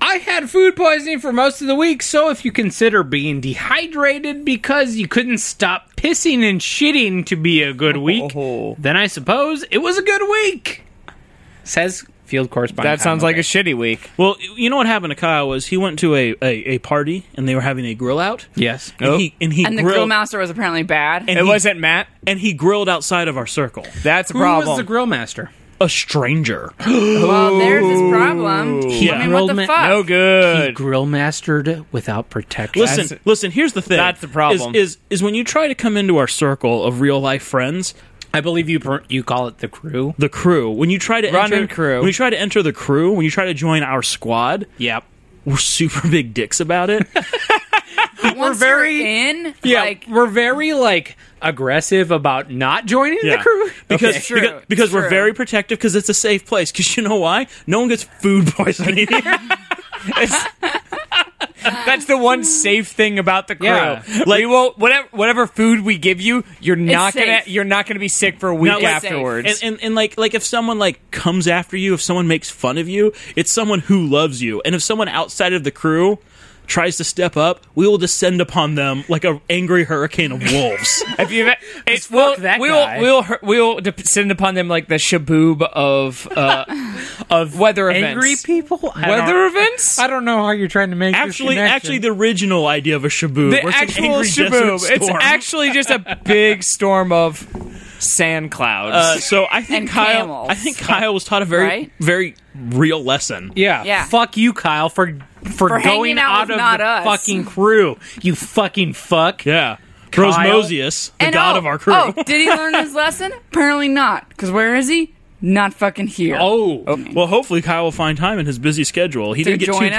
[SPEAKER 4] I had food poisoning for most of the week, so if you consider being dehydrated because you couldn't stop pissing and shitting to be a good week, then I suppose it was a good week. Says field correspondent.
[SPEAKER 1] that sounds
[SPEAKER 4] Kyle
[SPEAKER 1] like a
[SPEAKER 4] McVeigh.
[SPEAKER 1] shitty week.
[SPEAKER 3] Well, you know what happened to Kyle was he went to a, a, a party and they were having a grill out.
[SPEAKER 4] yes.
[SPEAKER 3] And he and he
[SPEAKER 2] And the
[SPEAKER 3] grilled
[SPEAKER 2] grill master was apparently bad.
[SPEAKER 3] and
[SPEAKER 1] Oh. It
[SPEAKER 3] he-
[SPEAKER 1] wasn't Matt.
[SPEAKER 3] and he grilled outside of our circle.
[SPEAKER 1] That's a
[SPEAKER 4] Who
[SPEAKER 1] problem.
[SPEAKER 4] was the grill master?
[SPEAKER 3] A stranger.
[SPEAKER 2] well, there's his problem. I mean, what
[SPEAKER 4] grilled
[SPEAKER 2] the
[SPEAKER 4] ma-
[SPEAKER 2] fuck?
[SPEAKER 1] no
[SPEAKER 4] He
[SPEAKER 1] Oh, good.
[SPEAKER 4] grill mastered without protection.
[SPEAKER 3] Listen,
[SPEAKER 1] That's-
[SPEAKER 3] listen. Here's the thing.
[SPEAKER 1] that's the problem.
[SPEAKER 3] Is, is is when you try to come into our circle of real life friends,
[SPEAKER 4] I believe you per- you call it the crew.
[SPEAKER 3] the crew. When you try to
[SPEAKER 1] Running
[SPEAKER 3] enter,
[SPEAKER 1] crew.
[SPEAKER 3] When you try to enter the crew, when you try to join our squad,
[SPEAKER 4] Yep.
[SPEAKER 3] we're super big dicks about it.
[SPEAKER 2] Once
[SPEAKER 4] We're very-
[SPEAKER 2] you're in,
[SPEAKER 4] Yeah,
[SPEAKER 2] like
[SPEAKER 4] we're very like aggressive about not joining the crew
[SPEAKER 3] because
[SPEAKER 2] It's true.
[SPEAKER 3] because, because
[SPEAKER 2] It's
[SPEAKER 3] we're
[SPEAKER 2] true.
[SPEAKER 3] very protective because it's a safe place. Because you know why? No one gets food poisoning here.
[SPEAKER 1] That's the one safe thing about the crew.
[SPEAKER 4] Yeah.
[SPEAKER 1] Like, we won't whatever whatever food we give you, you're not
[SPEAKER 2] safe.
[SPEAKER 1] gonna you're not gonna be sick for a week
[SPEAKER 3] Now, like-
[SPEAKER 1] afterwards.
[SPEAKER 3] and, and and like like if someone like comes after you, if someone makes fun of you, it's someone who loves you. And if someone outside of the crew tries to step up, we will descend upon them like an angry hurricane of wolves.
[SPEAKER 1] If you've, it's
[SPEAKER 4] fuck
[SPEAKER 1] we'll,
[SPEAKER 4] that
[SPEAKER 1] we'll,
[SPEAKER 4] guy.
[SPEAKER 1] We'll hu- we'll descend upon them like the shaboob of uh, of weather events.
[SPEAKER 4] angry people. I
[SPEAKER 1] Weather
[SPEAKER 4] don't-
[SPEAKER 1] events.
[SPEAKER 4] I don't know how you're trying to make this
[SPEAKER 3] actually,
[SPEAKER 4] connection.
[SPEAKER 3] actually, the original idea of a shabu.
[SPEAKER 1] the actual shaboom. It's actually just a big storm of sand clouds.
[SPEAKER 3] Uh, so I think
[SPEAKER 2] And
[SPEAKER 3] Kyle.
[SPEAKER 2] camels.
[SPEAKER 3] I think Kyle was taught a very,
[SPEAKER 2] Right?
[SPEAKER 3] very real lesson.
[SPEAKER 4] yeah,
[SPEAKER 2] Yeah.
[SPEAKER 4] Fuck you, Kyle, for for,
[SPEAKER 2] hanging
[SPEAKER 4] going
[SPEAKER 2] out
[SPEAKER 4] out,
[SPEAKER 2] with
[SPEAKER 4] of
[SPEAKER 2] not
[SPEAKER 4] the
[SPEAKER 2] us.
[SPEAKER 4] fucking crew. You fucking fuck.
[SPEAKER 3] Yeah,
[SPEAKER 4] Kyle-
[SPEAKER 3] Rosmosius, the
[SPEAKER 2] and
[SPEAKER 3] god
[SPEAKER 2] oh,
[SPEAKER 3] of our crew.
[SPEAKER 2] Oh, did he learn his lesson? Apparently not. Because where is he? Not fucking here.
[SPEAKER 4] Oh,
[SPEAKER 3] Well, hopefully Kyle will find time in his busy schedule. He
[SPEAKER 2] To
[SPEAKER 3] didn't get two
[SPEAKER 2] join us?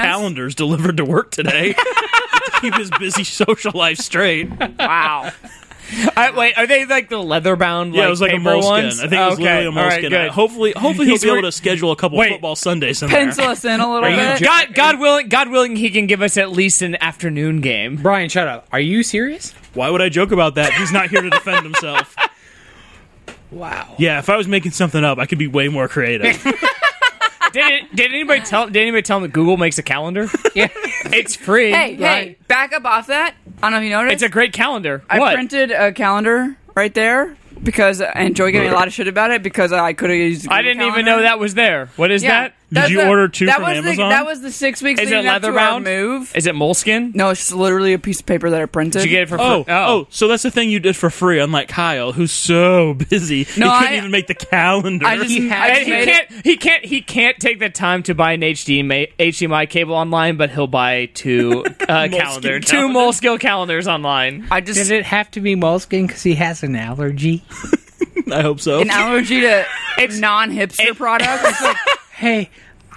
[SPEAKER 3] calendars delivered to work today to keep his busy social life straight.
[SPEAKER 2] wow.
[SPEAKER 1] I, wait, are they like the leather bound?
[SPEAKER 3] Yeah, it was like a
[SPEAKER 1] paper
[SPEAKER 3] moleskin.
[SPEAKER 1] ones?
[SPEAKER 3] I think it was
[SPEAKER 1] okay.
[SPEAKER 3] literally a
[SPEAKER 1] all right,
[SPEAKER 3] moleskin.
[SPEAKER 1] good.
[SPEAKER 3] hopefully, hopefully he'll
[SPEAKER 1] He's
[SPEAKER 3] be able
[SPEAKER 1] wear-
[SPEAKER 3] to schedule a couple
[SPEAKER 1] Wait.
[SPEAKER 3] football Sundays in
[SPEAKER 2] Pencil
[SPEAKER 3] there.
[SPEAKER 2] us in a little
[SPEAKER 3] you
[SPEAKER 2] bit.
[SPEAKER 1] Uh, God, God willing, God willing, he can give us at least an afternoon game.
[SPEAKER 4] Brian, shut up. Are you serious?
[SPEAKER 3] Why would I joke about that? He's not here to defend himself.
[SPEAKER 4] Wow.
[SPEAKER 3] Yeah, if I was making something up, I could be way more creative.
[SPEAKER 1] Did, it, did anybody tell? Did anybody tell him that Google makes a calendar?
[SPEAKER 4] Yeah.
[SPEAKER 1] It's free.
[SPEAKER 2] Hey, hey,
[SPEAKER 1] right?
[SPEAKER 2] back up off that. I don't know if you noticed.
[SPEAKER 1] It's a great calendar.
[SPEAKER 2] I
[SPEAKER 1] what?
[SPEAKER 2] printed a calendar right there because and Joy gave me a lot of shit about it because I could have used.
[SPEAKER 1] I didn't even know that was there. What is
[SPEAKER 2] Yeah,
[SPEAKER 1] that?
[SPEAKER 2] that's
[SPEAKER 3] you
[SPEAKER 2] a-
[SPEAKER 3] order two
[SPEAKER 2] that
[SPEAKER 3] from
[SPEAKER 2] was the-
[SPEAKER 3] Amazon?
[SPEAKER 2] that was the six weeks.
[SPEAKER 1] Is it
[SPEAKER 2] leading up to
[SPEAKER 1] leather
[SPEAKER 2] our
[SPEAKER 1] bound?
[SPEAKER 2] Move.
[SPEAKER 1] Is it moleskin?
[SPEAKER 2] no, it's just literally a piece of paper that I printed.
[SPEAKER 1] Did you get it for free?
[SPEAKER 3] Oh, oh, so that's the thing you did for free, unlike Kyle, who's so busy
[SPEAKER 2] No,
[SPEAKER 3] he couldn't
[SPEAKER 2] I-
[SPEAKER 3] even make the calendar.
[SPEAKER 2] I just,
[SPEAKER 4] He
[SPEAKER 2] I
[SPEAKER 1] And
[SPEAKER 2] just
[SPEAKER 1] he
[SPEAKER 2] made it.
[SPEAKER 1] can't. He can't. He can't take the time to buy an HDMI, HDMI cable online, but he'll buy two uh, calendar, two Moleskine calendars online.
[SPEAKER 2] I just
[SPEAKER 4] Did it have to be moleskin because he has an allergy?
[SPEAKER 3] I hope so.
[SPEAKER 2] an allergy to non-hipster products. It's like,
[SPEAKER 4] Hey,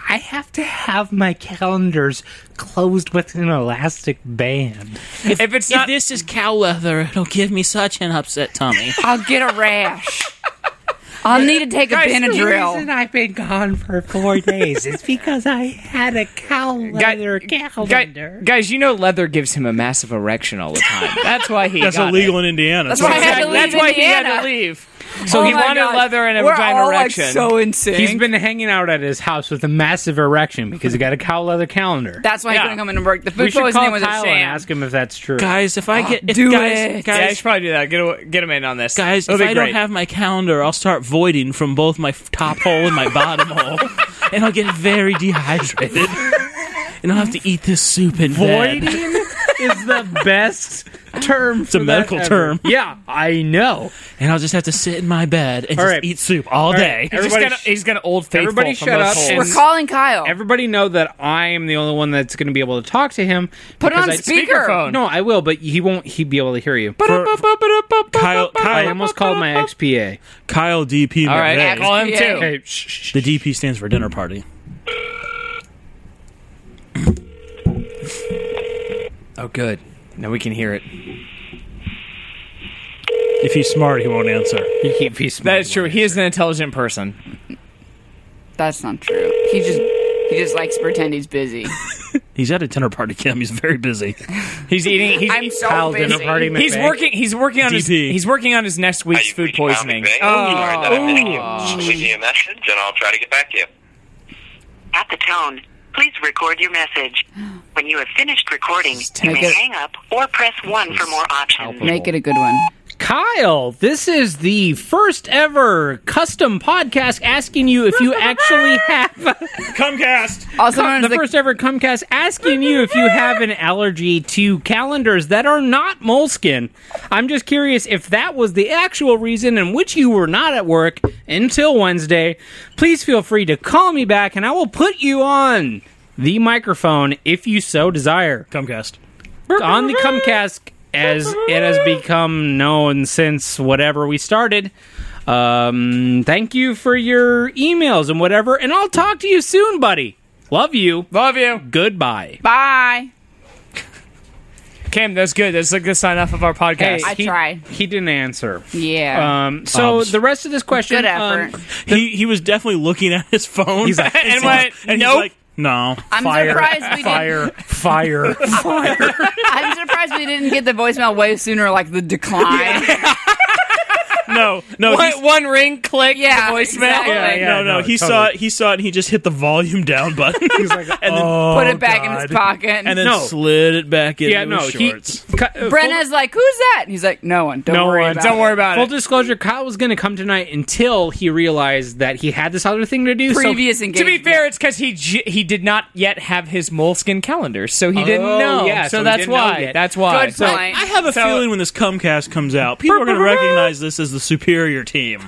[SPEAKER 4] I have to have my calendars closed with an elastic band.
[SPEAKER 1] If, it's not,
[SPEAKER 6] this is cow leather, it'll give me such an upset tummy.
[SPEAKER 2] I'll get a rash. I'll need to take a
[SPEAKER 4] The reason
[SPEAKER 2] Benadryl.
[SPEAKER 4] I've been gone for four days is because I had a cow leather
[SPEAKER 1] guy,
[SPEAKER 4] calendar.
[SPEAKER 1] guys, you know, leather gives him a massive erection all the time. That's why he.
[SPEAKER 3] that's
[SPEAKER 1] got
[SPEAKER 3] illegal in Indiana.
[SPEAKER 2] That's
[SPEAKER 3] so
[SPEAKER 2] why I
[SPEAKER 1] It.
[SPEAKER 2] had to
[SPEAKER 1] Exactly. That's
[SPEAKER 2] leave
[SPEAKER 1] why he had
[SPEAKER 2] Indiana. Oh
[SPEAKER 1] to leave. So he
[SPEAKER 2] my
[SPEAKER 1] wanted
[SPEAKER 2] God.
[SPEAKER 1] leather and a
[SPEAKER 2] We're
[SPEAKER 1] vagina
[SPEAKER 2] all, like,
[SPEAKER 1] erection.
[SPEAKER 2] so insane.
[SPEAKER 4] He's been hanging out at his house with a massive erection because he got a cow leather calendar.
[SPEAKER 2] That's why
[SPEAKER 1] Yeah.
[SPEAKER 2] he couldn't come into work. The
[SPEAKER 4] we
[SPEAKER 2] food
[SPEAKER 4] should call
[SPEAKER 2] poisoning was a
[SPEAKER 4] Kyle and
[SPEAKER 2] sham.
[SPEAKER 4] ask him if that's true.
[SPEAKER 6] guys, if I get if
[SPEAKER 2] do
[SPEAKER 6] guys,
[SPEAKER 2] it.
[SPEAKER 1] yeah, you
[SPEAKER 6] guys,
[SPEAKER 1] should probably do that. Get a, get him in on this,
[SPEAKER 6] guys,
[SPEAKER 1] It'll
[SPEAKER 6] if
[SPEAKER 1] be
[SPEAKER 6] I don't
[SPEAKER 1] great.
[SPEAKER 6] have my calendar, I'll start voiding from both my f- top hole and my bottom hole, and I'll get very dehydrated. And I'll have to eat this soup in bed.
[SPEAKER 4] Voiding is the best term. It's
[SPEAKER 3] a medical term.
[SPEAKER 4] Yeah, I know.
[SPEAKER 6] and I'll just have to sit in my bed and just
[SPEAKER 4] right.
[SPEAKER 6] eat soup all, day.
[SPEAKER 1] He's just
[SPEAKER 4] Everybody
[SPEAKER 1] gonna,
[SPEAKER 4] sh-
[SPEAKER 1] he's gonna old faithful.
[SPEAKER 4] everybody
[SPEAKER 1] from
[SPEAKER 4] shut
[SPEAKER 1] those
[SPEAKER 4] up
[SPEAKER 1] holes.
[SPEAKER 4] and-
[SPEAKER 2] We're calling Kyle.
[SPEAKER 4] Everybody know that I am the only one that's going to be able to talk to him.
[SPEAKER 2] Put it
[SPEAKER 4] because
[SPEAKER 2] on
[SPEAKER 4] I-
[SPEAKER 2] speaker.
[SPEAKER 1] speakerphone.
[SPEAKER 4] No, I will, but he won't. He be able to hear you.
[SPEAKER 3] Kyle,
[SPEAKER 4] I
[SPEAKER 3] Kyle,
[SPEAKER 4] almost called my XPA.
[SPEAKER 3] Kyle DP.
[SPEAKER 1] All right,
[SPEAKER 3] McVeigh.
[SPEAKER 1] call him
[SPEAKER 2] XPA.
[SPEAKER 1] too.
[SPEAKER 4] Hey, shh, shh, shh.
[SPEAKER 3] The DP stands for dinner party.
[SPEAKER 1] Oh, good. Now we can hear it.
[SPEAKER 3] If he's smart, he won't answer.
[SPEAKER 4] He- he's smart.
[SPEAKER 1] That is true. He is an intelligent person.
[SPEAKER 2] That's not true. He just he just likes to pretend he's busy.
[SPEAKER 3] He's at a dinner party, Kim. He's very busy.
[SPEAKER 1] He's eating. He's,
[SPEAKER 2] I'm so
[SPEAKER 4] Kyle dinner
[SPEAKER 2] busy.
[SPEAKER 4] party.
[SPEAKER 1] he's
[SPEAKER 4] McVeigh.
[SPEAKER 1] working. He's working on his.
[SPEAKER 3] DP.
[SPEAKER 1] He's working on his next week's
[SPEAKER 7] Are you
[SPEAKER 1] food
[SPEAKER 7] reaching out,
[SPEAKER 1] poisoning.
[SPEAKER 7] McVeigh? Sorry that I
[SPEAKER 1] Oh.
[SPEAKER 7] missed you. Leave me a message and I'll try to get back to you.
[SPEAKER 8] At the tone, please record your message. When you have finished recording, you
[SPEAKER 2] make
[SPEAKER 8] may
[SPEAKER 2] it-
[SPEAKER 8] hang up or press 1 for more options.
[SPEAKER 2] Make it a good one.
[SPEAKER 4] Kyle, this is the first ever custom podcast asking you if you actually have
[SPEAKER 3] Comcast.
[SPEAKER 2] Also known
[SPEAKER 4] the
[SPEAKER 2] as the,
[SPEAKER 4] first ever Comcast asking you if you have an allergy to calendars that are not moleskin. I'm just curious if that was the actual reason in which you were not at work until Wednesday. Please feel free to call me back and I will put you on the microphone if you so desire.
[SPEAKER 3] Comcast.
[SPEAKER 4] on the Comcast as it has become known since whatever we started. Um, thank you for your emails and whatever, and I'll talk to you soon, buddy. Love you.
[SPEAKER 1] Love you,
[SPEAKER 4] Goodbye.
[SPEAKER 2] bye.
[SPEAKER 1] Kim. That's good. That's like the sign off of our podcast.
[SPEAKER 2] I
[SPEAKER 4] he,
[SPEAKER 2] tried.
[SPEAKER 4] He didn't answer.
[SPEAKER 2] Yeah.
[SPEAKER 4] Um, so
[SPEAKER 3] Obs.
[SPEAKER 4] the rest of this question,
[SPEAKER 2] good
[SPEAKER 4] um,
[SPEAKER 2] effort.
[SPEAKER 3] He he was definitely looking at his phone.
[SPEAKER 4] He's like,
[SPEAKER 3] and
[SPEAKER 1] And went,
[SPEAKER 3] and he's
[SPEAKER 1] nope.
[SPEAKER 3] like, no.
[SPEAKER 2] I'm surprised we didn't.
[SPEAKER 4] fire, fire, fire.
[SPEAKER 2] I'm surprised we didn't get the voicemail way sooner, like the decline.
[SPEAKER 3] No, no, he's-
[SPEAKER 1] one, one ring click.
[SPEAKER 2] Yeah,
[SPEAKER 1] the voicemail.
[SPEAKER 2] exactly. Yeah, yeah,
[SPEAKER 3] no, no,
[SPEAKER 4] no, totally.
[SPEAKER 3] He saw it. He saw it. and He just hit the volume down button. he's like, "Oh, and then,
[SPEAKER 2] Put it back in his pocket.
[SPEAKER 3] and then
[SPEAKER 4] No.
[SPEAKER 3] slid it back into
[SPEAKER 4] yeah, no.
[SPEAKER 3] his
[SPEAKER 4] He, uh,
[SPEAKER 3] shorts.
[SPEAKER 4] Ka-
[SPEAKER 2] Brenna's like, "Who's that?" And he's like, "No one. Don't
[SPEAKER 4] No
[SPEAKER 2] worry
[SPEAKER 4] one.
[SPEAKER 2] about
[SPEAKER 1] Don't
[SPEAKER 2] it."
[SPEAKER 1] worry about
[SPEAKER 4] Full
[SPEAKER 1] it.
[SPEAKER 4] disclosure, Kyle was going to come tonight until he realized that he had this other thing to do. so-
[SPEAKER 2] Previous
[SPEAKER 1] To
[SPEAKER 2] engagement.
[SPEAKER 1] be fair, it's because he j- he did not yet have his moleskin calendar, so he didn't
[SPEAKER 4] Oh,
[SPEAKER 1] know.
[SPEAKER 4] yeah, so
[SPEAKER 1] so
[SPEAKER 4] he
[SPEAKER 1] that's
[SPEAKER 4] didn't know
[SPEAKER 1] why.
[SPEAKER 4] yet.
[SPEAKER 1] That's why.
[SPEAKER 2] Good
[SPEAKER 1] So-
[SPEAKER 2] point.
[SPEAKER 3] I have a
[SPEAKER 1] So-
[SPEAKER 3] feeling when this Comcast comes out, people are going to recognize this as the superior team.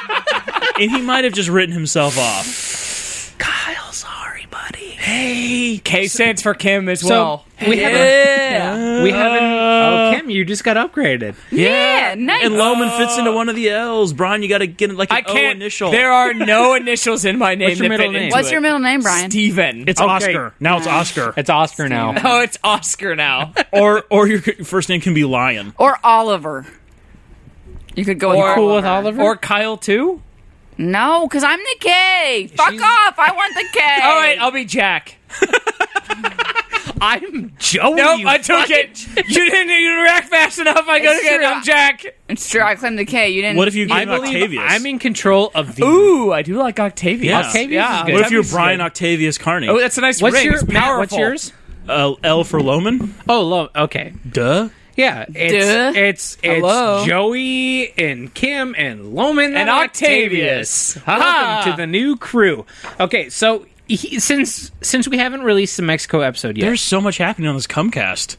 [SPEAKER 3] and he might have just written himself off.
[SPEAKER 4] Kyle, sorry, buddy.
[SPEAKER 1] K stands for Kim as
[SPEAKER 4] So
[SPEAKER 1] well.
[SPEAKER 4] we have a-
[SPEAKER 2] yeah.
[SPEAKER 4] we haven't. Oh, Kim, you just got upgraded.
[SPEAKER 2] yeah. Nice.
[SPEAKER 3] Uh, And Loman fits into one of the L's. Brian, you got to get like an
[SPEAKER 1] I can't.
[SPEAKER 3] O initial.
[SPEAKER 1] There are no initials in my name.
[SPEAKER 4] Oh, What's
[SPEAKER 1] that
[SPEAKER 4] your middle
[SPEAKER 1] fit
[SPEAKER 4] name?
[SPEAKER 1] into
[SPEAKER 2] What's your
[SPEAKER 1] it.
[SPEAKER 2] middle name, Brian?
[SPEAKER 1] Steven.
[SPEAKER 3] it's
[SPEAKER 4] Okay.
[SPEAKER 3] Oscar. Now it's Oscar.
[SPEAKER 4] It's Oscar now.
[SPEAKER 1] oh, it's Oscar now.
[SPEAKER 3] or or your first name can be Lion.
[SPEAKER 2] Or Oliver? You could go
[SPEAKER 1] Or-
[SPEAKER 2] with
[SPEAKER 1] cool
[SPEAKER 2] Oliver.
[SPEAKER 1] with
[SPEAKER 4] Oliver?
[SPEAKER 1] Or Kyle too?
[SPEAKER 2] No, because I'm the K. Fuck off. I want the K.
[SPEAKER 1] All right, I'll be Jack.
[SPEAKER 4] I'm Joey.
[SPEAKER 1] Nope,
[SPEAKER 4] you
[SPEAKER 1] I took it. You didn't even react fast enough. I got
[SPEAKER 2] It's
[SPEAKER 1] to get
[SPEAKER 2] true.
[SPEAKER 1] I'm Jack.
[SPEAKER 2] it's true. I claimed the K. You didn't.
[SPEAKER 6] What if you
[SPEAKER 4] I
[SPEAKER 6] gave
[SPEAKER 4] believe
[SPEAKER 6] Octavius?
[SPEAKER 4] I'm in control of the.
[SPEAKER 1] Ooh, I do like Octavius.
[SPEAKER 6] Yeah. Octavius
[SPEAKER 1] yeah.
[SPEAKER 4] is good.
[SPEAKER 6] what if you're
[SPEAKER 1] Octavius is
[SPEAKER 6] Brian
[SPEAKER 1] good.
[SPEAKER 6] Octavius Carney?
[SPEAKER 1] Oh, that's a nice
[SPEAKER 4] What's
[SPEAKER 1] ring.
[SPEAKER 4] your
[SPEAKER 1] It's
[SPEAKER 4] Matt, What's
[SPEAKER 1] powerful.
[SPEAKER 4] yours?
[SPEAKER 6] uh, L for Loman?
[SPEAKER 4] Oh, lo- okay.
[SPEAKER 6] Duh.
[SPEAKER 4] Yeah, it's
[SPEAKER 2] Duh.
[SPEAKER 4] it's, it's
[SPEAKER 2] Hello.
[SPEAKER 4] Joey and Kim and Loman
[SPEAKER 1] And Octavius. Ha-ha.
[SPEAKER 4] Welcome to the new crew. Okay, so he, since since we haven't released the Mexico episode yet,
[SPEAKER 6] There's so much happening on this Cumcast.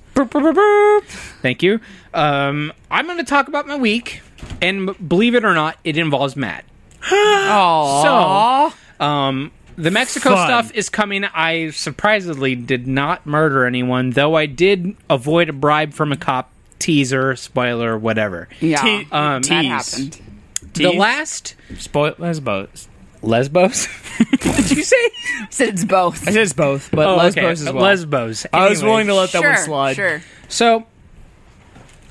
[SPEAKER 4] thank you. Um, I'm going to talk about my week, and m- believe it or not, it involves Matt.
[SPEAKER 2] Aw.
[SPEAKER 4] Um, the Mexico
[SPEAKER 6] Fun.
[SPEAKER 4] stuff is coming. I surprisingly did not murder anyone, though I did avoid a bribe from a cop. Teaser, spoiler, whatever.
[SPEAKER 2] yeah,
[SPEAKER 6] T-
[SPEAKER 1] uh,
[SPEAKER 4] um,
[SPEAKER 2] Ah, that
[SPEAKER 6] tease.
[SPEAKER 2] happened.
[SPEAKER 4] The last
[SPEAKER 1] Spoil- that's both.
[SPEAKER 4] Lesbos.
[SPEAKER 1] Did you say?
[SPEAKER 2] Said it's both.
[SPEAKER 1] I said it's both, but
[SPEAKER 4] Oh,
[SPEAKER 1] Lesbos
[SPEAKER 4] okay.
[SPEAKER 1] as well.
[SPEAKER 4] Lesbos.
[SPEAKER 1] I was
[SPEAKER 4] Anyways,
[SPEAKER 1] willing to let that
[SPEAKER 2] sure,
[SPEAKER 1] one slide.
[SPEAKER 2] Sure.
[SPEAKER 4] So,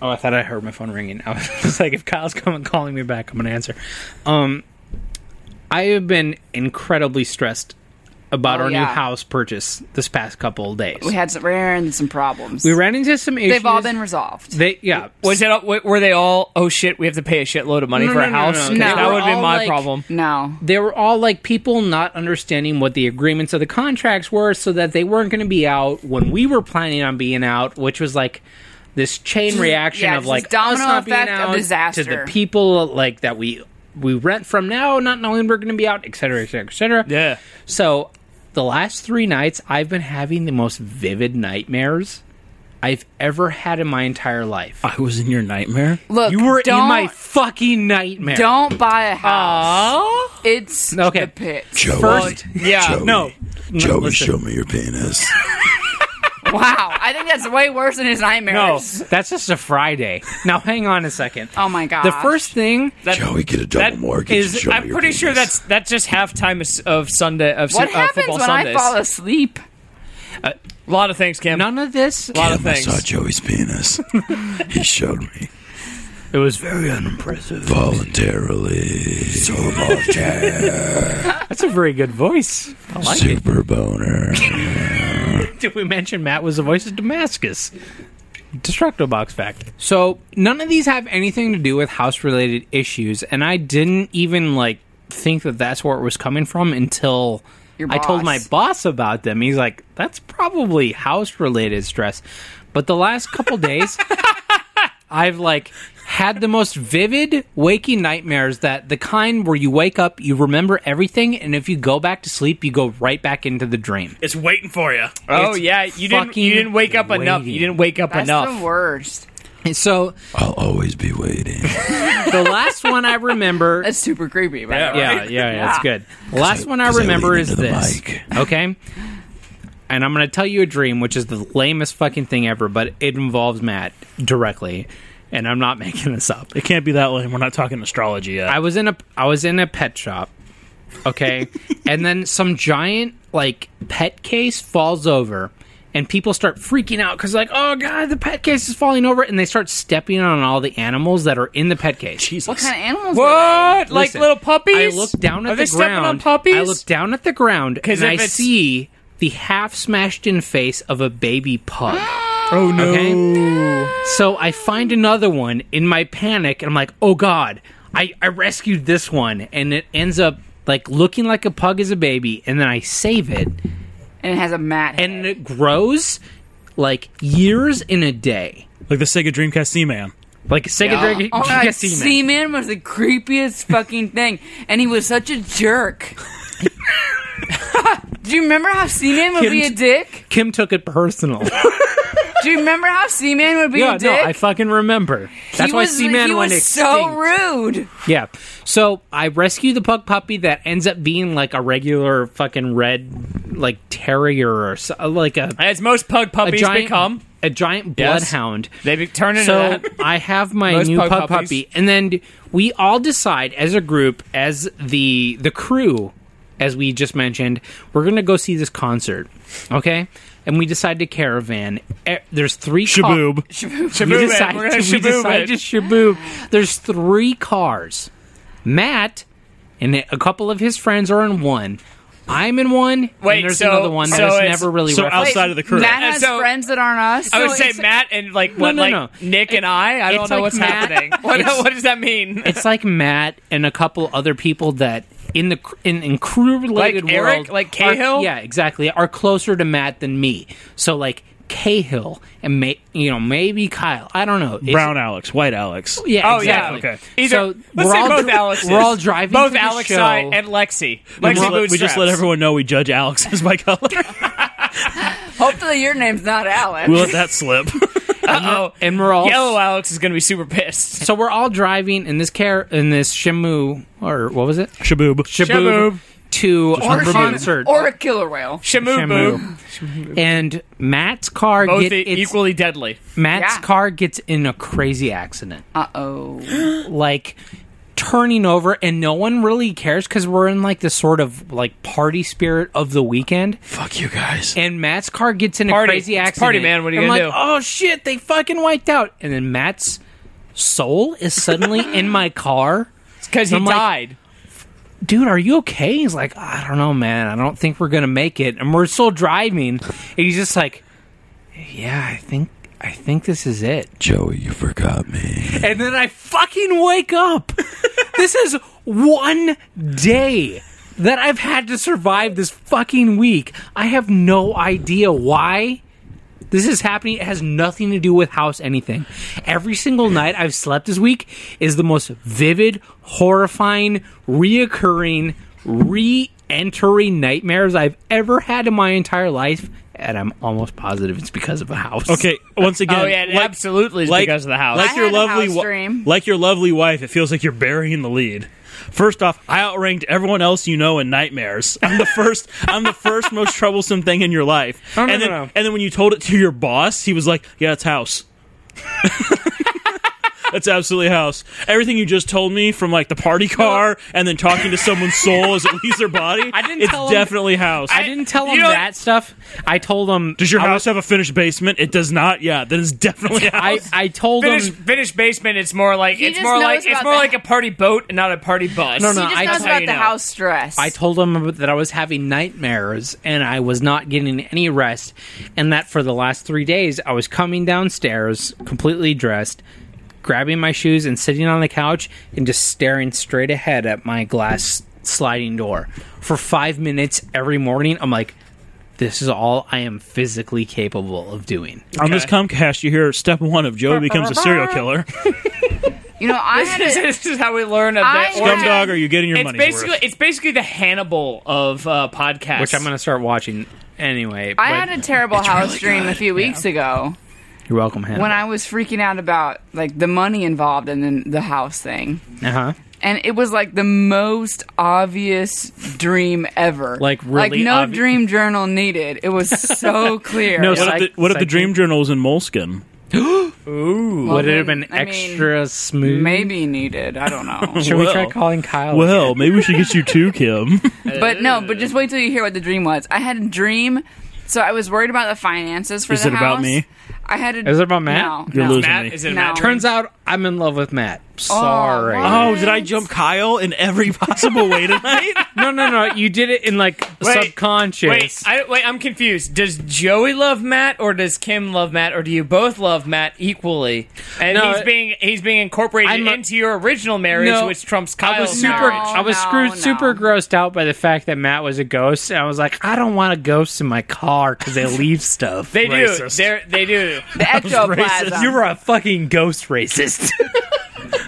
[SPEAKER 4] oh, I thought I heard my phone ringing. I was like, if Kyle's coming calling me back, I'm gonna answer. Um, I have been incredibly stressed about
[SPEAKER 2] Oh,
[SPEAKER 4] our new
[SPEAKER 2] yeah.
[SPEAKER 4] house purchase this past couple of days.
[SPEAKER 2] We
[SPEAKER 4] We,
[SPEAKER 2] had some, we ran into some problems.
[SPEAKER 4] ran into some issues.
[SPEAKER 2] They've all been resolved.
[SPEAKER 4] They yeah.
[SPEAKER 1] Was it? w- Were they all? Oh shit! We have to pay a shitload of money
[SPEAKER 4] No,
[SPEAKER 1] for
[SPEAKER 4] no,
[SPEAKER 1] a
[SPEAKER 4] no,
[SPEAKER 1] house.
[SPEAKER 4] no,
[SPEAKER 1] 'Cause
[SPEAKER 4] no.
[SPEAKER 1] That
[SPEAKER 4] We're
[SPEAKER 1] would have
[SPEAKER 4] all
[SPEAKER 1] been my
[SPEAKER 4] like-
[SPEAKER 1] problem.
[SPEAKER 2] no.
[SPEAKER 4] they were all like people not understanding what the agreements of the contracts were so that they weren't going to be out when we were planning on being out which was like this chain reaction
[SPEAKER 2] yeah,
[SPEAKER 4] of
[SPEAKER 2] just
[SPEAKER 4] like
[SPEAKER 2] this domino
[SPEAKER 4] us not being
[SPEAKER 2] effect of
[SPEAKER 4] out
[SPEAKER 2] disaster.
[SPEAKER 4] to the people like that we we rent from now not knowing we're going to be out et cetera, et cetera, et cetera.
[SPEAKER 6] Yeah.
[SPEAKER 4] so the last three nights i've been having the most vivid nightmares i've ever had in my entire life
[SPEAKER 6] I was in your nightmare.
[SPEAKER 2] Look,
[SPEAKER 4] you were
[SPEAKER 2] don't,
[SPEAKER 4] in my fucking nightmare
[SPEAKER 2] don't buy a house. It's
[SPEAKER 4] Okay.
[SPEAKER 2] the pit.
[SPEAKER 4] first
[SPEAKER 1] Yeah.
[SPEAKER 4] no
[SPEAKER 9] Joey,
[SPEAKER 4] listen.
[SPEAKER 9] show me your penis.
[SPEAKER 2] Wow, I think that's way worse than his
[SPEAKER 4] No,
[SPEAKER 2] nightmares.
[SPEAKER 4] that's just a Friday. Now, hang on a second.
[SPEAKER 2] Oh my god.
[SPEAKER 4] the first thing that
[SPEAKER 9] Joey, get a double
[SPEAKER 1] That
[SPEAKER 9] mortgage. and
[SPEAKER 1] is.
[SPEAKER 9] show me
[SPEAKER 1] I'm
[SPEAKER 9] your
[SPEAKER 1] pretty sure that's
[SPEAKER 9] penis.
[SPEAKER 1] that's just halftime is- of Sunday of
[SPEAKER 2] What
[SPEAKER 1] uh,
[SPEAKER 2] happens
[SPEAKER 1] football
[SPEAKER 2] when
[SPEAKER 1] Sundays.
[SPEAKER 2] I fall asleep?
[SPEAKER 1] A lot of things, Kim.
[SPEAKER 4] none of this.
[SPEAKER 1] a lot of
[SPEAKER 9] Damn, I
[SPEAKER 1] things.
[SPEAKER 9] saw Joey's penis. he showed me
[SPEAKER 6] It was very unimpressive.
[SPEAKER 9] voluntarily. Super chair,
[SPEAKER 4] That's a very good voice.
[SPEAKER 9] super boner.
[SPEAKER 4] Did we mention Matt was the voice of Damascus? Destructo box fact. So none of these have anything to do with house related issues, and I didn't even like think that that's where it was coming from until
[SPEAKER 2] Your
[SPEAKER 4] I told
[SPEAKER 2] boss.
[SPEAKER 4] my boss about them. He's like, "That's probably house related stress," but the last couple days. I've like had the most vivid waking nightmares that the kind where you wake up, you remember everything, and if you go back to sleep, you go right back into the dream.
[SPEAKER 6] It's waiting for you.
[SPEAKER 1] Oh
[SPEAKER 4] It's
[SPEAKER 1] yeah, you didn't.
[SPEAKER 4] fucking
[SPEAKER 1] You didn't wake up enough. You
[SPEAKER 4] waiting.
[SPEAKER 1] didn't wake up
[SPEAKER 2] That's the
[SPEAKER 1] enough.
[SPEAKER 2] worst.
[SPEAKER 4] And so
[SPEAKER 9] I'll always be waiting.
[SPEAKER 4] the last one I remember.
[SPEAKER 2] That's super creepy, right?
[SPEAKER 4] yeah, yeah, yeah, that's good. The last one I
[SPEAKER 9] 'cause I
[SPEAKER 4] remember
[SPEAKER 9] lean
[SPEAKER 4] is
[SPEAKER 9] into the
[SPEAKER 4] this.
[SPEAKER 9] mic.
[SPEAKER 4] Okay. And I'm going to tell you a dream, which is the lamest fucking thing ever, but it involves Matt directly. And I'm not making this up.
[SPEAKER 6] It can't be that lame. We're not talking astrology yet.
[SPEAKER 4] I was in a I was in a pet shop, okay, and then some giant like pet case falls over, and people start freaking out because like oh god the pet case is falling over, and they start stepping on all the animals that are in the pet case.
[SPEAKER 2] What kind of animals? were
[SPEAKER 1] What? like
[SPEAKER 4] Listen,
[SPEAKER 1] little puppies?
[SPEAKER 4] I look down at
[SPEAKER 1] Are
[SPEAKER 4] the
[SPEAKER 1] they stepping
[SPEAKER 4] ground.
[SPEAKER 1] on puppies?
[SPEAKER 4] I look down at the ground
[SPEAKER 1] 'Cause
[SPEAKER 4] and I
[SPEAKER 1] if it's-
[SPEAKER 4] see the half smashed in face of a baby pug.
[SPEAKER 1] oh no!
[SPEAKER 4] Okay. So I find another one in my panic, and I'm like, oh god, I, I rescued this one, and it ends up like looking like a pug as a baby, and then I save it,
[SPEAKER 2] they? And it has a mat. head.
[SPEAKER 4] and it grows like years in a day.
[SPEAKER 6] like the Sega Dreamcast C-Man.
[SPEAKER 4] Like Sega Dragon
[SPEAKER 2] Oh my god,
[SPEAKER 4] Seaman.
[SPEAKER 2] Seaman was the creepiest fucking thing, and he was such a jerk. Do you remember how Seaman would be a dick?
[SPEAKER 4] Kim took it personal.
[SPEAKER 2] Do you remember how Seaman would be
[SPEAKER 4] yeah,
[SPEAKER 2] a dick?
[SPEAKER 4] no, I fucking remember. That's
[SPEAKER 2] he
[SPEAKER 4] why
[SPEAKER 2] was,
[SPEAKER 4] Seaman
[SPEAKER 2] he
[SPEAKER 4] went
[SPEAKER 2] was
[SPEAKER 4] extinct.
[SPEAKER 2] so rude.
[SPEAKER 4] Yeah. So I rescue the pug puppy that ends up being like a regular fucking red, like terrier or so, uh, like a,
[SPEAKER 1] As most pug
[SPEAKER 4] a
[SPEAKER 1] puppies
[SPEAKER 4] giant
[SPEAKER 1] become,
[SPEAKER 4] a giant
[SPEAKER 1] Yes.
[SPEAKER 4] bloodhound.
[SPEAKER 1] they be, turn into
[SPEAKER 4] So
[SPEAKER 1] that.
[SPEAKER 4] I have my
[SPEAKER 1] Most
[SPEAKER 4] new
[SPEAKER 1] pug
[SPEAKER 4] pug,
[SPEAKER 1] puppies.
[SPEAKER 4] puppy, and then we all decide as a group, as the the crew, as we just mentioned, we're gonna go see this concert. Okay, and we decided to caravan. E- There's three ca-
[SPEAKER 3] Shaboob.
[SPEAKER 4] we
[SPEAKER 1] Shaboob it.
[SPEAKER 4] decided,
[SPEAKER 1] We're gonna
[SPEAKER 4] we
[SPEAKER 1] shaboob
[SPEAKER 4] decided
[SPEAKER 1] it.
[SPEAKER 4] to shaboob. There's three cars. Matt and a couple of his friends are in one. I'm in one.
[SPEAKER 1] Wait,
[SPEAKER 4] and there's
[SPEAKER 1] so-
[SPEAKER 4] another one
[SPEAKER 1] so
[SPEAKER 4] that is
[SPEAKER 1] it's-
[SPEAKER 4] never really
[SPEAKER 3] so
[SPEAKER 4] referenced.
[SPEAKER 3] outside of the crew.
[SPEAKER 2] Matt has
[SPEAKER 1] So-
[SPEAKER 2] friends that aren't us.
[SPEAKER 1] I would
[SPEAKER 2] So
[SPEAKER 1] say
[SPEAKER 2] it's-
[SPEAKER 1] Matt and like what
[SPEAKER 4] no,
[SPEAKER 1] like
[SPEAKER 4] no.
[SPEAKER 1] Nick and I. I
[SPEAKER 4] it's
[SPEAKER 1] don't know
[SPEAKER 4] like
[SPEAKER 1] what's
[SPEAKER 4] Matt-
[SPEAKER 1] happening. What,
[SPEAKER 4] it's-
[SPEAKER 1] what does that mean?
[SPEAKER 4] it's like Matt and a couple other people that in the cr- in, in crew related
[SPEAKER 1] Like Eric?
[SPEAKER 4] world,
[SPEAKER 1] Like
[SPEAKER 4] are-
[SPEAKER 1] Cahill?
[SPEAKER 4] yeah, exactly, are closer to Matt than me. So like Cahill and may, you know maybe Kyle. I don't know. It's-
[SPEAKER 3] Brown Alex, white Alex.
[SPEAKER 4] Yeah.
[SPEAKER 1] Oh
[SPEAKER 4] exactly.
[SPEAKER 1] yeah.
[SPEAKER 3] Okay.
[SPEAKER 1] Either
[SPEAKER 4] So
[SPEAKER 1] let's
[SPEAKER 4] we're
[SPEAKER 1] say
[SPEAKER 4] all
[SPEAKER 1] both
[SPEAKER 4] dri-
[SPEAKER 1] Alexes.
[SPEAKER 4] we're all driving
[SPEAKER 1] Both
[SPEAKER 4] to the
[SPEAKER 1] Alexi
[SPEAKER 4] show.
[SPEAKER 1] and Lexi.
[SPEAKER 3] We,
[SPEAKER 1] Lexi
[SPEAKER 3] just let, we just let
[SPEAKER 1] Bootstraps.
[SPEAKER 3] everyone know we judge Alex as by color.
[SPEAKER 2] Hopefully, your name's not Alex.
[SPEAKER 3] we let that slip.
[SPEAKER 1] Uh-oh.
[SPEAKER 4] and we're all
[SPEAKER 1] Yellow Alex is going to be super pissed.
[SPEAKER 4] So we're all driving in this car in this Shamu or what was it?
[SPEAKER 3] Shaboob.
[SPEAKER 1] Shaboob.
[SPEAKER 4] to
[SPEAKER 2] or,
[SPEAKER 4] our
[SPEAKER 2] a
[SPEAKER 4] concert.
[SPEAKER 2] or a killer whale.
[SPEAKER 1] Shamu Boo.
[SPEAKER 4] Shamu. And Matt's car
[SPEAKER 1] Both
[SPEAKER 4] get,
[SPEAKER 1] e-
[SPEAKER 4] it's-
[SPEAKER 1] equally deadly.
[SPEAKER 4] Matt's
[SPEAKER 2] Yeah.
[SPEAKER 4] car gets in a crazy accident.
[SPEAKER 2] Uh oh.
[SPEAKER 4] like turning over and no one really cares because we're in like this sort of like party spirit of the weekend
[SPEAKER 9] Fuck you guys.
[SPEAKER 4] and matt's car gets in a
[SPEAKER 1] Party.
[SPEAKER 4] crazy
[SPEAKER 1] It's
[SPEAKER 4] accident
[SPEAKER 1] party, man. What are you
[SPEAKER 4] I'm
[SPEAKER 1] gonna
[SPEAKER 4] like,
[SPEAKER 1] do?
[SPEAKER 4] oh shit they fucking wiped out and then matt's soul is suddenly in my car
[SPEAKER 1] Because he
[SPEAKER 4] I'm like-
[SPEAKER 1] died.
[SPEAKER 4] dude are you okay he's like i don't know man i don't think we're gonna make it and we're still driving and he's just like yeah i think i think this is it
[SPEAKER 9] Joey, you forgot me.
[SPEAKER 4] and then I fucking wake up. this is one day that I've had to survive this fucking week. I have no idea why this is happening. It has nothing to do with house anything. Every single night I've slept this week is the most vivid, horrifying, reoccurring, re entering nightmares I've ever had in my entire life. And I'm almost positive it's because of a house.
[SPEAKER 3] Okay, once again.
[SPEAKER 1] Oh yeah, it absolutely is
[SPEAKER 3] like-
[SPEAKER 1] because of the house.
[SPEAKER 3] Like
[SPEAKER 2] I
[SPEAKER 3] your
[SPEAKER 2] had a
[SPEAKER 3] lovely
[SPEAKER 2] house
[SPEAKER 3] wi-
[SPEAKER 2] dream.
[SPEAKER 3] like your lovely wife, it feels like you're burying the lead. First off, I outranked everyone else you know in nightmares. I'm the first. I'm the first most troublesome thing in your life.
[SPEAKER 4] Oh, no,
[SPEAKER 3] and
[SPEAKER 4] no,
[SPEAKER 3] then,
[SPEAKER 4] no.
[SPEAKER 3] and then when you told it to your boss, he was like, "Yeah, it's house." That's absolutely house. Everything you just told me, from like the party car and then talking to someone's soul as it leaves their body, I
[SPEAKER 4] didn't
[SPEAKER 3] it's
[SPEAKER 4] tell him-
[SPEAKER 3] definitely house.
[SPEAKER 4] I didn't tell
[SPEAKER 1] You
[SPEAKER 4] him
[SPEAKER 1] know-
[SPEAKER 4] that stuff. I told him.
[SPEAKER 3] Does your
[SPEAKER 4] I
[SPEAKER 3] house have a finished basement? It does not. Yeah, that is definitely house.
[SPEAKER 4] I, I told
[SPEAKER 1] Finish,
[SPEAKER 4] him.
[SPEAKER 1] finish basement. It's more like
[SPEAKER 2] He
[SPEAKER 1] it's
[SPEAKER 2] just
[SPEAKER 1] more
[SPEAKER 2] knows
[SPEAKER 1] like it's
[SPEAKER 2] about
[SPEAKER 1] more
[SPEAKER 2] the-
[SPEAKER 1] like a party boat and not a party bus.
[SPEAKER 4] No, no,
[SPEAKER 2] He just
[SPEAKER 4] I-
[SPEAKER 2] knows
[SPEAKER 4] That's
[SPEAKER 1] how
[SPEAKER 2] about
[SPEAKER 1] you
[SPEAKER 2] the
[SPEAKER 1] know.
[SPEAKER 2] house stress.
[SPEAKER 4] I told him that I was having nightmares and I was not getting any rest, and that for the last three days I was coming downstairs completely dressed, grabbing my shoes and sitting on the couch and just staring straight ahead at my glass sliding door for five minutes every morning. I'm like, this is all I am physically capable of doing.
[SPEAKER 3] On this Comcast, you hear step one of Joey becomes a serial killer.
[SPEAKER 2] you know, I had
[SPEAKER 1] this,
[SPEAKER 2] a,
[SPEAKER 1] is, this is how we learn a
[SPEAKER 2] I-
[SPEAKER 1] bit.
[SPEAKER 2] Scum
[SPEAKER 1] It's
[SPEAKER 3] Dog, are you getting your
[SPEAKER 1] it's
[SPEAKER 3] money's
[SPEAKER 1] basically
[SPEAKER 3] worth?
[SPEAKER 1] it's basically the Hannibal of uh, podcasts.
[SPEAKER 4] Which I'm going to start watching anyway.
[SPEAKER 2] I
[SPEAKER 4] but-
[SPEAKER 2] had a terrible house dream a few weeks ago
[SPEAKER 4] You're welcome, Hannah.
[SPEAKER 2] when I was freaking out about like the money involved in the, the house thing.
[SPEAKER 4] uh huh.
[SPEAKER 2] And it was like the most obvious dream ever.
[SPEAKER 4] Like, really
[SPEAKER 2] no
[SPEAKER 4] obvi-
[SPEAKER 2] dream journal needed. It was so clear.
[SPEAKER 4] No,
[SPEAKER 3] What if, the, what if the dream journal was in moleskin?
[SPEAKER 2] Well,
[SPEAKER 4] Would it have
[SPEAKER 2] then,
[SPEAKER 4] been
[SPEAKER 2] I mean,
[SPEAKER 4] extra smooth?
[SPEAKER 2] maybe needed. I don't know.
[SPEAKER 4] Should we try
[SPEAKER 3] Well.
[SPEAKER 4] calling Kyle?
[SPEAKER 3] Well, maybe we should get you two, Kim.
[SPEAKER 2] But no, but just wait till you hear what the dream was. I had a dream, so I was worried about the finances for
[SPEAKER 3] Is
[SPEAKER 2] the
[SPEAKER 3] it about
[SPEAKER 2] house.
[SPEAKER 3] me?
[SPEAKER 2] I had a.
[SPEAKER 4] Is it about Matt?
[SPEAKER 2] No,
[SPEAKER 3] You're
[SPEAKER 2] no.
[SPEAKER 3] losing
[SPEAKER 1] Matt
[SPEAKER 3] me.
[SPEAKER 1] is it
[SPEAKER 2] No.
[SPEAKER 1] Matt?
[SPEAKER 4] Turns out I'm in love with Matt. Sorry.
[SPEAKER 2] wow.
[SPEAKER 3] Oh, did I jump Kyle in every possible way tonight?
[SPEAKER 4] no, no, no. You did it in like
[SPEAKER 1] Wait,
[SPEAKER 4] subconscious.
[SPEAKER 1] Wait, I, wait, I'm confused. Does Joey love Matt, or does Kim love Matt, or do you both love Matt equally? And
[SPEAKER 4] No,
[SPEAKER 1] he's
[SPEAKER 4] it-
[SPEAKER 1] being he's being incorporated
[SPEAKER 4] I'm a-
[SPEAKER 1] into your original marriage,
[SPEAKER 4] No,
[SPEAKER 1] which trumps
[SPEAKER 4] I
[SPEAKER 1] Kyle's
[SPEAKER 4] was super.
[SPEAKER 1] marriage.
[SPEAKER 4] I was
[SPEAKER 2] No,
[SPEAKER 4] screwed,
[SPEAKER 2] no.
[SPEAKER 4] super grossed out by the fact that Matt was a ghost, and I was like, I don't want a ghost in my car because they leave stuff.
[SPEAKER 1] They do.
[SPEAKER 3] Racist.
[SPEAKER 1] They're, they do.
[SPEAKER 2] The ectoplasm.
[SPEAKER 4] you were a fucking ghost racist.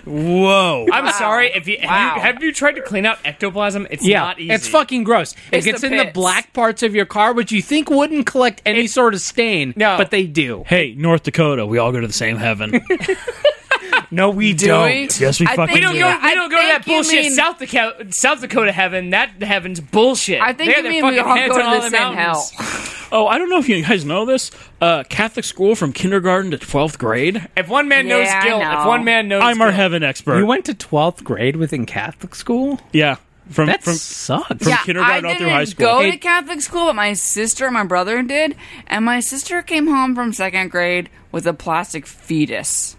[SPEAKER 3] Whoa.
[SPEAKER 1] I'm sorry if you have,
[SPEAKER 2] Wow.
[SPEAKER 1] you have you tried to clean out ectoplasm. It's
[SPEAKER 4] yeah,
[SPEAKER 1] not easy.
[SPEAKER 4] it's fucking gross.
[SPEAKER 2] It's
[SPEAKER 4] it gets
[SPEAKER 2] the
[SPEAKER 4] in the
[SPEAKER 2] pits.
[SPEAKER 4] black parts of your car, which you think wouldn't collect any sort of stain.
[SPEAKER 1] No.
[SPEAKER 4] but they do.
[SPEAKER 3] Hey, North Dakota, we all go to the same heaven.
[SPEAKER 4] No, we
[SPEAKER 2] Do
[SPEAKER 4] don't.
[SPEAKER 2] we?
[SPEAKER 3] yes, we
[SPEAKER 2] I
[SPEAKER 3] fucking
[SPEAKER 2] think
[SPEAKER 1] We don't
[SPEAKER 3] do.
[SPEAKER 1] go.
[SPEAKER 2] Yeah,
[SPEAKER 1] We
[SPEAKER 2] I
[SPEAKER 1] don't go to that
[SPEAKER 2] think you
[SPEAKER 1] bullshit
[SPEAKER 2] mean-
[SPEAKER 1] South Dakota, South Dakota heaven. That heaven's bullshit.
[SPEAKER 2] I think
[SPEAKER 1] They
[SPEAKER 2] you
[SPEAKER 1] have their
[SPEAKER 2] mean we
[SPEAKER 1] fucking
[SPEAKER 2] all
[SPEAKER 1] heads
[SPEAKER 2] go
[SPEAKER 1] on
[SPEAKER 2] to the
[SPEAKER 1] them
[SPEAKER 2] same hell.
[SPEAKER 1] mountains.
[SPEAKER 3] Oh, I don't know if you guys know this. Uh, Catholic school from kindergarten to 12th grade.
[SPEAKER 1] If one man
[SPEAKER 2] Yeah,
[SPEAKER 1] knows
[SPEAKER 2] I
[SPEAKER 1] guilt,
[SPEAKER 2] know.
[SPEAKER 1] if one man knows,
[SPEAKER 3] I'm our
[SPEAKER 1] guilt-
[SPEAKER 3] heaven expert.
[SPEAKER 4] You went to 12th grade within Catholic school?
[SPEAKER 3] yeah. From
[SPEAKER 4] That
[SPEAKER 3] from
[SPEAKER 4] sucks.
[SPEAKER 3] from
[SPEAKER 2] yeah,
[SPEAKER 3] kindergarten
[SPEAKER 2] I
[SPEAKER 3] all
[SPEAKER 2] didn't
[SPEAKER 3] through high school.
[SPEAKER 2] go to
[SPEAKER 4] It-
[SPEAKER 2] Catholic school, but my sister and my brother did. And my sister came home from second grade with a plastic fetus.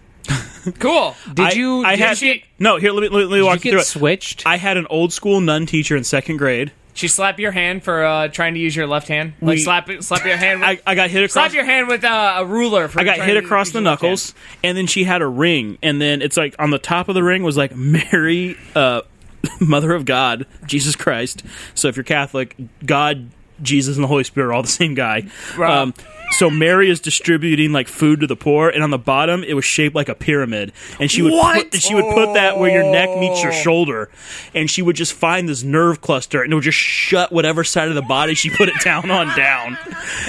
[SPEAKER 1] Cool.
[SPEAKER 4] Did
[SPEAKER 3] I-
[SPEAKER 4] you?
[SPEAKER 3] I
[SPEAKER 4] did
[SPEAKER 3] had
[SPEAKER 4] you,
[SPEAKER 3] no. Here, let me let me walk
[SPEAKER 4] did you
[SPEAKER 3] through
[SPEAKER 4] get
[SPEAKER 3] it.
[SPEAKER 4] switched?
[SPEAKER 3] I had an old school nun teacher in second grade.
[SPEAKER 1] She slap your hand for uh, trying to use your left hand. Like
[SPEAKER 3] We-
[SPEAKER 1] slap slap your hand. With,
[SPEAKER 3] I, I got hit across.
[SPEAKER 1] slap your hand with uh, a ruler. For
[SPEAKER 3] I got
[SPEAKER 1] trying
[SPEAKER 3] hit
[SPEAKER 1] to
[SPEAKER 3] across
[SPEAKER 1] use
[SPEAKER 3] the
[SPEAKER 1] your left hand.
[SPEAKER 3] knuckles, and then she had a ring, and then it's like on the top of the ring was like Mary, uh, Mother of God, Jesus Christ. So if you're Catholic, God, Jesus, and the Holy Spirit are all the same guy. Um, so Mary is distributing like food to the poor, and on the bottom it was shaped like a pyramid, and she would Put, she would put that where your neck meets
[SPEAKER 1] Oh.
[SPEAKER 3] your shoulder, and she would just find this nerve cluster, and it would just shut whatever side of the body she put it down on down.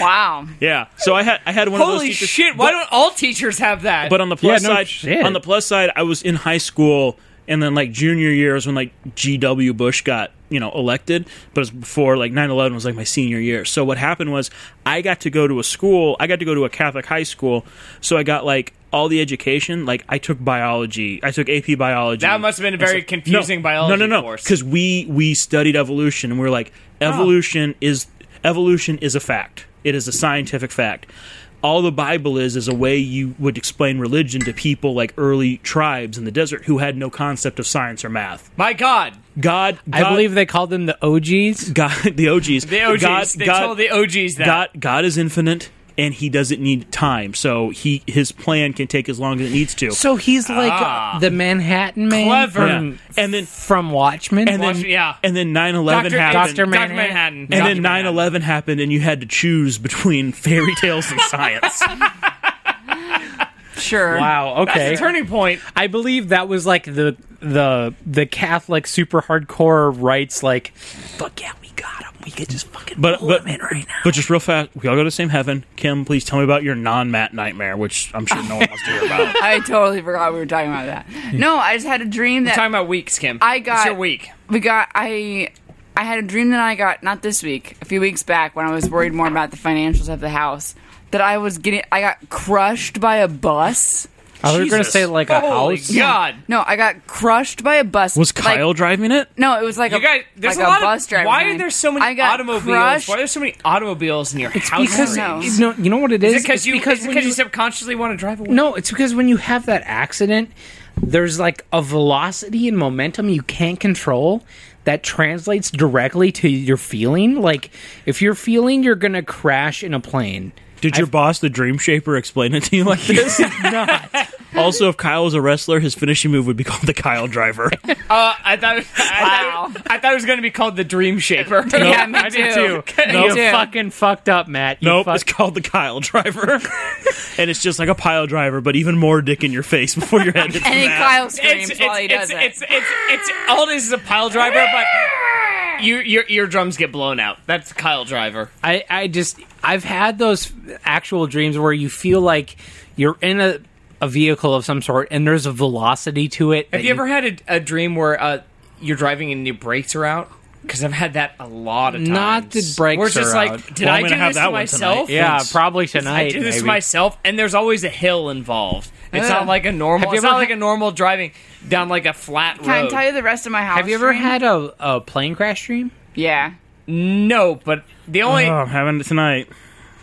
[SPEAKER 2] Wow.
[SPEAKER 3] Yeah. So I had I had one of those
[SPEAKER 1] Holy
[SPEAKER 3] teachers-
[SPEAKER 1] shit! Why don't all teachers have that?
[SPEAKER 3] but um, on the plus
[SPEAKER 4] Yeah, no
[SPEAKER 3] side,
[SPEAKER 4] shit.
[SPEAKER 3] on the plus side, I was in high school, and then like junior year is when like G.W. Bush got you know elected, but it was before like 9-11 was like my senior year. So what happened was I got to go to a school, I got to go to a Catholic high school, so I got like all the education. Like I took biology, I took AP biology.
[SPEAKER 1] That must have been a
[SPEAKER 3] And
[SPEAKER 1] very confusing biology
[SPEAKER 3] No, no, no,
[SPEAKER 1] course.
[SPEAKER 3] because we we studied evolution, and we are like evolution is evolution is a fact. It is a scientific fact. All the Bible is is a way you would explain religion to people like early tribes in the desert who had no concept of science or math.
[SPEAKER 1] my God,
[SPEAKER 3] God,
[SPEAKER 4] I
[SPEAKER 3] God-
[SPEAKER 4] believe they called them the OGs.
[SPEAKER 3] God, the OGs,
[SPEAKER 1] the OGs.
[SPEAKER 3] God,
[SPEAKER 1] they
[SPEAKER 3] God-
[SPEAKER 1] told the OGs that.
[SPEAKER 3] God, God is infinite, and He doesn't need time. So He His plan can take as long as it needs to.
[SPEAKER 4] So he's like the Manhattan man.
[SPEAKER 1] Clever.
[SPEAKER 4] From,
[SPEAKER 3] and then
[SPEAKER 4] from Watchmen.
[SPEAKER 3] and then
[SPEAKER 1] Watch- yeah.
[SPEAKER 3] and then 9-11
[SPEAKER 1] Doctor
[SPEAKER 3] happened.
[SPEAKER 1] Doctor
[SPEAKER 4] Dr.
[SPEAKER 1] Manhattan.
[SPEAKER 4] Manhattan.
[SPEAKER 3] and then
[SPEAKER 1] Dr.
[SPEAKER 3] 9
[SPEAKER 1] Manhattan.
[SPEAKER 3] 11 happened, and you had to choose between fairy tales and science.
[SPEAKER 2] Sure.
[SPEAKER 4] wow. Okay.
[SPEAKER 1] That's a turning point.
[SPEAKER 4] I believe that was like the the the Catholic super hardcore rights like fuck yeah we got him we could just fucking
[SPEAKER 3] But-
[SPEAKER 4] pull
[SPEAKER 3] but-
[SPEAKER 4] him in right now.
[SPEAKER 3] but just real fast, we all go to the same heaven. Kim, please tell me about your non Matt nightmare, which I'm sure no one wants to hear about.
[SPEAKER 2] I totally forgot we were talking about that. No, I just had a dream that
[SPEAKER 1] Talking about weeks, Kim.
[SPEAKER 2] I
[SPEAKER 1] it's
[SPEAKER 2] got-
[SPEAKER 1] your week.
[SPEAKER 2] we got I I had a dream that I got not this week, a few weeks back when I was worried more about the financials of the house that I was getting I got crushed by a bus.
[SPEAKER 4] I was gonna
[SPEAKER 3] Jesus.
[SPEAKER 4] say like a
[SPEAKER 1] Holy
[SPEAKER 4] house
[SPEAKER 1] God!
[SPEAKER 2] No, I got crushed by a bus.
[SPEAKER 3] Was
[SPEAKER 2] Like,
[SPEAKER 3] Kyle driving it?
[SPEAKER 2] no, it was like
[SPEAKER 1] You
[SPEAKER 2] a,
[SPEAKER 1] guys, there's
[SPEAKER 2] like
[SPEAKER 1] a lot
[SPEAKER 2] bus
[SPEAKER 1] of
[SPEAKER 2] driver.
[SPEAKER 1] why
[SPEAKER 2] thing.
[SPEAKER 1] are there so many
[SPEAKER 2] I got
[SPEAKER 1] automobiles?
[SPEAKER 2] Crushed,
[SPEAKER 1] Why are there so many automobiles in your house?
[SPEAKER 4] because
[SPEAKER 2] No.
[SPEAKER 4] you know, you know what it
[SPEAKER 1] Is
[SPEAKER 4] is
[SPEAKER 1] it because you,
[SPEAKER 4] because
[SPEAKER 1] is it
[SPEAKER 4] when
[SPEAKER 1] 'cause
[SPEAKER 4] you-
[SPEAKER 1] you subconsciously want to drive away?
[SPEAKER 4] no it's because when you have that accident there's like a velocity and momentum you can't control that translates directly to your feeling like if you're feeling you're gonna crash in a plane
[SPEAKER 3] Did your boss, the Dream Shaper, explain it to you like this?
[SPEAKER 4] not
[SPEAKER 3] also, if Kyle was a wrestler, his finishing move would be called the Kyle Driver.
[SPEAKER 1] Uh, I thought. I, thought I thought it was going to be called the Dream Shaper.
[SPEAKER 2] Yeah, me
[SPEAKER 1] I did
[SPEAKER 2] too.
[SPEAKER 1] too.
[SPEAKER 2] Me
[SPEAKER 4] you
[SPEAKER 2] too.
[SPEAKER 4] fucking fucked up Matt you
[SPEAKER 3] nope,
[SPEAKER 4] fuck-
[SPEAKER 3] it's called the Kyle Driver. and it's just like a pile driver, but even more dick in your face before your head hits
[SPEAKER 2] And
[SPEAKER 3] the
[SPEAKER 2] then
[SPEAKER 3] mat.
[SPEAKER 2] Kyle
[SPEAKER 1] It's
[SPEAKER 2] screams
[SPEAKER 1] it's,
[SPEAKER 2] while he
[SPEAKER 1] it's,
[SPEAKER 2] does it.
[SPEAKER 1] it's, it's, it's, all it is is a pile driver, but you, your eardrums get blown out. That's Kyle Driver.
[SPEAKER 4] I, I just I've had those actual dreams where you feel like you're in a, a vehicle of some sort and there's a velocity to it.
[SPEAKER 1] Have you ever had a, a dream where uh, you're driving and your brakes are out? Because I've had that a lot of times.
[SPEAKER 4] Not the brakes
[SPEAKER 1] Where it's just
[SPEAKER 4] are
[SPEAKER 1] like,
[SPEAKER 4] out.
[SPEAKER 1] did
[SPEAKER 3] Well,
[SPEAKER 1] I
[SPEAKER 3] I'm
[SPEAKER 1] do
[SPEAKER 3] gonna have
[SPEAKER 1] this
[SPEAKER 3] that
[SPEAKER 1] to
[SPEAKER 3] one
[SPEAKER 1] myself?
[SPEAKER 3] tonight.
[SPEAKER 4] Yeah,
[SPEAKER 3] Thanks.
[SPEAKER 4] probably tonight.
[SPEAKER 1] I do this
[SPEAKER 4] maybe.
[SPEAKER 1] myself, and there's always a hill involved. It's
[SPEAKER 2] Yeah.
[SPEAKER 1] not like a normal.
[SPEAKER 4] Have you
[SPEAKER 1] It's
[SPEAKER 4] ever
[SPEAKER 1] not like
[SPEAKER 4] had-
[SPEAKER 1] a normal driving down like a flat road.
[SPEAKER 2] Can I tell you the rest of my house?
[SPEAKER 4] Have you ever
[SPEAKER 2] dream?
[SPEAKER 4] had a, a plane crash dream?
[SPEAKER 2] Yeah.
[SPEAKER 1] No, but the only
[SPEAKER 3] Oh, I'm having it tonight.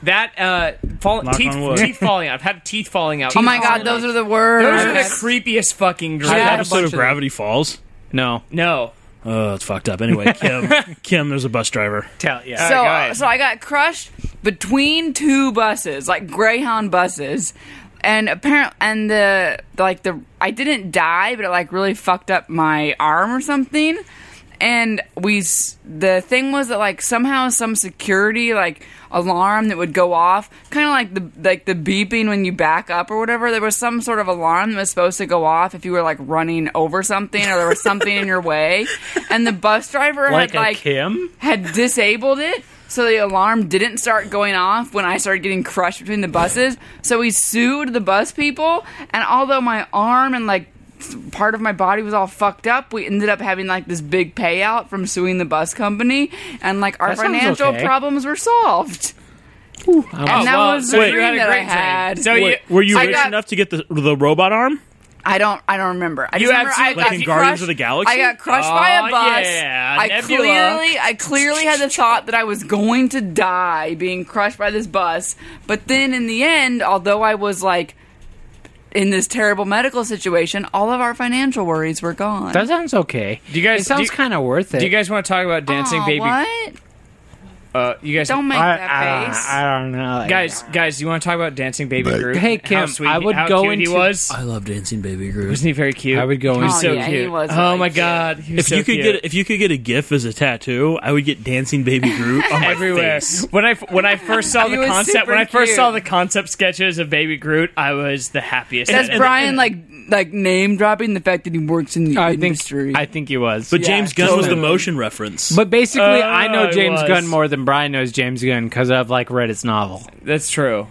[SPEAKER 1] that uh, fall,
[SPEAKER 3] Knock
[SPEAKER 1] teeth
[SPEAKER 3] on wood.
[SPEAKER 1] teeth falling out. I've had teeth falling out.
[SPEAKER 2] Oh my god, those are the words.
[SPEAKER 1] those are the creepiest fucking dreams.
[SPEAKER 4] had a
[SPEAKER 3] Episode
[SPEAKER 4] bunch
[SPEAKER 3] of
[SPEAKER 4] of
[SPEAKER 3] Gravity Falls.
[SPEAKER 4] No.
[SPEAKER 1] No,
[SPEAKER 3] Oh, it's fucked up. Anyway, Kim, Kim, there's a bus driver.
[SPEAKER 4] Tell yeah.
[SPEAKER 2] so,
[SPEAKER 1] Alright, go ahead.
[SPEAKER 2] so I got crushed between two buses, like Greyhound buses, and apparent and the like the I didn't die, but it like really fucked up my arm or something. And we s- the thing was that like somehow some security like alarm that would go off, kind of like the like the beeping when you back up or whatever. There was some sort of alarm that was supposed to go off if you were like running over something or there was something in your way. And the bus driver
[SPEAKER 4] like
[SPEAKER 2] had like
[SPEAKER 4] a Kim?
[SPEAKER 2] had disabled it so the alarm didn't start going off when I started getting crushed between the buses. So we sued the bus people, and although my arm and like s- part of my body was all fucked up, we ended up having like this big payout from suing the bus company, and like our
[SPEAKER 4] That sounds
[SPEAKER 2] financial
[SPEAKER 4] okay.
[SPEAKER 2] problems were solved.
[SPEAKER 4] I'm-
[SPEAKER 2] and that
[SPEAKER 1] well,
[SPEAKER 2] was
[SPEAKER 1] so
[SPEAKER 2] the
[SPEAKER 1] you
[SPEAKER 2] dream
[SPEAKER 1] had a
[SPEAKER 2] that I
[SPEAKER 1] great dream.
[SPEAKER 2] had.
[SPEAKER 1] So you-
[SPEAKER 3] Were you
[SPEAKER 2] I
[SPEAKER 3] rich
[SPEAKER 2] got-
[SPEAKER 3] enough to get the the robot arm?
[SPEAKER 2] I don't. I don't remember. I just
[SPEAKER 1] You
[SPEAKER 2] remember
[SPEAKER 1] absolutely-
[SPEAKER 2] I
[SPEAKER 1] Like
[SPEAKER 2] got
[SPEAKER 1] in
[SPEAKER 3] Guardians
[SPEAKER 2] crushed-
[SPEAKER 3] of the Galaxy?
[SPEAKER 2] I got crushed by
[SPEAKER 1] Aw,
[SPEAKER 2] a bus.
[SPEAKER 1] yeah,
[SPEAKER 2] I
[SPEAKER 1] Nebula.
[SPEAKER 2] clearly, I clearly had the thought that I was going to die being crushed by this bus. But then, in the end, although I was like in this terrible medical situation, all of our financial worries were gone.
[SPEAKER 4] That sounds okay.
[SPEAKER 1] Do you guys-
[SPEAKER 4] It
[SPEAKER 1] do
[SPEAKER 4] sounds
[SPEAKER 1] you-
[SPEAKER 4] kind of worth it.
[SPEAKER 1] Do you guys want to talk about dancing
[SPEAKER 2] Aw,
[SPEAKER 1] baby?
[SPEAKER 2] What?
[SPEAKER 1] Uh, you guys,
[SPEAKER 2] Don't make
[SPEAKER 4] I,
[SPEAKER 2] that face.
[SPEAKER 4] I, I don't know.
[SPEAKER 1] guys, guys, you want to talk about dancing baby Groot?
[SPEAKER 4] Hey,
[SPEAKER 1] and how
[SPEAKER 4] Kim,
[SPEAKER 1] sweet
[SPEAKER 4] I
[SPEAKER 1] he-
[SPEAKER 4] would
[SPEAKER 1] how
[SPEAKER 4] go
[SPEAKER 1] cute he
[SPEAKER 4] into-
[SPEAKER 1] was.
[SPEAKER 3] I love dancing, baby Groot.
[SPEAKER 1] Wasn't he very cute?
[SPEAKER 4] I would go
[SPEAKER 1] He was
[SPEAKER 4] Oh,
[SPEAKER 1] so
[SPEAKER 2] yeah, he
[SPEAKER 1] cute.
[SPEAKER 2] was
[SPEAKER 1] oh
[SPEAKER 2] really
[SPEAKER 1] my
[SPEAKER 2] cute.
[SPEAKER 1] god, he was
[SPEAKER 3] if
[SPEAKER 1] so
[SPEAKER 3] you could
[SPEAKER 1] cute.
[SPEAKER 3] get if you could get a GIF as a tattoo, I would get dancing baby Groot on my
[SPEAKER 1] everywhere.
[SPEAKER 3] face.
[SPEAKER 1] When I when I first saw
[SPEAKER 2] He
[SPEAKER 1] the
[SPEAKER 2] was
[SPEAKER 1] concept when
[SPEAKER 2] super
[SPEAKER 1] I first
[SPEAKER 2] cute.
[SPEAKER 1] saw the concept sketches of Baby Groot, I was the happiest.
[SPEAKER 2] That's
[SPEAKER 1] And-
[SPEAKER 2] Brian like like name dropping the fact that he works in the
[SPEAKER 4] I think
[SPEAKER 2] industry.
[SPEAKER 4] I think he was.
[SPEAKER 3] But
[SPEAKER 2] Yeah,
[SPEAKER 3] James Gunn was the
[SPEAKER 2] totally.
[SPEAKER 3] motion reference.
[SPEAKER 4] But basically,
[SPEAKER 1] Uh,
[SPEAKER 4] I know
[SPEAKER 1] it
[SPEAKER 4] James
[SPEAKER 1] was.
[SPEAKER 4] Gunn more than Brian knows James Gunn because I've like read his novel.
[SPEAKER 1] That's true.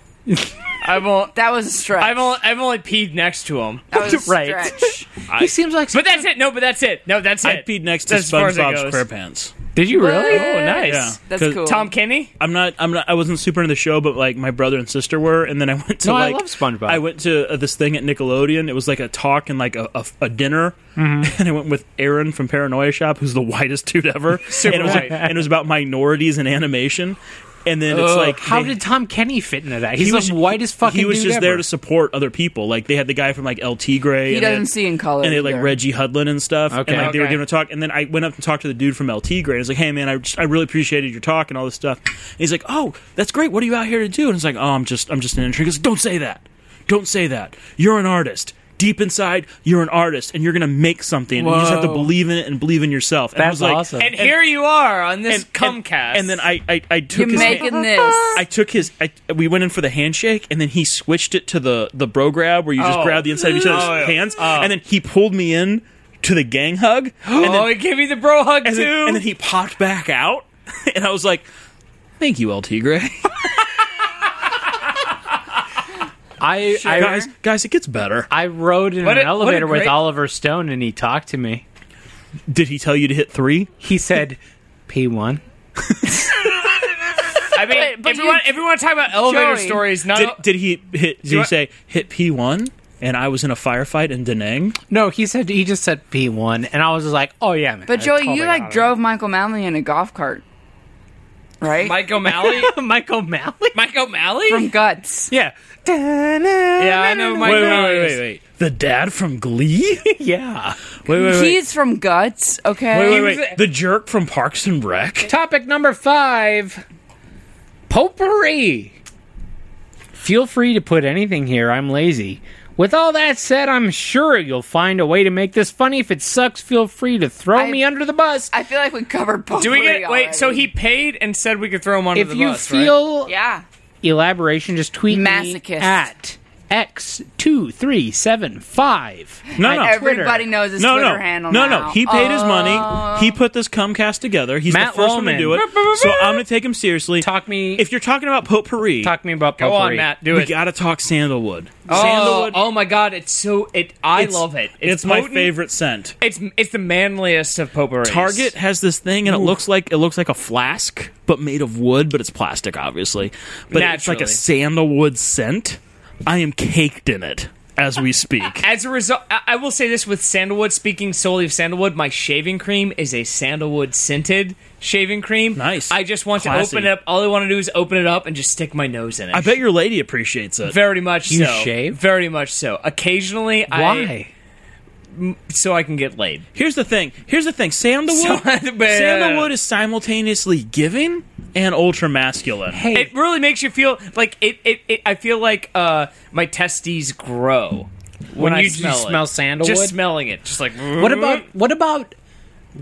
[SPEAKER 1] I've only
[SPEAKER 2] that was a stretch.
[SPEAKER 1] I've only I've only peed next to him.
[SPEAKER 2] that was a
[SPEAKER 4] Right.
[SPEAKER 2] stretch.
[SPEAKER 4] he seems like.
[SPEAKER 1] But that's it. No, but that's it. No, that's
[SPEAKER 3] I
[SPEAKER 1] it.
[SPEAKER 3] peed next to
[SPEAKER 1] That's as far as it
[SPEAKER 3] SpongeBob
[SPEAKER 1] goes.
[SPEAKER 3] SquarePants.
[SPEAKER 4] did you really?
[SPEAKER 1] Oh, nice.
[SPEAKER 3] Yeah.
[SPEAKER 2] That's
[SPEAKER 3] 'Cause
[SPEAKER 2] cool.
[SPEAKER 1] Tom Kenny.
[SPEAKER 3] I'm not. I'm not. I wasn't super into the show, but like my brother and sister were, and then I went to
[SPEAKER 4] No, I
[SPEAKER 3] like
[SPEAKER 4] love SpongeBob.
[SPEAKER 3] I went to uh, this thing at Nickelodeon. It was like a talk and like a, a, a dinner, and I went with Aaron from Paranoia Shop, who's the whitest dude ever.
[SPEAKER 1] Super
[SPEAKER 3] and it was like-
[SPEAKER 1] white.
[SPEAKER 3] and it was about minorities and animation. And then it's
[SPEAKER 1] Ugh,
[SPEAKER 3] like
[SPEAKER 4] How
[SPEAKER 3] they-
[SPEAKER 4] did Tom Kenny fit into that? He's
[SPEAKER 3] he was
[SPEAKER 4] the whitest fucking.
[SPEAKER 3] He was
[SPEAKER 4] dude
[SPEAKER 3] just
[SPEAKER 4] ever.
[SPEAKER 3] there to support other people. Like they had the guy from like El Tigre.
[SPEAKER 2] He
[SPEAKER 3] and they
[SPEAKER 2] doesn't
[SPEAKER 3] had-
[SPEAKER 2] see in color.
[SPEAKER 3] and they had, like
[SPEAKER 2] either.
[SPEAKER 3] Reggie Hudlin and stuff.
[SPEAKER 4] Okay.
[SPEAKER 3] And like they were
[SPEAKER 1] Okay.
[SPEAKER 3] giving a talk, and then I went up and talked to the dude from LT Grade. I was like, "Hey man, I, just, I really appreciated your talk and all this stuff." And he's like, "Oh, that's great. What are you out here to do?" And it's like, "Oh, I'm just I'm just an intern." He goes, "Don't say that. Don't say that. You're an artist." Deep inside, you're an artist, and you're gonna make something. And you just have to
[SPEAKER 4] Whoa.
[SPEAKER 3] believe in it and believe in yourself. And I
[SPEAKER 4] That's
[SPEAKER 3] was like,
[SPEAKER 4] awesome.
[SPEAKER 1] And, here you are on this
[SPEAKER 3] and-
[SPEAKER 1] Comcast.
[SPEAKER 3] And, then I, I, I took
[SPEAKER 2] You're
[SPEAKER 3] his
[SPEAKER 2] making
[SPEAKER 3] hand-
[SPEAKER 2] this.
[SPEAKER 3] I took his. I, we went in for the handshake, and then he switched it to the the bro grab, where you just
[SPEAKER 1] Oh.
[SPEAKER 3] grab the inside of each other's
[SPEAKER 1] Oh, yeah.
[SPEAKER 3] hands,
[SPEAKER 1] Oh.
[SPEAKER 3] and then he pulled me in to the gang hug, and
[SPEAKER 1] oh,
[SPEAKER 3] then,
[SPEAKER 1] he gave me the bro hug
[SPEAKER 3] and
[SPEAKER 1] too.
[SPEAKER 3] then, and then he popped back out, and I was like, "Thank you, LT Gray,
[SPEAKER 4] I I,
[SPEAKER 3] guys, guys, it gets better."
[SPEAKER 4] I rode in
[SPEAKER 1] What
[SPEAKER 4] an
[SPEAKER 1] a- what a
[SPEAKER 4] elevator with
[SPEAKER 1] great-
[SPEAKER 4] Oliver Stone, and he talked to me.
[SPEAKER 3] Did he tell you to hit three?
[SPEAKER 4] He said, "P one."
[SPEAKER 1] I mean,
[SPEAKER 2] But- but
[SPEAKER 1] if, we want,
[SPEAKER 2] you-
[SPEAKER 1] if we want to talk about elevator
[SPEAKER 2] Joey.
[SPEAKER 1] stories, not
[SPEAKER 3] Did, did he hit? Did
[SPEAKER 1] I-
[SPEAKER 3] he say hit P one? And I was in a firefight in Da Nang.
[SPEAKER 4] No, he said he just said P one, and I was just like, "Oh yeah, man."
[SPEAKER 2] But Joey, you
[SPEAKER 4] totally
[SPEAKER 2] like
[SPEAKER 4] got it.
[SPEAKER 2] drove Michael Manley in a golf cart, right?
[SPEAKER 1] Mike O'Malley.
[SPEAKER 4] Mike O'Malley.
[SPEAKER 1] Mike O'Malley.
[SPEAKER 2] from Guts.
[SPEAKER 4] Yeah.
[SPEAKER 1] yeah, I know Mike
[SPEAKER 3] Wait, wait,
[SPEAKER 1] O'Malley.
[SPEAKER 3] wait, wait, wait. The dad from Glee. wait,
[SPEAKER 4] Yeah.
[SPEAKER 3] wait, wait.
[SPEAKER 2] He's from Guts. Okay.
[SPEAKER 3] Wait, wait, wait. The jerk from Parks and Rec?
[SPEAKER 4] Topic number five potpourri. Feel free to put anything here. I'm lazy. With all that said, I'm sure you'll find a way to make this funny. If it sucks, feel free to throw
[SPEAKER 2] I-
[SPEAKER 4] me under the bus.
[SPEAKER 2] I feel like we covered both.
[SPEAKER 1] Do we get wait? So he paid and said we could throw him under
[SPEAKER 4] if
[SPEAKER 1] the
[SPEAKER 4] you
[SPEAKER 1] bus, right?
[SPEAKER 4] feel
[SPEAKER 2] Yeah.
[SPEAKER 4] elaboration, just tweet me
[SPEAKER 2] Masochist.
[SPEAKER 4] at x2375.
[SPEAKER 3] No, no.
[SPEAKER 2] Everybody knows his
[SPEAKER 3] no,
[SPEAKER 2] Twitter
[SPEAKER 3] no,
[SPEAKER 2] handle.
[SPEAKER 3] no,
[SPEAKER 2] now. Oh,
[SPEAKER 3] no. He paid his money. He put this Comcast together. He's
[SPEAKER 4] Matt
[SPEAKER 3] the first one
[SPEAKER 4] Wallman.
[SPEAKER 3] to do it. So I'm going to take him seriously.
[SPEAKER 4] Talk me.
[SPEAKER 3] If you're talking about potpourri,
[SPEAKER 4] talk me about
[SPEAKER 1] Go on,
[SPEAKER 4] potpourri.
[SPEAKER 1] Matt. Do
[SPEAKER 3] we
[SPEAKER 1] it.
[SPEAKER 3] got to talk sandalwood.
[SPEAKER 1] Oh,
[SPEAKER 3] sandalwood.
[SPEAKER 1] oh my God! It's so it. I
[SPEAKER 3] it's-
[SPEAKER 1] love it.
[SPEAKER 3] It's, my
[SPEAKER 1] potent.
[SPEAKER 3] favorite scent.
[SPEAKER 1] It's it's the manliest of potpourri.
[SPEAKER 3] Target has this thing, and it looks like it looks like a flask, but made of wood, but it's plastic, obviously. But it's like
[SPEAKER 1] Naturally.
[SPEAKER 3] a sandalwood scent. I am caked in it as we speak.
[SPEAKER 1] As a result, I, I will say this with sandalwood. Speaking solely of sandalwood, my shaving cream is a sandalwood scented shaving cream.
[SPEAKER 3] Nice.
[SPEAKER 1] I just want
[SPEAKER 3] Classy.
[SPEAKER 1] to open it up. All I want to do is open it up and just stick my nose in it.
[SPEAKER 3] I bet your lady appreciates it.
[SPEAKER 1] Very much
[SPEAKER 4] You
[SPEAKER 1] so.
[SPEAKER 4] shave?
[SPEAKER 1] Very much so. Occasionally, I
[SPEAKER 4] Why?
[SPEAKER 1] so I can get laid.
[SPEAKER 3] Here's the thing. Here's the thing. Sandalwood.
[SPEAKER 1] So- but- uh,
[SPEAKER 3] sandalwood is simultaneously giving and ultra masculine.
[SPEAKER 4] Hey,
[SPEAKER 1] It really makes you feel like it. It. it I feel like uh, my testes grow when,
[SPEAKER 4] When
[SPEAKER 1] you
[SPEAKER 4] you
[SPEAKER 1] smell, it.
[SPEAKER 4] smell sandalwood?
[SPEAKER 1] Just smelling it, just like
[SPEAKER 4] what about what about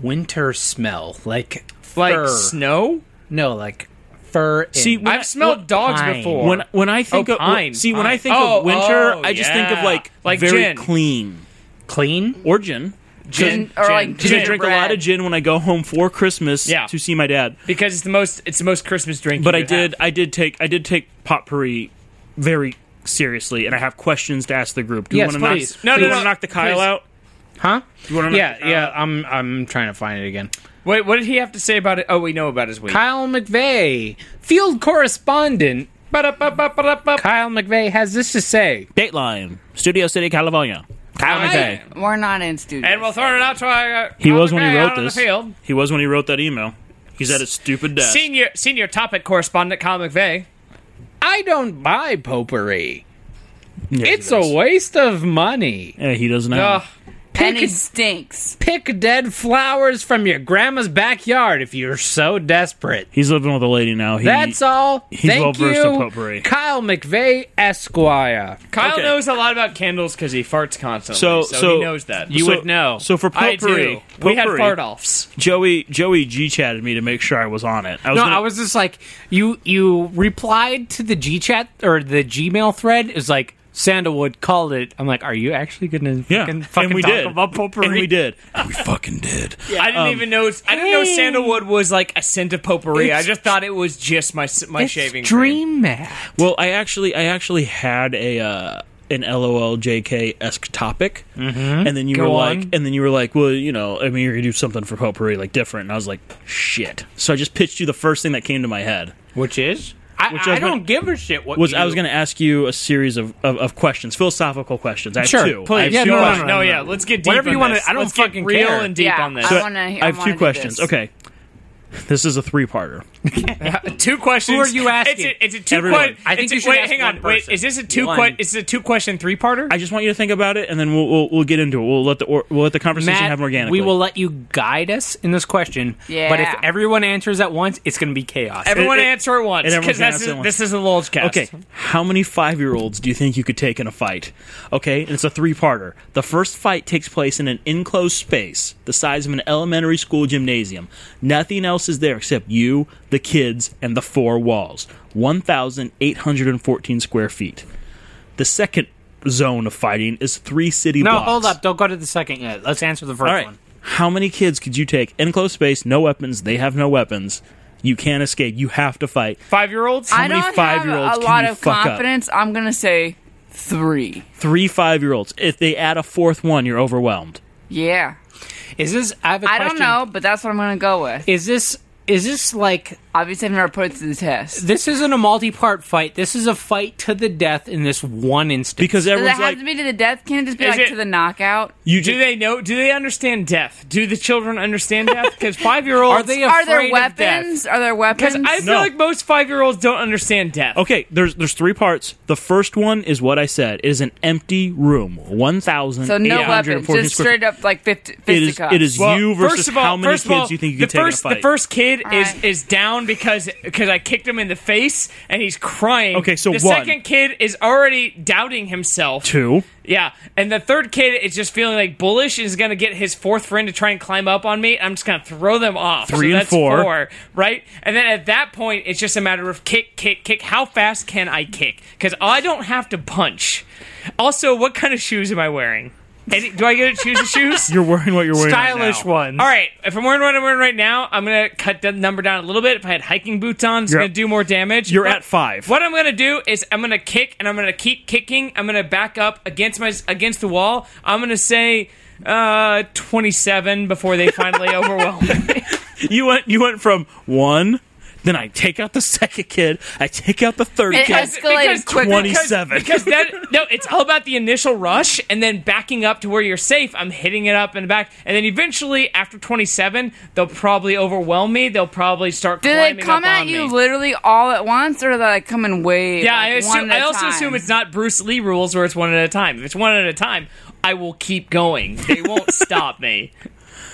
[SPEAKER 4] winter smell? Like
[SPEAKER 1] like
[SPEAKER 4] fur.
[SPEAKER 1] snow?
[SPEAKER 4] No, like fur. and-
[SPEAKER 3] See, when
[SPEAKER 1] I've smelled dogs
[SPEAKER 4] pine.
[SPEAKER 1] before.
[SPEAKER 3] When when I think
[SPEAKER 1] Oh,
[SPEAKER 3] of
[SPEAKER 1] pine,
[SPEAKER 3] see when I
[SPEAKER 1] pine.
[SPEAKER 3] think
[SPEAKER 1] Oh,
[SPEAKER 3] of winter,
[SPEAKER 1] oh,
[SPEAKER 3] I just think
[SPEAKER 1] yeah.
[SPEAKER 3] of like,
[SPEAKER 1] Like
[SPEAKER 3] very
[SPEAKER 1] gin.
[SPEAKER 3] clean
[SPEAKER 4] clean.
[SPEAKER 3] or gin.
[SPEAKER 2] Gin, or like
[SPEAKER 3] Because I drink a lot of gin when I go home for Christmas
[SPEAKER 1] Yeah.
[SPEAKER 3] to see my dad.
[SPEAKER 1] because it's the most. It's the most Christmas drink.
[SPEAKER 3] But
[SPEAKER 1] you
[SPEAKER 3] I
[SPEAKER 1] could
[SPEAKER 3] did
[SPEAKER 1] have.
[SPEAKER 3] I did take I did take potpourri very seriously, and I have questions to ask the group. Do
[SPEAKER 4] Yes,
[SPEAKER 3] you want
[SPEAKER 4] please.
[SPEAKER 3] to knock?
[SPEAKER 1] No,
[SPEAKER 3] do
[SPEAKER 1] no,
[SPEAKER 3] you want
[SPEAKER 1] no.
[SPEAKER 3] to knock the Kyle
[SPEAKER 1] Please.
[SPEAKER 3] out?
[SPEAKER 4] Huh?
[SPEAKER 3] Do you want to
[SPEAKER 4] Yeah,
[SPEAKER 3] knock the Kyle
[SPEAKER 4] yeah.
[SPEAKER 10] uh,
[SPEAKER 3] out?
[SPEAKER 4] I'm I'm trying to find it again.
[SPEAKER 1] Wait, what did he have to say about it? Oh, we know about his week.
[SPEAKER 4] Kyle McVeigh, field correspondent. Ba-da-ba-ba-ba-da-ba. Kyle McVeigh has this to say.
[SPEAKER 3] Dateline, Studio City, California. Kamikaze.
[SPEAKER 2] We're not in studio.
[SPEAKER 1] And we'll throw it out to our.
[SPEAKER 3] He was when he
[SPEAKER 1] out
[SPEAKER 3] wrote
[SPEAKER 1] on
[SPEAKER 3] this.
[SPEAKER 1] The field.
[SPEAKER 3] He was when he wrote that email. He's at his stupid desk.
[SPEAKER 1] Senior senior topic correspondent Kyle McVeigh.
[SPEAKER 10] I don't buy potpourri.
[SPEAKER 3] Yeah, he
[SPEAKER 10] It's a
[SPEAKER 3] does.
[SPEAKER 10] waste of money.
[SPEAKER 3] Yeah, he doesn't
[SPEAKER 4] Hmm.
[SPEAKER 1] Ugh.
[SPEAKER 3] have.
[SPEAKER 2] and he
[SPEAKER 10] Pick-
[SPEAKER 2] stinks.
[SPEAKER 10] Pick dead flowers from your grandma's backyard if you're so desperate.
[SPEAKER 3] He's living with a lady now. He,
[SPEAKER 10] That's all.
[SPEAKER 3] he's
[SPEAKER 10] Thank
[SPEAKER 3] well-versed in
[SPEAKER 10] you,
[SPEAKER 3] potpourri.
[SPEAKER 10] Kyle McVeigh Esquire.
[SPEAKER 1] Kyle
[SPEAKER 3] Okay.
[SPEAKER 1] knows a lot about candles because he farts constantly. So,
[SPEAKER 3] So- so-
[SPEAKER 1] he knows that.
[SPEAKER 3] You So- would know. so for
[SPEAKER 1] I do.
[SPEAKER 3] potpourri-
[SPEAKER 1] we had
[SPEAKER 3] potpourri-
[SPEAKER 1] fart offs.
[SPEAKER 3] Joey. Joey G chatted me to make sure I was on it. I was
[SPEAKER 4] No,
[SPEAKER 3] gonna-
[SPEAKER 4] I was just like you. You replied to the G chat or the Gmail thread is like sandalwood called it. I'm like, are you actually gonna
[SPEAKER 3] Yeah,
[SPEAKER 4] fucking, fucking
[SPEAKER 3] and we
[SPEAKER 4] talk
[SPEAKER 3] did.
[SPEAKER 4] about potpourri?
[SPEAKER 3] And we did.
[SPEAKER 9] We fucking did.
[SPEAKER 1] I didn't
[SPEAKER 4] Um,
[SPEAKER 1] even know. I didn't know sandalwood was like a scent of potpourri. I
[SPEAKER 4] It's-
[SPEAKER 1] just thought it was just my s- my
[SPEAKER 4] It's
[SPEAKER 1] shaving cream.
[SPEAKER 4] dream man.
[SPEAKER 3] Well, I actually, I actually had a uh, an LOL JK esque topic,
[SPEAKER 4] Mm-hmm.
[SPEAKER 3] and then you were like, and then you were like, well, you know, I mean, you're gonna do something for potpourri like different, and I was like, shit. So I just pitched you the first thing that came to my head.
[SPEAKER 4] Which is, I,
[SPEAKER 3] Which I
[SPEAKER 4] I,
[SPEAKER 3] was gonna-
[SPEAKER 4] don't give a shit what
[SPEAKER 3] Was
[SPEAKER 4] you,
[SPEAKER 3] I was gonna ask you a series of, of, of questions, philosophical questions. I have
[SPEAKER 4] Sure,
[SPEAKER 3] two. I
[SPEAKER 4] please.
[SPEAKER 3] have
[SPEAKER 4] Yeah,
[SPEAKER 3] two
[SPEAKER 4] no, no,
[SPEAKER 3] questions.
[SPEAKER 1] No,
[SPEAKER 4] no, no.
[SPEAKER 1] yeah, let's get deep.
[SPEAKER 4] Whatever
[SPEAKER 1] on
[SPEAKER 4] you wanna-
[SPEAKER 1] this.
[SPEAKER 4] I don't
[SPEAKER 1] Let's get
[SPEAKER 4] fucking
[SPEAKER 1] real
[SPEAKER 4] care.
[SPEAKER 1] and deep
[SPEAKER 2] yeah,
[SPEAKER 1] on this.
[SPEAKER 2] I want to.
[SPEAKER 3] I have two questions. Okay. This is a three parter.
[SPEAKER 1] two questions.
[SPEAKER 4] Who are you asking?
[SPEAKER 1] It's a, it's a two.
[SPEAKER 3] Everyone.
[SPEAKER 1] question.
[SPEAKER 4] I think
[SPEAKER 1] it's
[SPEAKER 4] you
[SPEAKER 1] a,
[SPEAKER 4] should
[SPEAKER 1] wait.
[SPEAKER 4] ask
[SPEAKER 1] hang on.
[SPEAKER 4] one
[SPEAKER 1] wait,
[SPEAKER 4] person.
[SPEAKER 1] is this a two?
[SPEAKER 4] One.
[SPEAKER 1] Que- is this a two question three parter?
[SPEAKER 3] I just want you to think about it, and then we'll we'll, we'll get into it. We'll let the or, we'll let the conversation
[SPEAKER 4] Matt,
[SPEAKER 3] happen organically.
[SPEAKER 4] we will let you guide us in this question. But if
[SPEAKER 2] Yeah.
[SPEAKER 4] everyone answers at once, it's going to be chaos.
[SPEAKER 1] Everyone
[SPEAKER 3] it-
[SPEAKER 1] answer it once
[SPEAKER 3] and everyone
[SPEAKER 1] because
[SPEAKER 3] can
[SPEAKER 1] this
[SPEAKER 3] answer it
[SPEAKER 1] is
[SPEAKER 3] once.
[SPEAKER 1] this is a Lulz cast.
[SPEAKER 3] Okay, how many five year olds do you think you could take in a fight? Okay, and it's a three parter. The first fight takes place in an enclosed space the size of an elementary school gymnasium. Nothing else is there except you, the kids, and the four walls 1,814 square feet. The second zone of fighting is three city
[SPEAKER 4] no,
[SPEAKER 3] blocks.
[SPEAKER 4] hold up. Don't go to the second yet. Let's answer the first
[SPEAKER 3] All right.
[SPEAKER 4] one.
[SPEAKER 3] How many kids could you take? Enclosed space, no weapons. They have no weapons. You can't escape. You have to fight.
[SPEAKER 1] Five year olds.
[SPEAKER 2] I
[SPEAKER 3] many
[SPEAKER 2] don't have
[SPEAKER 3] five-year-olds
[SPEAKER 2] a
[SPEAKER 3] can
[SPEAKER 2] lot
[SPEAKER 3] you
[SPEAKER 2] of
[SPEAKER 3] fuck up?
[SPEAKER 2] confidence. I'm gonna say three.
[SPEAKER 3] Three five year olds. If they add a fourth one, you're overwhelmed.
[SPEAKER 2] Yeah,
[SPEAKER 4] Is this? I have a
[SPEAKER 2] I
[SPEAKER 4] question.
[SPEAKER 2] don't know, but that's what I'm gonna go with.
[SPEAKER 4] Is this? Is this like
[SPEAKER 2] Obviously, I've never put it to the test.
[SPEAKER 4] this isn't a multi-part fight? This is a fight to the death in this one instance.
[SPEAKER 3] Because
[SPEAKER 2] Does it
[SPEAKER 3] everyone's
[SPEAKER 2] have
[SPEAKER 3] like,
[SPEAKER 2] to be to the death? Can it just be
[SPEAKER 1] Is
[SPEAKER 2] like
[SPEAKER 1] it-
[SPEAKER 2] to the knockout?
[SPEAKER 3] you
[SPEAKER 1] Do
[SPEAKER 3] do
[SPEAKER 1] they know? Do they understand death? Do the children understand death? Because five year olds
[SPEAKER 4] are they
[SPEAKER 2] Are
[SPEAKER 4] afraid
[SPEAKER 2] there
[SPEAKER 4] of
[SPEAKER 2] weapons? Are there weapons?
[SPEAKER 1] Because I feel
[SPEAKER 3] No.
[SPEAKER 1] like most five year olds don't understand death.
[SPEAKER 3] Okay, there's there's three parts. The first one is what I said. It is an empty room, one thousand
[SPEAKER 2] so no weapons, just straight up like 50,
[SPEAKER 3] It is
[SPEAKER 2] fisticuffs.
[SPEAKER 3] it is
[SPEAKER 1] Well,
[SPEAKER 3] you versus
[SPEAKER 1] first of all,
[SPEAKER 3] how many
[SPEAKER 1] first
[SPEAKER 3] kids
[SPEAKER 1] of all,
[SPEAKER 3] you think you
[SPEAKER 1] the
[SPEAKER 3] could take
[SPEAKER 1] first,
[SPEAKER 3] in a fight.
[SPEAKER 1] The first kid
[SPEAKER 2] All
[SPEAKER 1] is
[SPEAKER 2] right.
[SPEAKER 1] is down because because I kicked him in the face and he's crying.
[SPEAKER 3] Okay, so
[SPEAKER 1] the
[SPEAKER 3] one.
[SPEAKER 1] second kid is already doubting himself.
[SPEAKER 3] two.
[SPEAKER 1] Yeah, and the third kid is just feeling like bullish and is going to get his fourth friend to try and climb up on me. I'm just going to throw them off.
[SPEAKER 3] Three
[SPEAKER 1] so
[SPEAKER 3] and
[SPEAKER 1] that's
[SPEAKER 3] four.
[SPEAKER 1] right? And then at that point, it's just a matter of kick, kick, kick. How fast can I kick? Because I don't have to punch. Also, what kind of shoes am I wearing? Any, do I get to choose the shoes?
[SPEAKER 3] You're wearing what you're wearing. right
[SPEAKER 4] Stylish
[SPEAKER 3] now.
[SPEAKER 4] ones.
[SPEAKER 1] All right, if I'm wearing what I'm wearing right now, I'm gonna cut the number down a little bit. If I had hiking boots on, it's
[SPEAKER 3] You're-
[SPEAKER 1] gonna do more damage.
[SPEAKER 3] You're
[SPEAKER 1] What-
[SPEAKER 3] at five.
[SPEAKER 1] What I'm gonna do is I'm gonna kick and I'm gonna keep kicking. I'm gonna back up against my against the wall. I'm gonna say uh 27 before they finally overwhelm me.
[SPEAKER 3] You went you went from one, then I take out the second kid, I take out the third
[SPEAKER 2] It
[SPEAKER 3] kid.
[SPEAKER 2] has- Escalated quickly.
[SPEAKER 3] 27.
[SPEAKER 1] Because, because that no, it's all about the initial rush and then backing up to where you're safe. I'm hitting it up and back, and then eventually after 27, they'll probably overwhelm me. They'll probably start.
[SPEAKER 2] Do they
[SPEAKER 1] climbing
[SPEAKER 2] come
[SPEAKER 1] up
[SPEAKER 2] at
[SPEAKER 1] on
[SPEAKER 2] you
[SPEAKER 1] me.
[SPEAKER 2] literally all at once, or do they like come in waves?
[SPEAKER 1] Yeah,
[SPEAKER 2] like,
[SPEAKER 1] I, assume,
[SPEAKER 2] one at
[SPEAKER 1] I
[SPEAKER 2] a
[SPEAKER 1] also
[SPEAKER 2] time?
[SPEAKER 1] assume it's not Bruce Lee rules where it's one at a time. If it's one at a time, I will keep going. They won't stop me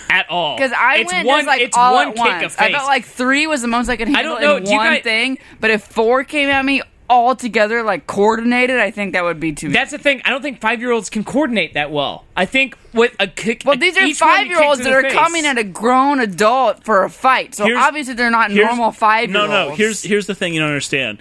[SPEAKER 1] at all.
[SPEAKER 2] Because I
[SPEAKER 1] it's
[SPEAKER 2] went
[SPEAKER 1] one,
[SPEAKER 2] as like
[SPEAKER 1] it's
[SPEAKER 2] all
[SPEAKER 1] one
[SPEAKER 2] at
[SPEAKER 1] kick
[SPEAKER 2] once.
[SPEAKER 1] of
[SPEAKER 2] I
[SPEAKER 1] face.
[SPEAKER 2] felt like three was the most I could handle
[SPEAKER 1] don't know,
[SPEAKER 2] in
[SPEAKER 1] do you
[SPEAKER 2] one
[SPEAKER 1] guys-
[SPEAKER 2] thing. But if four came at me all together, like coordinated, I think that would be too.
[SPEAKER 1] that's the thing. I don't think five year olds can coordinate that well. I think with a kick.
[SPEAKER 2] well, these are five year olds that are coming at a grown adult for a fight, so
[SPEAKER 3] Here's-
[SPEAKER 2] obviously they're not
[SPEAKER 3] here's-
[SPEAKER 2] normal five year olds.
[SPEAKER 3] No, no. Here's here's the thing you don't understand.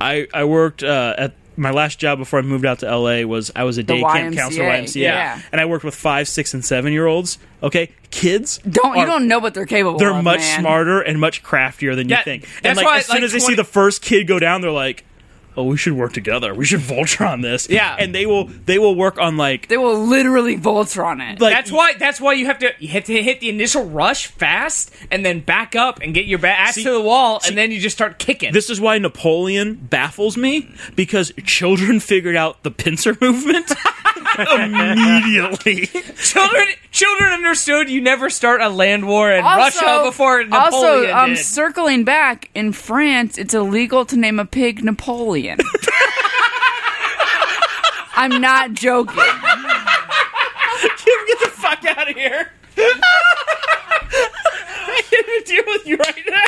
[SPEAKER 3] I I worked uh, at my last job before I moved out to L.A. was I was a day camp
[SPEAKER 2] YMCA,
[SPEAKER 3] counselor YMCA,
[SPEAKER 2] yeah.
[SPEAKER 3] and I worked with five, six, and seven year olds. Okay, kids
[SPEAKER 2] don't you
[SPEAKER 3] are-
[SPEAKER 2] don't know what they're capable.
[SPEAKER 3] They're
[SPEAKER 2] of,
[SPEAKER 3] much
[SPEAKER 2] man.
[SPEAKER 3] smarter and much craftier than you
[SPEAKER 1] That-
[SPEAKER 3] think.
[SPEAKER 1] that's
[SPEAKER 3] And like
[SPEAKER 1] why,
[SPEAKER 3] as soon
[SPEAKER 1] like,
[SPEAKER 3] as they
[SPEAKER 1] 20
[SPEAKER 3] see the first kid go down, they're like. Oh, we should work together. We should vulture on this.
[SPEAKER 1] Yeah.
[SPEAKER 3] and they will. They will work on like.
[SPEAKER 2] They will literally Voltron it.
[SPEAKER 3] like
[SPEAKER 1] That's why. That's why you have to you have to hit the initial rush fast, and then back up and get your ba- ass
[SPEAKER 3] See-
[SPEAKER 1] to the wall,
[SPEAKER 3] see-
[SPEAKER 1] and then you just start kicking.
[SPEAKER 3] This is why Napoleon baffles me because children figured out the pincer movement.
[SPEAKER 11] immediately.
[SPEAKER 1] children, children understood you never start a land war in
[SPEAKER 2] Also,
[SPEAKER 1] Russia before Napoleon
[SPEAKER 2] also, um,
[SPEAKER 1] did.
[SPEAKER 2] circling back in France, it's illegal to name a pig Napoleon. I'm not joking.
[SPEAKER 1] Get the fuck out of here. I can't even deal with you right now.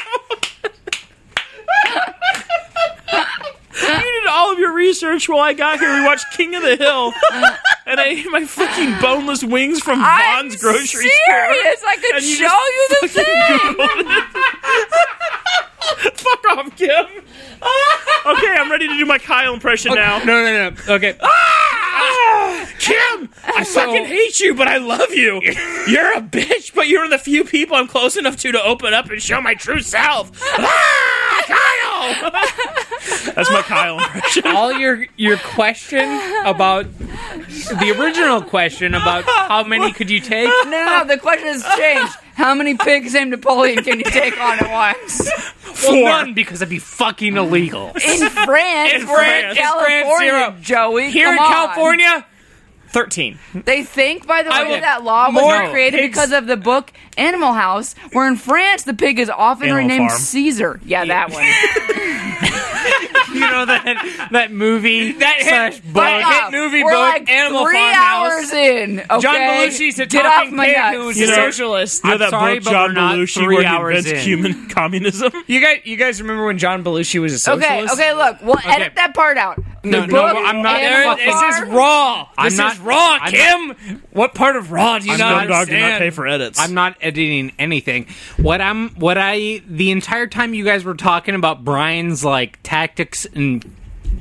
[SPEAKER 3] You did all of your research while I got here. We watched King of the Hill, and I ate my fucking boneless wings from
[SPEAKER 2] I'm
[SPEAKER 3] Vaughn's grocery
[SPEAKER 2] serious. I could
[SPEAKER 3] And you
[SPEAKER 2] show you the thing.
[SPEAKER 3] store. Fuck off, Kim. okay, I'm ready to do my Kyle impression now.
[SPEAKER 4] No, no, no. Okay.
[SPEAKER 3] Kim, I fucking hate you, but I love you. You're a bitch, but you're the few people I'm close enough to to open up and show my true self. Ah, Kyle. That's my Kyle impression.
[SPEAKER 4] All your your question about the original question about how many could you take?
[SPEAKER 2] No, no, no. The question has changed. How many pigs named Napoleon can you take on at once?
[SPEAKER 4] Well, none because it'd be fucking illegal.
[SPEAKER 2] In France, in
[SPEAKER 1] France, in France,
[SPEAKER 2] California,
[SPEAKER 1] zero.
[SPEAKER 2] Joey.
[SPEAKER 1] Here
[SPEAKER 2] come
[SPEAKER 1] in
[SPEAKER 2] on.
[SPEAKER 1] California, thirteen.
[SPEAKER 2] They think, by the way,
[SPEAKER 1] will-
[SPEAKER 2] that law was
[SPEAKER 1] More
[SPEAKER 2] created
[SPEAKER 1] pigs-
[SPEAKER 2] because of the book Animal House, where in France the pig is often
[SPEAKER 3] Animal
[SPEAKER 2] renamed
[SPEAKER 3] Farm.
[SPEAKER 2] Caesar. Yeah, that one.
[SPEAKER 4] you know that that movie
[SPEAKER 1] That hit-
[SPEAKER 4] slash
[SPEAKER 1] that
[SPEAKER 4] book.
[SPEAKER 1] hit
[SPEAKER 2] Fuck.
[SPEAKER 1] movie
[SPEAKER 2] uh, We're
[SPEAKER 1] book,
[SPEAKER 2] like
[SPEAKER 1] Animal
[SPEAKER 2] three
[SPEAKER 1] Farmhouse.
[SPEAKER 2] hours in. Okay?
[SPEAKER 1] John Belushi's a
[SPEAKER 2] Get off
[SPEAKER 1] talking
[SPEAKER 2] my
[SPEAKER 1] pig
[SPEAKER 2] nuts.
[SPEAKER 1] who's
[SPEAKER 3] You
[SPEAKER 1] a
[SPEAKER 3] know-
[SPEAKER 1] socialist.
[SPEAKER 3] You know that
[SPEAKER 4] sorry,
[SPEAKER 3] book,
[SPEAKER 4] but
[SPEAKER 3] John
[SPEAKER 4] we're not
[SPEAKER 3] Belushi,
[SPEAKER 4] three
[SPEAKER 3] where he
[SPEAKER 4] hours
[SPEAKER 3] invents
[SPEAKER 4] in.
[SPEAKER 3] human communism?
[SPEAKER 1] You guys, you guys remember when John Belushi was a socialist?
[SPEAKER 2] Okay, okay, look, we'll edit that part out.
[SPEAKER 4] No,
[SPEAKER 2] the
[SPEAKER 4] no,
[SPEAKER 2] book,
[SPEAKER 4] I'm not-
[SPEAKER 2] Animal
[SPEAKER 1] This
[SPEAKER 2] Farm,
[SPEAKER 1] is raw.
[SPEAKER 4] I'm
[SPEAKER 1] This
[SPEAKER 4] not-
[SPEAKER 1] is raw,
[SPEAKER 4] I'm
[SPEAKER 1] Kim. what part of raw do you not
[SPEAKER 3] Dumb dog did
[SPEAKER 1] understand?
[SPEAKER 3] not pay for edits.
[SPEAKER 4] I'm not editing anything. What I'm what I the entire time you guys were talking about Brian's like tactics and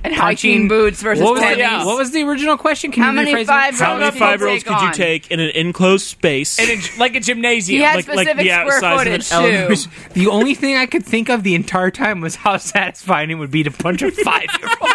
[SPEAKER 2] and
[SPEAKER 4] punching
[SPEAKER 2] hiking boots versus
[SPEAKER 4] what was,
[SPEAKER 2] pennies.
[SPEAKER 4] the, what was the original question? Can
[SPEAKER 2] How
[SPEAKER 4] you
[SPEAKER 2] many
[SPEAKER 4] rephrase it?
[SPEAKER 2] five-
[SPEAKER 3] How many
[SPEAKER 2] How many
[SPEAKER 3] five year olds
[SPEAKER 2] people
[SPEAKER 3] could you
[SPEAKER 2] take
[SPEAKER 3] take in an enclosed space?
[SPEAKER 1] In a- like a gymnasium.
[SPEAKER 2] He had
[SPEAKER 3] like- like
[SPEAKER 2] specific
[SPEAKER 3] the
[SPEAKER 2] square
[SPEAKER 3] outsize of an
[SPEAKER 2] footage
[SPEAKER 4] Elevators.
[SPEAKER 2] too.
[SPEAKER 4] The only thing I could think of the entire time was how satisfying it would be to punch a five year old.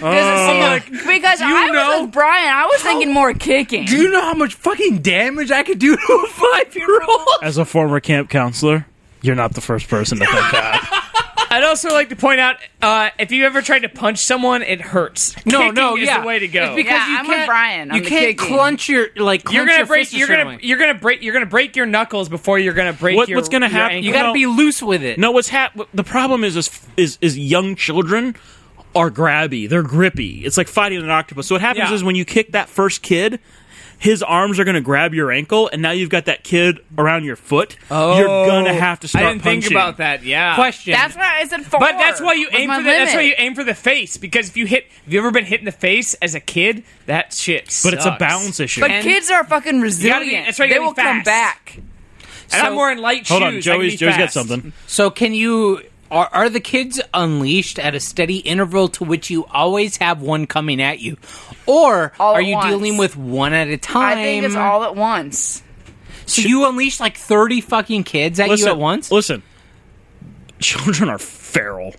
[SPEAKER 1] Oh.
[SPEAKER 2] This is- because I was
[SPEAKER 4] know-
[SPEAKER 2] with Brian, I was thinking more kicking.
[SPEAKER 4] Do you know how much fucking damage I could do to a five year old?
[SPEAKER 3] As a former camp counselor, you're not the first person to think that.
[SPEAKER 1] I'd also like to point out uh, if you ever tried to punch someone, it hurts.
[SPEAKER 4] No,
[SPEAKER 1] Kicking
[SPEAKER 4] no,
[SPEAKER 1] is
[SPEAKER 4] yeah.
[SPEAKER 1] the way to go.
[SPEAKER 4] It's because
[SPEAKER 2] Yeah,
[SPEAKER 4] you
[SPEAKER 2] I'm with
[SPEAKER 4] can't,
[SPEAKER 2] Brian on
[SPEAKER 4] You
[SPEAKER 2] the
[SPEAKER 4] can't
[SPEAKER 2] kicking.
[SPEAKER 4] clench your like. Clench
[SPEAKER 1] you're gonna
[SPEAKER 4] your
[SPEAKER 1] break.
[SPEAKER 4] fist a
[SPEAKER 1] You're
[SPEAKER 4] certain
[SPEAKER 1] gonna.
[SPEAKER 4] way.
[SPEAKER 1] You're gonna break. You're gonna break your knuckles before you're gonna break.
[SPEAKER 3] What-
[SPEAKER 1] your,
[SPEAKER 3] what's gonna
[SPEAKER 1] your
[SPEAKER 3] happen-
[SPEAKER 1] ankle.
[SPEAKER 4] You gotta
[SPEAKER 3] No.
[SPEAKER 4] be loose with it.
[SPEAKER 3] no, what's hap- what- the problem is, is is is young children are grabby. They're grippy. It's like fighting an octopus. So what happens
[SPEAKER 1] Yeah.
[SPEAKER 3] is when you kick that first kid, his arms are going to grab your ankle, and now you've got that kid around your foot. Oh, you're gonna have to start
[SPEAKER 1] I didn't
[SPEAKER 3] punching.
[SPEAKER 1] think about that. Yeah.
[SPEAKER 4] question.
[SPEAKER 2] That's why I said four.
[SPEAKER 1] But that's why you
[SPEAKER 2] was
[SPEAKER 1] aim
[SPEAKER 2] my
[SPEAKER 1] for the. That's why
[SPEAKER 2] limit.
[SPEAKER 1] you aim for the face because if you hit, have you ever been hit in the face as a kid? That shit.
[SPEAKER 3] But it's a
[SPEAKER 1] sucks.
[SPEAKER 3] balance issue.
[SPEAKER 2] But
[SPEAKER 1] And-
[SPEAKER 2] kids are fucking
[SPEAKER 1] gotta
[SPEAKER 2] resilient.
[SPEAKER 1] be- that's why you
[SPEAKER 2] they
[SPEAKER 1] gotta be
[SPEAKER 2] will
[SPEAKER 1] fast.
[SPEAKER 2] come back.
[SPEAKER 1] And I'm wearing light
[SPEAKER 3] Hold on,
[SPEAKER 1] shoes. I can
[SPEAKER 3] Joey's
[SPEAKER 1] be
[SPEAKER 3] Joey's got
[SPEAKER 1] fast.
[SPEAKER 3] something.
[SPEAKER 12] So can you are, are the kids unleashed at a steady interval to which you always have one coming at you? Or
[SPEAKER 2] All
[SPEAKER 12] are
[SPEAKER 2] at
[SPEAKER 12] you
[SPEAKER 2] once.
[SPEAKER 12] dealing with one at a
[SPEAKER 2] I
[SPEAKER 12] time?
[SPEAKER 2] think it's all at once.
[SPEAKER 12] so you unleash like 30 fucking kids at you at once?
[SPEAKER 3] Listen, children are feral.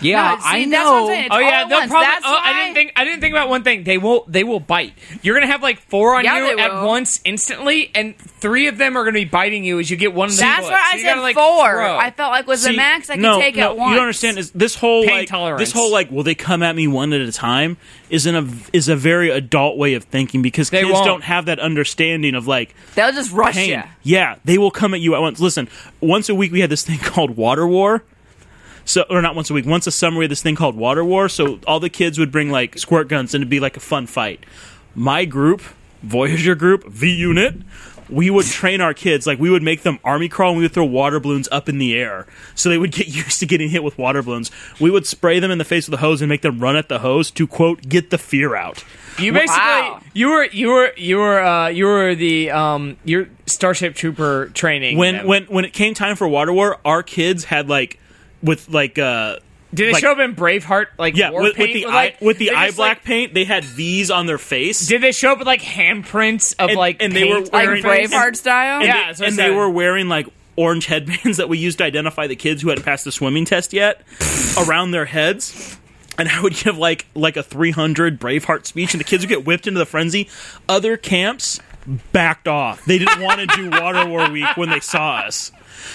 [SPEAKER 12] yeah,
[SPEAKER 2] No, see,
[SPEAKER 12] I
[SPEAKER 2] that's what I'm
[SPEAKER 12] know.
[SPEAKER 2] saying.
[SPEAKER 1] Oh
[SPEAKER 2] All
[SPEAKER 1] yeah,
[SPEAKER 2] at
[SPEAKER 1] they'll
[SPEAKER 2] once.
[SPEAKER 1] probably.
[SPEAKER 2] That's
[SPEAKER 1] oh, I
[SPEAKER 2] why-
[SPEAKER 1] didn't think. I didn't think about one thing. They will. They will bite. You're gonna have like four on
[SPEAKER 2] Yeah,
[SPEAKER 1] you
[SPEAKER 2] they
[SPEAKER 1] at
[SPEAKER 2] will.
[SPEAKER 1] once instantly, and three of them are gonna be biting you as you get one. In the
[SPEAKER 2] That's
[SPEAKER 1] foot.
[SPEAKER 2] why I
[SPEAKER 1] so you
[SPEAKER 2] said
[SPEAKER 1] gotta, like,
[SPEAKER 2] four.
[SPEAKER 1] throw.
[SPEAKER 2] I felt like was the
[SPEAKER 3] See,
[SPEAKER 2] max I could
[SPEAKER 3] no,
[SPEAKER 2] take
[SPEAKER 3] no,
[SPEAKER 2] at once.
[SPEAKER 3] You don't understand is this whole
[SPEAKER 1] Pain
[SPEAKER 3] like
[SPEAKER 1] tolerance.
[SPEAKER 3] this whole like will they come at me one at a time is in a is a very adult way of thinking because
[SPEAKER 1] They
[SPEAKER 3] kids
[SPEAKER 1] won't.
[SPEAKER 3] don't have that understanding of like
[SPEAKER 2] They'll just rush
[SPEAKER 3] pain.
[SPEAKER 2] you.
[SPEAKER 3] Yeah, they will come at you at once. Listen, once a week we had this thing called water war. So or not once a week, once a summer we had this thing called water war. So all the kids would bring like squirt guns and it'd be like a fun fight. My group, Voyager group, V unit, we would train our kids like we would make them army crawl and we would throw water balloons up in the air so they would get used to getting hit with water balloons. We would spray them in the face with a hose and make them run at the hose to quote get the fear out.
[SPEAKER 1] You basically
[SPEAKER 2] Wow.
[SPEAKER 1] you were you were you were uh, you were the um your Starship Trooper training.
[SPEAKER 3] when
[SPEAKER 1] them.
[SPEAKER 3] when when it came time for water war our kids had like with like uh
[SPEAKER 1] did they
[SPEAKER 3] like-
[SPEAKER 1] show up in Braveheart like
[SPEAKER 3] yeah
[SPEAKER 1] war
[SPEAKER 3] with, with
[SPEAKER 1] paint?
[SPEAKER 3] the
[SPEAKER 1] like,
[SPEAKER 3] eye with the
[SPEAKER 1] they
[SPEAKER 3] eye
[SPEAKER 1] just,
[SPEAKER 3] black
[SPEAKER 1] Like,
[SPEAKER 3] paint they had v's on their face
[SPEAKER 1] did they show up with like handprints of
[SPEAKER 3] And-
[SPEAKER 1] like
[SPEAKER 3] and they were
[SPEAKER 1] paint
[SPEAKER 2] Like
[SPEAKER 1] on
[SPEAKER 3] wearing-
[SPEAKER 1] their face?
[SPEAKER 2] Braveheart style.
[SPEAKER 3] and,
[SPEAKER 1] yeah,
[SPEAKER 3] they-
[SPEAKER 1] that's what I
[SPEAKER 3] and they
[SPEAKER 1] said.
[SPEAKER 3] were wearing like orange headbands that we used to identify the kids who had passed the swimming test yet around their heads and I would give like like a 300 Braveheart speech, and the kids would get whipped into the frenzy. Other camps backed off. They didn't want to do Water War Week when they saw us.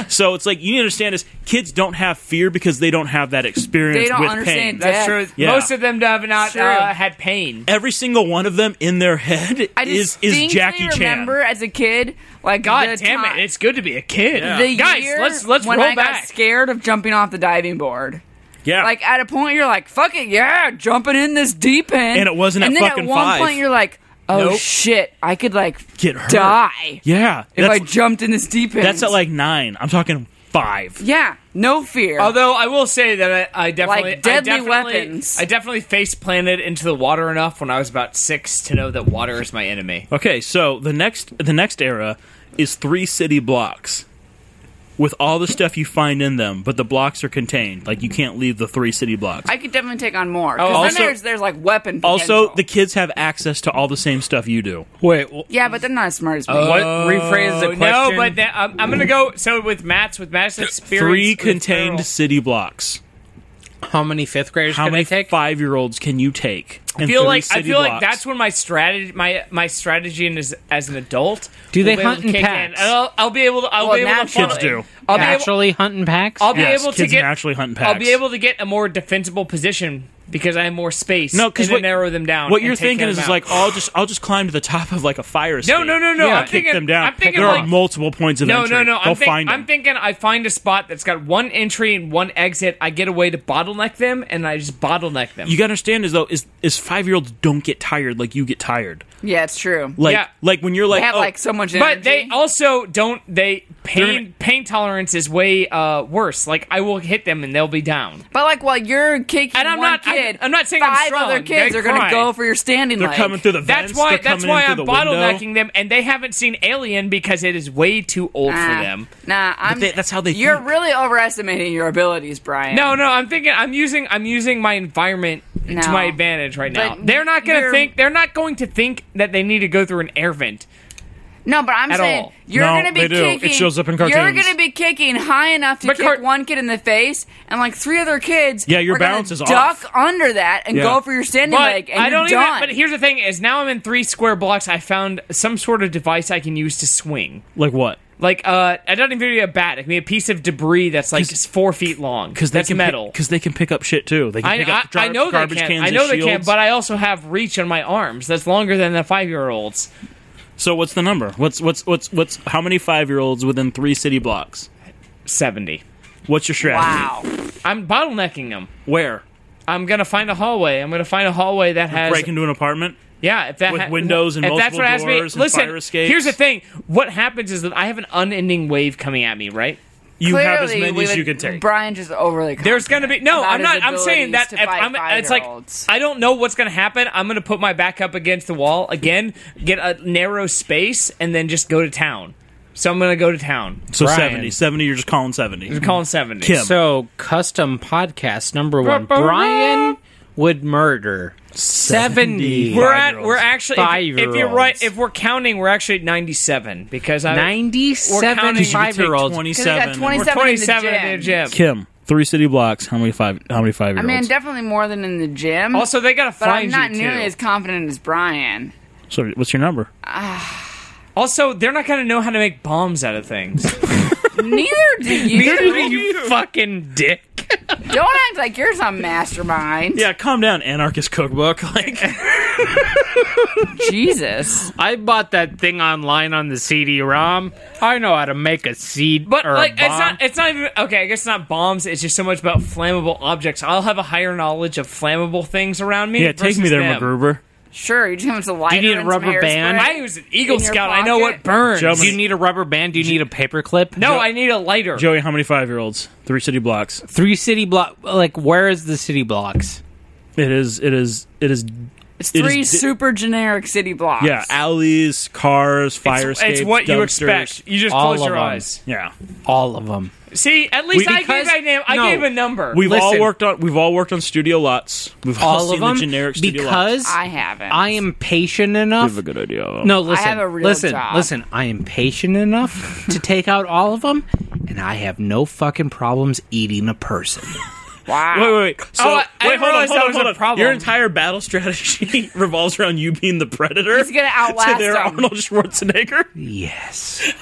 [SPEAKER 3] So it's like you need to understand is kids don't have fear because they don't have that experience.
[SPEAKER 2] They don't
[SPEAKER 3] with
[SPEAKER 2] understand
[SPEAKER 3] pain.
[SPEAKER 2] death.
[SPEAKER 1] That's true.
[SPEAKER 3] Yeah.
[SPEAKER 1] Most of them have not
[SPEAKER 2] True.
[SPEAKER 1] uh, had pain.
[SPEAKER 3] Every single one of them in their head
[SPEAKER 2] I
[SPEAKER 3] is
[SPEAKER 2] just
[SPEAKER 3] is Jackie Chan.
[SPEAKER 2] remember as a kid, like
[SPEAKER 1] God
[SPEAKER 2] the
[SPEAKER 1] damn
[SPEAKER 2] time-
[SPEAKER 1] it! It's good to be a kid.
[SPEAKER 2] the
[SPEAKER 1] Guys,
[SPEAKER 2] year
[SPEAKER 1] let's let's
[SPEAKER 2] when
[SPEAKER 1] roll
[SPEAKER 2] I
[SPEAKER 1] back.
[SPEAKER 2] got scared of jumping off the diving board.
[SPEAKER 3] Yeah,
[SPEAKER 2] Like at a point, you're like, "Fuck it, yeah, jumping in this deep end."
[SPEAKER 3] And it wasn't
[SPEAKER 2] And
[SPEAKER 3] at
[SPEAKER 2] then
[SPEAKER 3] fucking
[SPEAKER 2] at one
[SPEAKER 3] five.
[SPEAKER 2] point, you're like, "Oh
[SPEAKER 3] Nope.
[SPEAKER 2] shit, I could like
[SPEAKER 3] Get hurt.
[SPEAKER 2] die
[SPEAKER 3] yeah.
[SPEAKER 2] if I
[SPEAKER 3] That's,
[SPEAKER 2] jumped in this deep end."
[SPEAKER 3] that's at like nine. I'm talking five.
[SPEAKER 2] yeah, no fear.
[SPEAKER 1] Although I will say that I, I definitely
[SPEAKER 2] Like deadly
[SPEAKER 1] I definitely,
[SPEAKER 2] weapons.
[SPEAKER 1] I definitely face planted into the water enough when I was about six to know that water is my enemy.
[SPEAKER 3] Okay, so the next the next era is three city blocks with all the stuff you find in them, but the blocks are contained. Like you can't leave the three city blocks.
[SPEAKER 2] I could definitely take on more. 'Cause
[SPEAKER 1] Oh,
[SPEAKER 2] then
[SPEAKER 3] also-
[SPEAKER 2] there's there's like weapon.
[SPEAKER 3] also,
[SPEAKER 2] potential.
[SPEAKER 3] the kids have access to all the same stuff you do.
[SPEAKER 4] Wait, wh-
[SPEAKER 2] yeah, but they're not as smart as me.
[SPEAKER 3] Oh.
[SPEAKER 4] what? Rephrase the
[SPEAKER 1] Oh,
[SPEAKER 4] question.
[SPEAKER 1] no, but that, um, I'm going to go. So with Matt's with Matt's experience,
[SPEAKER 3] Three
[SPEAKER 1] with
[SPEAKER 3] contained
[SPEAKER 1] Pearl-
[SPEAKER 3] city blocks.
[SPEAKER 4] how many fifth graders
[SPEAKER 3] How
[SPEAKER 4] can
[SPEAKER 3] many
[SPEAKER 4] I take?
[SPEAKER 3] five year olds can you take?
[SPEAKER 1] I feel like I feel like that's when my strategy my my strategy in as, as an adult.
[SPEAKER 4] Do
[SPEAKER 1] will
[SPEAKER 4] they
[SPEAKER 1] be able
[SPEAKER 4] hunt
[SPEAKER 1] to
[SPEAKER 4] in
[SPEAKER 1] kick
[SPEAKER 4] packs?
[SPEAKER 1] And I'll, I'll be able to. I'll
[SPEAKER 2] Well,
[SPEAKER 1] be able to follow-
[SPEAKER 2] naturally.
[SPEAKER 3] Kids do.
[SPEAKER 1] I'll be able-
[SPEAKER 4] Actually, hunting packs.
[SPEAKER 1] I'll be
[SPEAKER 3] Yes,
[SPEAKER 1] able to
[SPEAKER 3] kids
[SPEAKER 1] get
[SPEAKER 3] naturally hunt in
[SPEAKER 1] I'll
[SPEAKER 3] packs.
[SPEAKER 1] be able to get a more defensible position because I have more space.
[SPEAKER 3] No, 'cause
[SPEAKER 1] and to
[SPEAKER 3] what-
[SPEAKER 1] narrow them down.
[SPEAKER 3] What
[SPEAKER 1] and
[SPEAKER 3] you're
[SPEAKER 1] take
[SPEAKER 3] thinking
[SPEAKER 1] them
[SPEAKER 3] is, is
[SPEAKER 1] out.
[SPEAKER 3] like, oh, I'll just I'll just climb to the top of like a fire escape.
[SPEAKER 1] no, no, no, no.
[SPEAKER 4] Yeah,
[SPEAKER 1] I'm
[SPEAKER 4] kick
[SPEAKER 3] Kick
[SPEAKER 1] thinking
[SPEAKER 3] them down.
[SPEAKER 1] I'm thinking
[SPEAKER 3] there
[SPEAKER 1] like
[SPEAKER 3] are multiple points of
[SPEAKER 1] no,
[SPEAKER 3] entry.
[SPEAKER 1] no, no.
[SPEAKER 3] They'll
[SPEAKER 1] I'm, think-
[SPEAKER 3] find
[SPEAKER 1] I'm
[SPEAKER 3] them.
[SPEAKER 1] thinking I find a spot that's got one entry and one exit. I get a way to bottleneck them, and I just bottleneck them.
[SPEAKER 3] you gotta understand is though is is five year olds don't get tired like you get tired.
[SPEAKER 2] yeah, it's true.
[SPEAKER 3] Like
[SPEAKER 1] Yeah.
[SPEAKER 3] like when you're
[SPEAKER 2] they
[SPEAKER 3] like,
[SPEAKER 2] have
[SPEAKER 3] oh,
[SPEAKER 2] like so much energy.
[SPEAKER 1] but they also don't. They
[SPEAKER 3] They're-
[SPEAKER 1] pain pain tolerance is way uh, worse. Like I will hit them and they'll be down.
[SPEAKER 2] But like while you're kicking
[SPEAKER 1] And I'm
[SPEAKER 2] one
[SPEAKER 1] not- I-
[SPEAKER 2] kid,
[SPEAKER 1] I'm not saying I'm
[SPEAKER 2] five
[SPEAKER 1] strong.
[SPEAKER 2] other kids
[SPEAKER 1] They
[SPEAKER 2] are going
[SPEAKER 1] cry.
[SPEAKER 2] to go for your standing
[SPEAKER 3] they're
[SPEAKER 2] leg.
[SPEAKER 3] coming through the
[SPEAKER 1] That's
[SPEAKER 3] vents.
[SPEAKER 1] why.
[SPEAKER 3] they're
[SPEAKER 1] That's
[SPEAKER 3] coming
[SPEAKER 1] why
[SPEAKER 3] in
[SPEAKER 1] I'm
[SPEAKER 3] through the window.
[SPEAKER 1] bottlenecking them, and they haven't seen Alien because it is way too old
[SPEAKER 2] Ah.
[SPEAKER 1] for them.
[SPEAKER 2] Nah, I'm.
[SPEAKER 3] they- that's how they
[SPEAKER 2] You're
[SPEAKER 3] think.
[SPEAKER 2] really overestimating your abilities, Brian.
[SPEAKER 1] No, no, I'm thinking I'm using I'm using my environment to
[SPEAKER 2] No.
[SPEAKER 1] my advantage right now.
[SPEAKER 2] But
[SPEAKER 1] They're not going to
[SPEAKER 2] you're-
[SPEAKER 1] think they're not going to think that they need to go through an air vent.
[SPEAKER 2] no, but I'm
[SPEAKER 1] At
[SPEAKER 2] saying
[SPEAKER 1] all.
[SPEAKER 2] you're
[SPEAKER 3] No,
[SPEAKER 2] going to be
[SPEAKER 3] they do. It
[SPEAKER 2] kicking.
[SPEAKER 3] shows up in
[SPEAKER 2] You're
[SPEAKER 3] cartoons.
[SPEAKER 2] going to be kicking high enough to
[SPEAKER 1] But
[SPEAKER 2] kick
[SPEAKER 1] cart-
[SPEAKER 2] one kid in the face, and like three other kids.
[SPEAKER 3] Yeah, your
[SPEAKER 2] are gonna
[SPEAKER 3] balance is
[SPEAKER 2] duck
[SPEAKER 3] off.
[SPEAKER 2] under that and
[SPEAKER 3] Yeah.
[SPEAKER 2] go for your standing
[SPEAKER 1] But
[SPEAKER 2] leg, and
[SPEAKER 1] I don't
[SPEAKER 2] you're
[SPEAKER 1] even
[SPEAKER 2] done.
[SPEAKER 1] but here's the thing is now I'm in 3 square blocks I found some sort of device I can use to swing.
[SPEAKER 3] Like what?
[SPEAKER 1] Like uh I don't even need a bat. It can be a piece of debris that's like
[SPEAKER 3] 'Cause-
[SPEAKER 1] 4 feet long
[SPEAKER 3] Because they
[SPEAKER 1] that's
[SPEAKER 3] can
[SPEAKER 1] metal.
[SPEAKER 3] Because they can pick up shit too. They can
[SPEAKER 1] I,
[SPEAKER 3] pick up
[SPEAKER 1] I,
[SPEAKER 3] jar-
[SPEAKER 1] I know they
[SPEAKER 3] garbage
[SPEAKER 1] can.
[SPEAKER 3] cans.
[SPEAKER 1] I know
[SPEAKER 3] as
[SPEAKER 1] they can,
[SPEAKER 3] shields.
[SPEAKER 1] but I also have reach on my arms that's longer than the five year olds.
[SPEAKER 3] so what's the number? What's what's what's what's how many five year olds within three city blocks?
[SPEAKER 1] 70.
[SPEAKER 3] What's your strategy?
[SPEAKER 2] wow.
[SPEAKER 1] I'm bottlenecking them.
[SPEAKER 3] Where?
[SPEAKER 1] I'm gonna find a hallway. I'm gonna find a hallway that has
[SPEAKER 3] Break into an apartment.
[SPEAKER 1] Yeah, if that
[SPEAKER 3] With windows and
[SPEAKER 1] if that's
[SPEAKER 3] multiple
[SPEAKER 1] what has
[SPEAKER 3] doors
[SPEAKER 1] me,
[SPEAKER 3] and
[SPEAKER 1] listen,
[SPEAKER 3] fire escapes.
[SPEAKER 1] Here's the thing: what happens is that I have an unending wave coming at me, right?
[SPEAKER 3] You have as
[SPEAKER 2] Clearly,
[SPEAKER 3] many
[SPEAKER 2] we
[SPEAKER 3] as you
[SPEAKER 2] would-
[SPEAKER 3] can take.
[SPEAKER 2] Brian just overly.
[SPEAKER 1] There's gonna be no.
[SPEAKER 2] about
[SPEAKER 1] I'm not.
[SPEAKER 2] his
[SPEAKER 1] I'm saying that
[SPEAKER 2] abilities
[SPEAKER 1] if
[SPEAKER 2] to fight
[SPEAKER 1] I'm, it's like
[SPEAKER 2] five-year-olds.
[SPEAKER 1] I don't know what's gonna happen. I'm gonna put my back up against the wall again, get a narrow space, and then just go to town. So I'm gonna go to town.
[SPEAKER 3] so
[SPEAKER 4] Brian.
[SPEAKER 3] 70. 70, you're just calling 70.
[SPEAKER 1] I'm calling seventy.
[SPEAKER 3] Kim.
[SPEAKER 4] So, custom podcast number one. Brian would murder 70.
[SPEAKER 1] We're at. We're actually. If, if you're
[SPEAKER 4] Five-year-olds.
[SPEAKER 1] right, if we're counting, we're actually at 97 because I
[SPEAKER 4] 97
[SPEAKER 1] counting-
[SPEAKER 4] five year olds.
[SPEAKER 3] 27.
[SPEAKER 2] got 27
[SPEAKER 1] 27
[SPEAKER 2] in the gym.
[SPEAKER 1] in the gym.
[SPEAKER 3] Kim, three city blocks. How many five? How many five
[SPEAKER 2] I
[SPEAKER 3] year
[SPEAKER 2] mean,
[SPEAKER 3] olds?
[SPEAKER 2] definitely more than in the gym.
[SPEAKER 1] Also, they gotta
[SPEAKER 2] but
[SPEAKER 1] find
[SPEAKER 2] I'm not
[SPEAKER 1] you
[SPEAKER 2] nearly
[SPEAKER 1] too.
[SPEAKER 2] as confident as Brian.
[SPEAKER 3] so what's your number?
[SPEAKER 1] Also, they're not gonna know how to make bombs out of things.
[SPEAKER 2] Neither do you.
[SPEAKER 1] you fucking dick.
[SPEAKER 2] Don't act like you're some mastermind.
[SPEAKER 3] Yeah, calm down, anarchist cookbook. Like,
[SPEAKER 2] Jesus.
[SPEAKER 4] I bought that thing online on the CD-ROM. I know how to make a seed
[SPEAKER 1] But
[SPEAKER 4] or
[SPEAKER 1] like,
[SPEAKER 4] a
[SPEAKER 1] it's not.
[SPEAKER 4] bomb.
[SPEAKER 1] It's not even okay. I guess it's not bombs. It's just so much about flammable objects. I'll have a higher knowledge of flammable things around me.
[SPEAKER 3] yeah, take me
[SPEAKER 1] versus
[SPEAKER 3] there,
[SPEAKER 1] them.
[SPEAKER 3] MacGruber.
[SPEAKER 2] Sure, you just have some lighter
[SPEAKER 4] need a
[SPEAKER 2] and some
[SPEAKER 4] rubber band?
[SPEAKER 2] hairspray.
[SPEAKER 1] I was an Eagle
[SPEAKER 2] In your
[SPEAKER 1] Scout. I know
[SPEAKER 2] pocket?
[SPEAKER 1] what burns.
[SPEAKER 3] Joe-
[SPEAKER 4] Do you need a rubber band? Do you need a paper clip?
[SPEAKER 1] no, I need a lighter.
[SPEAKER 3] Joey, how many five year olds? Three city blocks.
[SPEAKER 4] Three city block. Like, where is the city blocks?
[SPEAKER 3] It is. It is. It is.
[SPEAKER 2] It's
[SPEAKER 3] it is
[SPEAKER 2] three
[SPEAKER 3] di-
[SPEAKER 2] super generic city blocks.
[SPEAKER 3] Yeah, alleys, cars, fire
[SPEAKER 1] it's,
[SPEAKER 3] escapes.
[SPEAKER 1] it's what you
[SPEAKER 3] dumpsters.
[SPEAKER 1] expect. You just
[SPEAKER 4] All
[SPEAKER 1] close
[SPEAKER 4] of
[SPEAKER 1] your
[SPEAKER 4] them.
[SPEAKER 1] eyes.
[SPEAKER 3] Yeah,
[SPEAKER 4] All of them.
[SPEAKER 1] See, at least
[SPEAKER 3] We-
[SPEAKER 1] I
[SPEAKER 4] Because-
[SPEAKER 1] gave a name. I
[SPEAKER 4] no.
[SPEAKER 1] gave a number.
[SPEAKER 3] we've all
[SPEAKER 4] Listen.
[SPEAKER 3] worked on. We've all worked on studio lots. We've all,
[SPEAKER 4] All
[SPEAKER 3] seen
[SPEAKER 4] of them.
[SPEAKER 3] the generic studio lots.
[SPEAKER 4] because
[SPEAKER 2] I haven't.
[SPEAKER 4] I am patient enough.
[SPEAKER 3] You have a good idea. of them.
[SPEAKER 4] No, listen.
[SPEAKER 2] have a real
[SPEAKER 4] listen,
[SPEAKER 2] job.
[SPEAKER 4] listen. I am patient enough to take out all of them, and I have no fucking problems eating a person.
[SPEAKER 2] Wow.
[SPEAKER 3] Wait, wait, wait. So,
[SPEAKER 1] Oh, I- I
[SPEAKER 3] wait,
[SPEAKER 1] didn't
[SPEAKER 3] hold on,
[SPEAKER 1] realize
[SPEAKER 3] hold
[SPEAKER 1] that
[SPEAKER 3] on,
[SPEAKER 1] was
[SPEAKER 3] hold
[SPEAKER 1] a
[SPEAKER 3] on.
[SPEAKER 1] problem.
[SPEAKER 3] Your entire battle strategy revolves around you being the predator.
[SPEAKER 2] He's gonna outlast
[SPEAKER 3] to their
[SPEAKER 2] him.
[SPEAKER 3] Arnold Schwarzenegger.
[SPEAKER 4] Yes.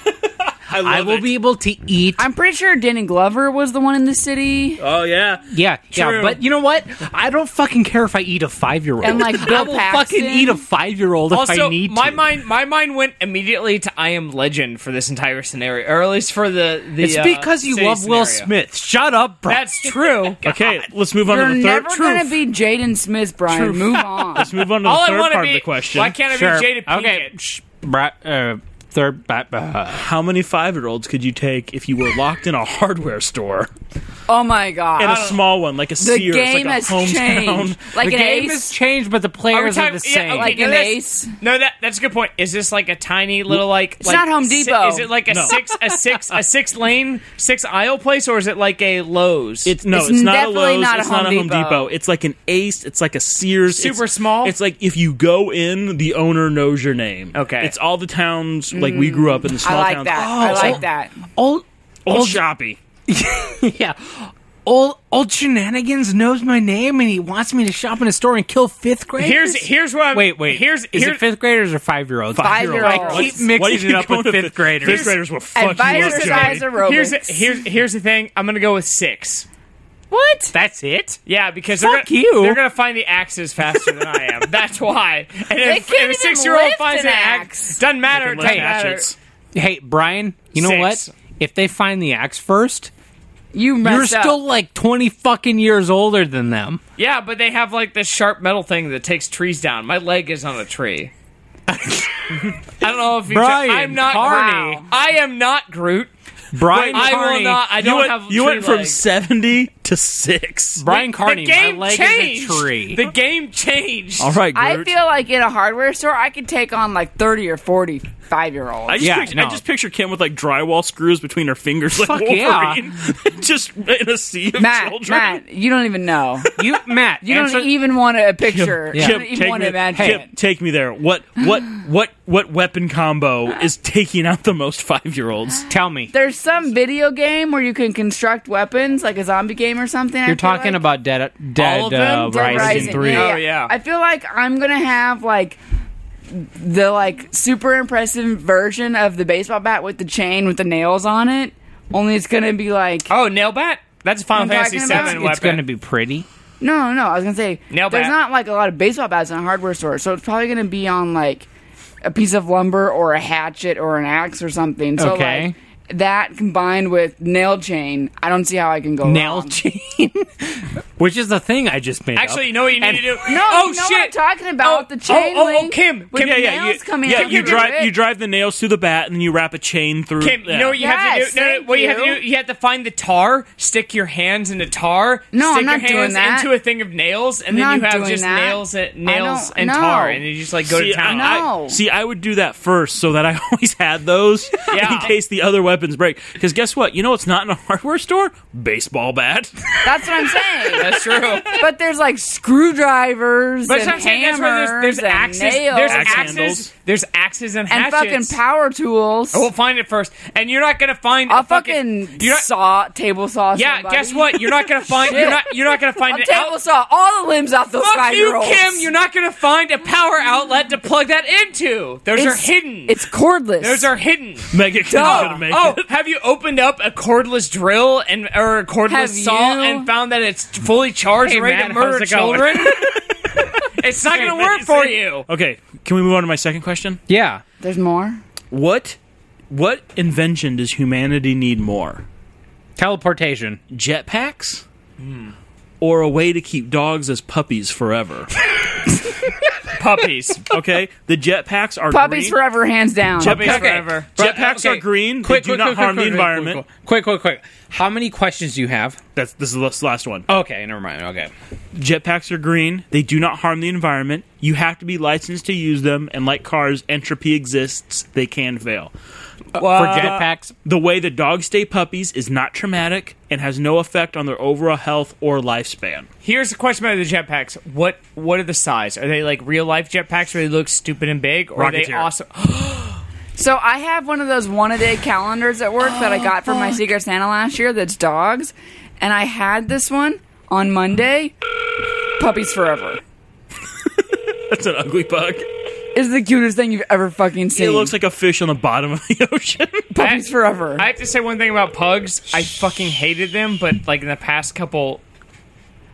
[SPEAKER 3] I, love
[SPEAKER 4] I will
[SPEAKER 3] it.
[SPEAKER 4] be able to eat.
[SPEAKER 2] I'm pretty sure Danny Glover was the one in the city.
[SPEAKER 3] Oh yeah.
[SPEAKER 4] yeah, yeah,
[SPEAKER 3] True.
[SPEAKER 4] but you know what? I don't fucking care if I eat a five year old.
[SPEAKER 2] And, like, Bill
[SPEAKER 4] I will
[SPEAKER 2] Paxton.
[SPEAKER 4] fucking eat a five year old if
[SPEAKER 1] Also,
[SPEAKER 4] I need
[SPEAKER 1] my
[SPEAKER 4] to.
[SPEAKER 1] mind my mind went immediately to I Am Legend for this entire scenario, or at least for the the.
[SPEAKER 4] it's
[SPEAKER 1] uh,
[SPEAKER 4] because you
[SPEAKER 1] city
[SPEAKER 4] love Will
[SPEAKER 1] scenario.
[SPEAKER 4] Smith. Shut up, bro.
[SPEAKER 1] That's true.
[SPEAKER 3] Okay, let's move on
[SPEAKER 2] You're
[SPEAKER 3] to the third.
[SPEAKER 2] never gonna be Jaden Smith, Brian. Move on.
[SPEAKER 3] Let's move on to
[SPEAKER 1] All
[SPEAKER 3] the
[SPEAKER 1] I
[SPEAKER 3] third
[SPEAKER 1] want to
[SPEAKER 3] part
[SPEAKER 1] be.
[SPEAKER 3] of the question.
[SPEAKER 1] Why can't I
[SPEAKER 4] Sure.
[SPEAKER 1] be Jada Pinkett?
[SPEAKER 4] Okay. Shh. Bri- uh, third. ba- uh,
[SPEAKER 3] How many five-year-olds could you take if you were locked in a hardware store
[SPEAKER 2] oh my god.
[SPEAKER 3] and a small one like a
[SPEAKER 2] the
[SPEAKER 3] Sears,
[SPEAKER 2] game
[SPEAKER 3] like a
[SPEAKER 2] has
[SPEAKER 3] hometown?
[SPEAKER 2] changed. Like
[SPEAKER 4] the
[SPEAKER 2] an
[SPEAKER 4] game
[SPEAKER 2] ace.
[SPEAKER 4] has changed, but the
[SPEAKER 1] Are we
[SPEAKER 4] players are
[SPEAKER 1] talking-
[SPEAKER 4] the
[SPEAKER 1] yeah,
[SPEAKER 4] same.
[SPEAKER 1] okay,
[SPEAKER 2] Like
[SPEAKER 1] no,
[SPEAKER 2] an
[SPEAKER 1] that's-
[SPEAKER 2] ace?
[SPEAKER 1] No, that that's a good point. Is this like a tiny little like? It's
[SPEAKER 2] not Home Depot.
[SPEAKER 1] is it like a six a six a six lane six aisle place or is it like a Lowe's?
[SPEAKER 3] It's no,
[SPEAKER 2] It's
[SPEAKER 3] it's, not a
[SPEAKER 2] definitely
[SPEAKER 3] Lowe's,
[SPEAKER 2] not a
[SPEAKER 3] it's not a
[SPEAKER 2] Home
[SPEAKER 3] Home
[SPEAKER 2] Depot.
[SPEAKER 3] Depot. It's like an Ace, it's like a Sears,
[SPEAKER 1] Super
[SPEAKER 3] it's-
[SPEAKER 1] small?
[SPEAKER 3] It's like if you go in, the owner knows your name.
[SPEAKER 1] Okay.
[SPEAKER 3] it's all the towns like we grew up in the
[SPEAKER 2] Mm, I
[SPEAKER 3] small
[SPEAKER 2] like
[SPEAKER 3] towns.
[SPEAKER 2] that.
[SPEAKER 3] Oh,
[SPEAKER 2] I
[SPEAKER 3] it's
[SPEAKER 2] like
[SPEAKER 3] all-
[SPEAKER 2] that.
[SPEAKER 4] old,
[SPEAKER 3] Old shoppy.
[SPEAKER 4] yeah. Old, old shenanigans knows my name and he wants me to shop in a store and kill fifth graders.
[SPEAKER 1] here's here's what I'm,
[SPEAKER 4] wait, wait.
[SPEAKER 1] Here's
[SPEAKER 4] is
[SPEAKER 1] here-
[SPEAKER 4] it fifth graders or five year olds?
[SPEAKER 2] Five year
[SPEAKER 4] I
[SPEAKER 2] old.
[SPEAKER 4] keep mixing it up with fifth graders.
[SPEAKER 3] Fifth graders will fuck you up,
[SPEAKER 2] Advisor size
[SPEAKER 3] Joey.
[SPEAKER 2] aerobics.
[SPEAKER 1] here's the- here's here's the thing. I'm gonna go with six.
[SPEAKER 2] what?
[SPEAKER 4] That's it.
[SPEAKER 1] Yeah, because they're
[SPEAKER 4] Fuck
[SPEAKER 1] gonna,
[SPEAKER 4] you.
[SPEAKER 1] they're gonna find the axes faster than I am. That's why. And if,
[SPEAKER 2] can't
[SPEAKER 1] if a
[SPEAKER 2] even
[SPEAKER 1] six year old
[SPEAKER 2] lift
[SPEAKER 1] finds
[SPEAKER 2] an
[SPEAKER 1] an
[SPEAKER 2] axe.
[SPEAKER 1] axe, doesn't matter. It
[SPEAKER 3] Lift
[SPEAKER 1] doesn't matter.
[SPEAKER 3] hatchets.
[SPEAKER 4] Hey, Brian. You know
[SPEAKER 1] Six.
[SPEAKER 4] what? If they find the axe first,
[SPEAKER 2] You
[SPEAKER 4] you're
[SPEAKER 2] messed
[SPEAKER 4] still
[SPEAKER 2] up.
[SPEAKER 4] like twenty fucking years older than them.
[SPEAKER 1] Yeah, but they have like this sharp metal thing that takes trees down. My leg is on a tree. I don't know if you.
[SPEAKER 4] Brian
[SPEAKER 1] I'm not
[SPEAKER 4] Carney.
[SPEAKER 1] Groot. I am not Groot.
[SPEAKER 4] Brian
[SPEAKER 1] I will
[SPEAKER 4] Carney.
[SPEAKER 1] not- I
[SPEAKER 3] You
[SPEAKER 1] don't
[SPEAKER 3] went,
[SPEAKER 1] have
[SPEAKER 3] you went
[SPEAKER 1] tree
[SPEAKER 3] from
[SPEAKER 1] legs.
[SPEAKER 3] seventy to six.
[SPEAKER 4] Brian
[SPEAKER 1] The
[SPEAKER 4] Carney.
[SPEAKER 1] game
[SPEAKER 4] my leg
[SPEAKER 1] changed.
[SPEAKER 4] is a tree.
[SPEAKER 1] The game changed.
[SPEAKER 3] All right,
[SPEAKER 2] I
[SPEAKER 3] Groot.
[SPEAKER 2] feel like in a hardware store, I could take on like thirty or forty five year olds.
[SPEAKER 3] I just,
[SPEAKER 4] Yeah,
[SPEAKER 3] picture,
[SPEAKER 4] no.
[SPEAKER 3] I just picture Kim with like drywall screws between her fingers, like
[SPEAKER 4] Fuck yeah.
[SPEAKER 3] Wolverine, just in a sea of
[SPEAKER 2] Matt,
[SPEAKER 3] children.
[SPEAKER 2] Matt, you don't even know.
[SPEAKER 4] you, Matt.
[SPEAKER 2] You don't
[SPEAKER 4] answer-
[SPEAKER 2] even want a picture.
[SPEAKER 4] Yeah.
[SPEAKER 2] You
[SPEAKER 3] Chip,
[SPEAKER 2] don't even
[SPEAKER 3] take
[SPEAKER 2] want
[SPEAKER 3] me,
[SPEAKER 2] to imagine.
[SPEAKER 3] Chip,
[SPEAKER 2] it.
[SPEAKER 3] take me there. What what what what weapon combo is taking out the most five year olds?
[SPEAKER 4] Tell me.
[SPEAKER 2] There's some video game where you can construct weapons, like a zombie game or something. I
[SPEAKER 4] You're
[SPEAKER 2] feel
[SPEAKER 4] talking
[SPEAKER 2] like.
[SPEAKER 4] about Dead,
[SPEAKER 1] All of
[SPEAKER 4] dead
[SPEAKER 1] them?
[SPEAKER 4] uh,
[SPEAKER 1] Dead
[SPEAKER 4] Rising,
[SPEAKER 1] Rising,
[SPEAKER 4] 3.
[SPEAKER 1] yeah. Oh, yeah.
[SPEAKER 2] I feel like I'm gonna have like the like super impressive version of the baseball bat with the chain with the nails on it. Only it's gonna be like
[SPEAKER 1] Oh, nail bat. That's a Final
[SPEAKER 2] I'm
[SPEAKER 1] Fantasy
[SPEAKER 2] talking
[SPEAKER 1] VII
[SPEAKER 2] about-
[SPEAKER 4] It's going to
[SPEAKER 1] weapon.
[SPEAKER 4] be pretty.
[SPEAKER 2] no, no. I was gonna say
[SPEAKER 1] Nail
[SPEAKER 2] there's
[SPEAKER 1] bat.
[SPEAKER 2] not like a lot of baseball bats in a hardware store, so it's probably gonna be on like a piece of lumber or a hatchet or an axe or something. So
[SPEAKER 4] Okay.
[SPEAKER 2] like that combined with nail chain, I don't see how I can go
[SPEAKER 4] Nail
[SPEAKER 2] wrong.
[SPEAKER 4] chain. Which is the thing I just made
[SPEAKER 1] Actually,
[SPEAKER 4] up.
[SPEAKER 1] you know what you need to do?
[SPEAKER 2] No,
[SPEAKER 1] oh
[SPEAKER 2] you know
[SPEAKER 1] shit!
[SPEAKER 2] what I'm talking
[SPEAKER 1] Oh,
[SPEAKER 2] about the chain
[SPEAKER 1] Oh, oh, oh
[SPEAKER 2] link
[SPEAKER 1] Kim,
[SPEAKER 2] with
[SPEAKER 1] Kim,
[SPEAKER 2] nails
[SPEAKER 3] yeah, yeah, you,
[SPEAKER 2] coming
[SPEAKER 3] yeah,
[SPEAKER 2] out.
[SPEAKER 3] you
[SPEAKER 2] of
[SPEAKER 3] drive
[SPEAKER 2] it.
[SPEAKER 3] you drive the nails through the bat, and then you wrap a chain through.
[SPEAKER 1] Kim, you
[SPEAKER 3] yeah.
[SPEAKER 1] know what you have
[SPEAKER 2] Yes,
[SPEAKER 1] to do? No, no,
[SPEAKER 2] thank
[SPEAKER 1] what you have to
[SPEAKER 2] you.
[SPEAKER 1] do? You have to find the tar, stick your hands into tar,
[SPEAKER 2] No,
[SPEAKER 1] stick
[SPEAKER 2] I'm not
[SPEAKER 1] your
[SPEAKER 2] doing
[SPEAKER 1] hands
[SPEAKER 2] that.
[SPEAKER 1] into a thing of nails, and then
[SPEAKER 2] Not
[SPEAKER 1] you have
[SPEAKER 2] doing
[SPEAKER 1] just
[SPEAKER 2] that.
[SPEAKER 1] nails
[SPEAKER 2] I
[SPEAKER 1] and nails
[SPEAKER 2] don't-
[SPEAKER 1] and
[SPEAKER 2] no.
[SPEAKER 1] tar, and you just like go
[SPEAKER 3] See,
[SPEAKER 1] to town.
[SPEAKER 3] I-
[SPEAKER 2] No.
[SPEAKER 3] see, I would do that first so that I always had those
[SPEAKER 1] Yeah.
[SPEAKER 3] in case the other weapons break. Because guess what? You know what's not in a hardware store? Baseball bat.
[SPEAKER 2] That's what I'm saying.
[SPEAKER 1] That's true.
[SPEAKER 2] but there's like screwdrivers
[SPEAKER 1] But
[SPEAKER 2] and
[SPEAKER 1] I'm saying that's where there's,
[SPEAKER 2] hammers
[SPEAKER 1] there's
[SPEAKER 2] and
[SPEAKER 1] axes,
[SPEAKER 2] nails
[SPEAKER 1] there's
[SPEAKER 3] Axe
[SPEAKER 1] axes,
[SPEAKER 3] handles.
[SPEAKER 1] there's axes and
[SPEAKER 2] and
[SPEAKER 1] hatchets, Oh,
[SPEAKER 2] fucking power tools.
[SPEAKER 1] We'll find it first, and you're not gonna find
[SPEAKER 2] a
[SPEAKER 1] fucking,
[SPEAKER 2] fucking
[SPEAKER 1] you're not-
[SPEAKER 2] saw, table saw.
[SPEAKER 1] Yeah,
[SPEAKER 2] somebody.
[SPEAKER 1] guess what? You're not gonna find. you're
[SPEAKER 2] Shit.
[SPEAKER 1] not. You're not gonna find
[SPEAKER 2] A
[SPEAKER 1] it
[SPEAKER 2] table
[SPEAKER 1] out.
[SPEAKER 2] saw all the limbs off those
[SPEAKER 1] Fuck
[SPEAKER 2] five
[SPEAKER 1] you,
[SPEAKER 2] year olds.
[SPEAKER 1] Kim. You're not gonna find a power outlet to plug that into. Those are hidden.
[SPEAKER 2] It's cordless.
[SPEAKER 1] Those are hidden.
[SPEAKER 3] Mega Kim's gonna make
[SPEAKER 1] Oh,
[SPEAKER 3] it.
[SPEAKER 1] have you opened up a cordless drill and or a cordless
[SPEAKER 2] Have
[SPEAKER 1] saw
[SPEAKER 2] you?
[SPEAKER 1] and found that it's fully charged
[SPEAKER 13] Hey,
[SPEAKER 1] and ready
[SPEAKER 13] Matt,
[SPEAKER 1] to
[SPEAKER 13] how's
[SPEAKER 1] murder
[SPEAKER 13] it going?
[SPEAKER 1] children? it's not going to work for you.
[SPEAKER 3] Okay, can we move on to my second question?
[SPEAKER 4] yeah.
[SPEAKER 2] There's more.
[SPEAKER 3] What what invention does humanity need more?
[SPEAKER 14] Teleportation.
[SPEAKER 3] jetpacks or a way to keep dogs as puppies forever.
[SPEAKER 1] Puppies.
[SPEAKER 3] Okay, the jetpacks are
[SPEAKER 2] Puppies
[SPEAKER 3] green.
[SPEAKER 2] forever, hands down.
[SPEAKER 1] Puppies
[SPEAKER 3] Okay.
[SPEAKER 1] forever.
[SPEAKER 3] Jetpacks are green. they do not harm the environment.
[SPEAKER 14] Quick, quick, quick. How many questions do you have?
[SPEAKER 3] That's this is the last one.
[SPEAKER 14] Okay, never mind. Okay.
[SPEAKER 3] Jetpacks are green. They do not harm the environment. You have to be licensed to use them, and like cars, entropy exists. They can fail.
[SPEAKER 4] For
[SPEAKER 1] uh,
[SPEAKER 4] jetpacks.
[SPEAKER 3] The way the dogs stay puppies is not traumatic and has no effect on their overall health or lifespan.
[SPEAKER 1] Here's a question about the jetpacks. What what are the size? Are they like real life jetpacks where they look stupid and big, or are they
[SPEAKER 3] Rocketeer.
[SPEAKER 1] awesome?
[SPEAKER 2] So I have one of those one a day Oh, calendars at work that I got from my Secret Santa last year. That's dogs, and I had this one. on Monday, puppies forever
[SPEAKER 6] That's an ugly bug.
[SPEAKER 2] is the cutest thing you've ever fucking seen.
[SPEAKER 6] It looks like a fish on the bottom of the ocean.
[SPEAKER 2] puppies forever.
[SPEAKER 1] I have to say one thing about pugs. I fucking hated them, but like in the past couple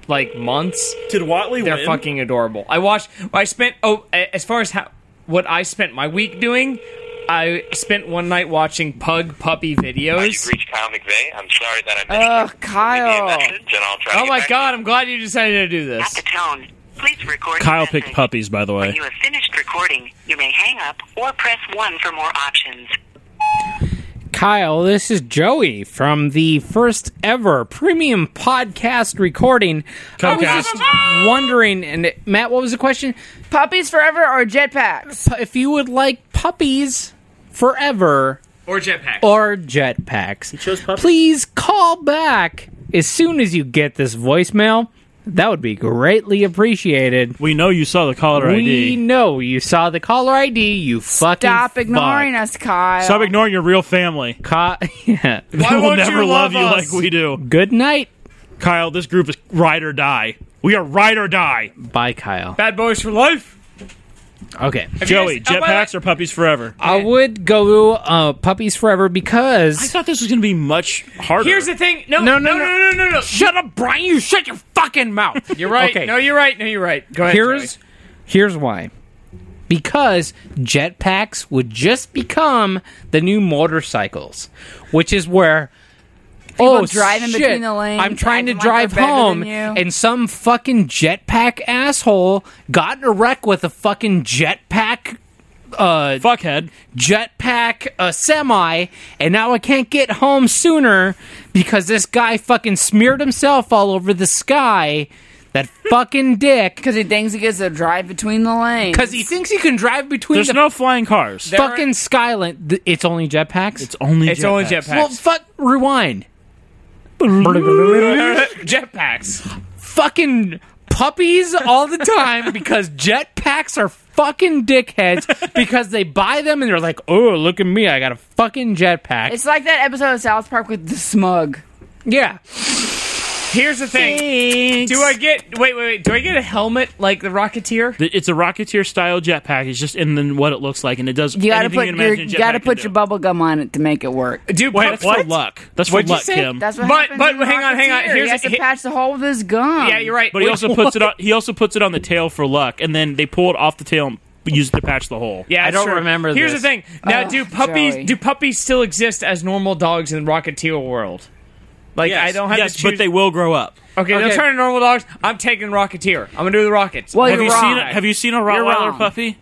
[SPEAKER 1] like months,
[SPEAKER 6] Did Watley
[SPEAKER 1] they're
[SPEAKER 6] win?
[SPEAKER 1] fucking adorable. I watched. I spent. Oh, a- as far as how what I spent my week doing, I spent one night watching pug puppy
[SPEAKER 7] You've
[SPEAKER 1] videos.
[SPEAKER 7] reached Kyle McVeigh. I'm sorry that I
[SPEAKER 2] Ugh,
[SPEAKER 7] missed. you. Leave me a
[SPEAKER 2] Kyle.
[SPEAKER 7] message and I'll try to
[SPEAKER 1] Oh
[SPEAKER 7] get
[SPEAKER 1] my
[SPEAKER 7] back to
[SPEAKER 1] god! I'm glad you decided to do
[SPEAKER 8] At the
[SPEAKER 1] this.
[SPEAKER 8] tone, please record. your
[SPEAKER 6] Kyle picked
[SPEAKER 8] message.
[SPEAKER 6] puppies, by the
[SPEAKER 8] When
[SPEAKER 6] way.
[SPEAKER 8] you have finished recording, you may hang up or press one for more options.
[SPEAKER 4] Kyle, this is Joey from the first ever premium podcast recording. I was
[SPEAKER 6] Comcast.
[SPEAKER 4] just wondering, and Matt, what was the question?
[SPEAKER 2] puppies forever or jetpacks?
[SPEAKER 4] Pu- If you would like puppies forever
[SPEAKER 1] Or jetpack.
[SPEAKER 4] or jetpacks,
[SPEAKER 3] chose puppies.
[SPEAKER 4] please call back as soon as you get this voicemail. That would be greatly appreciated.
[SPEAKER 6] We know you saw the caller
[SPEAKER 4] We
[SPEAKER 6] ID.
[SPEAKER 4] know you saw the caller ID. You fucking
[SPEAKER 2] Stop ignoring
[SPEAKER 4] fuck.
[SPEAKER 2] us, Kyle.
[SPEAKER 6] Stop ignoring your real family.
[SPEAKER 4] Ca- yeah.
[SPEAKER 6] They will
[SPEAKER 1] won't you
[SPEAKER 6] never love,
[SPEAKER 1] love
[SPEAKER 6] you
[SPEAKER 1] us?
[SPEAKER 6] like we do.
[SPEAKER 4] Good night.
[SPEAKER 6] Kyle, this group is ride or die. We are ride or die.
[SPEAKER 4] Bye, Kyle.
[SPEAKER 1] Bad boys for life.
[SPEAKER 4] Okay.
[SPEAKER 6] Joey,
[SPEAKER 1] guys- oh, by the
[SPEAKER 6] jetpacks
[SPEAKER 1] way-
[SPEAKER 6] or puppies forever?
[SPEAKER 4] I would go uh, puppies forever
[SPEAKER 6] I
[SPEAKER 4] because
[SPEAKER 6] thought this was going to be much harder.
[SPEAKER 1] Here's the thing. No,
[SPEAKER 4] No,
[SPEAKER 1] no,
[SPEAKER 4] no,
[SPEAKER 1] no, no, no, no, no.
[SPEAKER 4] shut up, Brian. You shut your fucking mouth.
[SPEAKER 1] You're right.
[SPEAKER 4] Okay.
[SPEAKER 1] No, you're right. No, you're right. Go ahead.
[SPEAKER 4] here's here's why. Because jetpacks would just become the new motorcycles, which is where oh
[SPEAKER 2] driving
[SPEAKER 4] shit,
[SPEAKER 2] between the lanes,
[SPEAKER 4] I'm trying to
[SPEAKER 2] acting like
[SPEAKER 4] drive
[SPEAKER 2] they're better
[SPEAKER 4] home,
[SPEAKER 2] than you.
[SPEAKER 4] and some fucking jetpack asshole got in a wreck with a fucking jetpack uh,
[SPEAKER 6] fuckhead.
[SPEAKER 4] jetpack a semi, and now I can't get home sooner because this guy fucking smeared himself all over the sky. That fucking dick.
[SPEAKER 2] Because he thinks he gets to drive between the lanes.
[SPEAKER 4] Because he thinks he can drive between
[SPEAKER 6] There's
[SPEAKER 4] the
[SPEAKER 6] no flying cars.
[SPEAKER 4] fucking skyline. Th- it's only jetpacks?
[SPEAKER 6] It's only
[SPEAKER 1] It's only
[SPEAKER 6] jetpacks.
[SPEAKER 1] jetpacks.
[SPEAKER 4] well, fuck, rewind.
[SPEAKER 1] jetpacks.
[SPEAKER 4] Fucking puppies all the time because jetpacks are fucking dickheads because they buy them and they're like, oh, look at me. I got a fucking jetpack.
[SPEAKER 2] it's like that episode of South Park with the smug.
[SPEAKER 4] yeah.
[SPEAKER 1] Here's the thing. Do I get wait, wait, wait? Do I get a helmet like the Rocketeer?
[SPEAKER 6] Th- It's a Rocketeer style jetpack. It's just in the, what it looks like, and it does
[SPEAKER 2] You gotta
[SPEAKER 6] anything
[SPEAKER 2] put
[SPEAKER 6] you can
[SPEAKER 2] your,
[SPEAKER 6] imagine a
[SPEAKER 2] you gotta
[SPEAKER 6] jetpack
[SPEAKER 2] put
[SPEAKER 6] can
[SPEAKER 2] your
[SPEAKER 6] do.
[SPEAKER 2] bubble gum on it to make it work.
[SPEAKER 1] Dude,
[SPEAKER 6] Wait,
[SPEAKER 1] pup-
[SPEAKER 6] that's for
[SPEAKER 1] what?
[SPEAKER 6] luck. That's for
[SPEAKER 1] What'd you
[SPEAKER 6] luck,
[SPEAKER 1] say?
[SPEAKER 6] Kim.
[SPEAKER 2] That's what
[SPEAKER 1] But-
[SPEAKER 2] happens.
[SPEAKER 1] but
[SPEAKER 2] in
[SPEAKER 1] hang on, hang on.
[SPEAKER 2] Rocketeer.
[SPEAKER 1] Here's-
[SPEAKER 2] he has to
[SPEAKER 1] he-
[SPEAKER 2] patch the hole with his gum.
[SPEAKER 1] Yeah, you're right.
[SPEAKER 6] But he
[SPEAKER 1] Wait,
[SPEAKER 6] also puts it on. He also puts it on the tail for luck, and then they pull it off the tail and use it to patch the hole.
[SPEAKER 1] Yeah,
[SPEAKER 4] I
[SPEAKER 1] it's
[SPEAKER 4] don't
[SPEAKER 1] true.
[SPEAKER 4] remember
[SPEAKER 1] Here's
[SPEAKER 4] this.
[SPEAKER 1] the thing. Now,
[SPEAKER 2] Ugh,
[SPEAKER 1] do puppies
[SPEAKER 2] Oh, Joey.
[SPEAKER 1] do puppies still exist as normal dogs in the Rocketeer world? Like I don't have
[SPEAKER 6] yes,
[SPEAKER 1] to choose.
[SPEAKER 6] but they will grow up.
[SPEAKER 1] okay,
[SPEAKER 4] Okay.
[SPEAKER 1] they'll turn to normal dogs. I'm taking Rocketeer. I'm gonna do the Rockets.
[SPEAKER 2] Well,
[SPEAKER 6] have
[SPEAKER 2] you're
[SPEAKER 6] you
[SPEAKER 2] wrong.
[SPEAKER 6] seen? A, have you seen a Rottweiler
[SPEAKER 2] wrong.
[SPEAKER 6] puppy?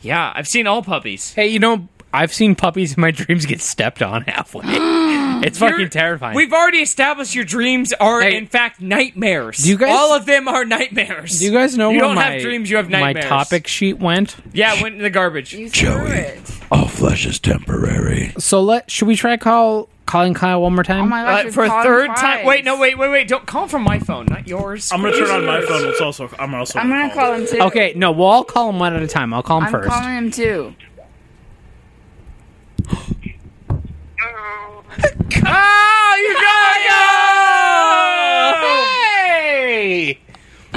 [SPEAKER 1] yeah, I've seen all puppies.
[SPEAKER 4] Hey, you know, I've seen puppies in my dreams get stepped on halfway. it's fucking
[SPEAKER 1] You're-
[SPEAKER 4] terrifying.
[SPEAKER 1] We've already established your dreams are
[SPEAKER 4] Hey.
[SPEAKER 1] in fact nightmares.
[SPEAKER 4] you guys-
[SPEAKER 1] all of them are nightmares.
[SPEAKER 4] Do you guys know
[SPEAKER 1] you
[SPEAKER 4] where
[SPEAKER 1] don't
[SPEAKER 4] my,
[SPEAKER 1] have dreams? You have nightmares.
[SPEAKER 4] my topic sheet went?
[SPEAKER 1] Yeah, it went in the garbage.
[SPEAKER 2] You
[SPEAKER 9] Joey.
[SPEAKER 2] screw it.
[SPEAKER 9] All flesh is temporary.
[SPEAKER 4] So let should we try call calling Kyle one more time?
[SPEAKER 2] Oh my
[SPEAKER 1] Uh,
[SPEAKER 2] gosh!
[SPEAKER 1] for a
[SPEAKER 2] a
[SPEAKER 1] third time. Wait, no, wait, wait, wait. Don't call from my phone, not yours.
[SPEAKER 6] I'm gonna turn on my phone. It's also. I'm also.
[SPEAKER 2] I'm gonna call him too.
[SPEAKER 4] okay, no, we'll all call him one at a time. I'll call him
[SPEAKER 2] I'm
[SPEAKER 4] first.
[SPEAKER 2] calling him too.
[SPEAKER 4] Ah,
[SPEAKER 1] Oh, you got it!
[SPEAKER 4] Hey,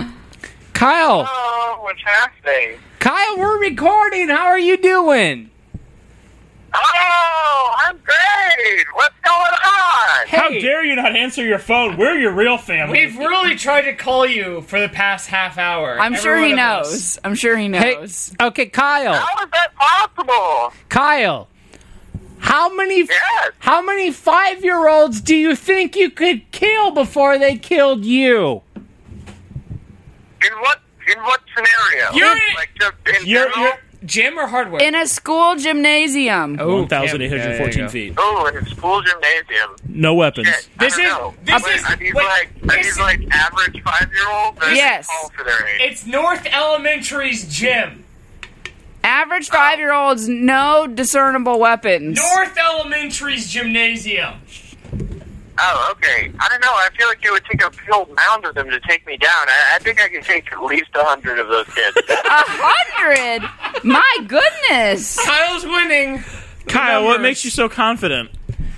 [SPEAKER 4] Kyle,
[SPEAKER 7] Oh, what's happening?
[SPEAKER 4] Kyle, we're recording. How are you doing?
[SPEAKER 7] Oh, I'm great. What's going on?
[SPEAKER 6] How dare you not answer your phone? We're your real family.
[SPEAKER 1] We've really tried to call you for the past half hour.
[SPEAKER 2] I'm
[SPEAKER 1] Every
[SPEAKER 2] sure he
[SPEAKER 1] one of us.
[SPEAKER 2] knows. I'm sure he
[SPEAKER 4] Hey,
[SPEAKER 2] knows.
[SPEAKER 4] okay, Kyle,
[SPEAKER 7] How is that possible?
[SPEAKER 4] Kyle, how many
[SPEAKER 7] Yes.
[SPEAKER 4] how many five year olds do you think you could kill before they killed you?
[SPEAKER 7] In what in what scenario?
[SPEAKER 1] You're-
[SPEAKER 7] like just in
[SPEAKER 6] You're-
[SPEAKER 7] general?
[SPEAKER 6] you're-
[SPEAKER 1] Gym or hardware?
[SPEAKER 2] In a school gymnasium,
[SPEAKER 1] Oh,
[SPEAKER 6] One thousand eight
[SPEAKER 1] yeah,
[SPEAKER 6] hundred
[SPEAKER 1] there you
[SPEAKER 6] fourteen
[SPEAKER 1] go.
[SPEAKER 6] feet.
[SPEAKER 7] Oh, in a school gymnasium.
[SPEAKER 6] No weapons.
[SPEAKER 7] Shit, I
[SPEAKER 1] This
[SPEAKER 7] don't
[SPEAKER 1] is-
[SPEAKER 7] know.
[SPEAKER 1] this
[SPEAKER 7] Wait,
[SPEAKER 1] is-
[SPEAKER 7] are these
[SPEAKER 1] wait,
[SPEAKER 7] like are
[SPEAKER 1] this-
[SPEAKER 7] these like average five year olds?
[SPEAKER 2] Yes.
[SPEAKER 7] Call for their age.
[SPEAKER 1] It's North Elementary's gym.
[SPEAKER 2] average
[SPEAKER 1] Oh.
[SPEAKER 2] five-year-olds, no discernible weapons.
[SPEAKER 1] North Elementary's gymnasium.
[SPEAKER 7] Oh, okay. I don't know. I feel like it would take a whole mound of them to take me down. I, I think I could take at least a hundred of those kids.
[SPEAKER 2] A hundred? My goodness!
[SPEAKER 1] Kyle's winning.
[SPEAKER 6] Kyle, what
[SPEAKER 1] Numbers.
[SPEAKER 6] makes you so confident?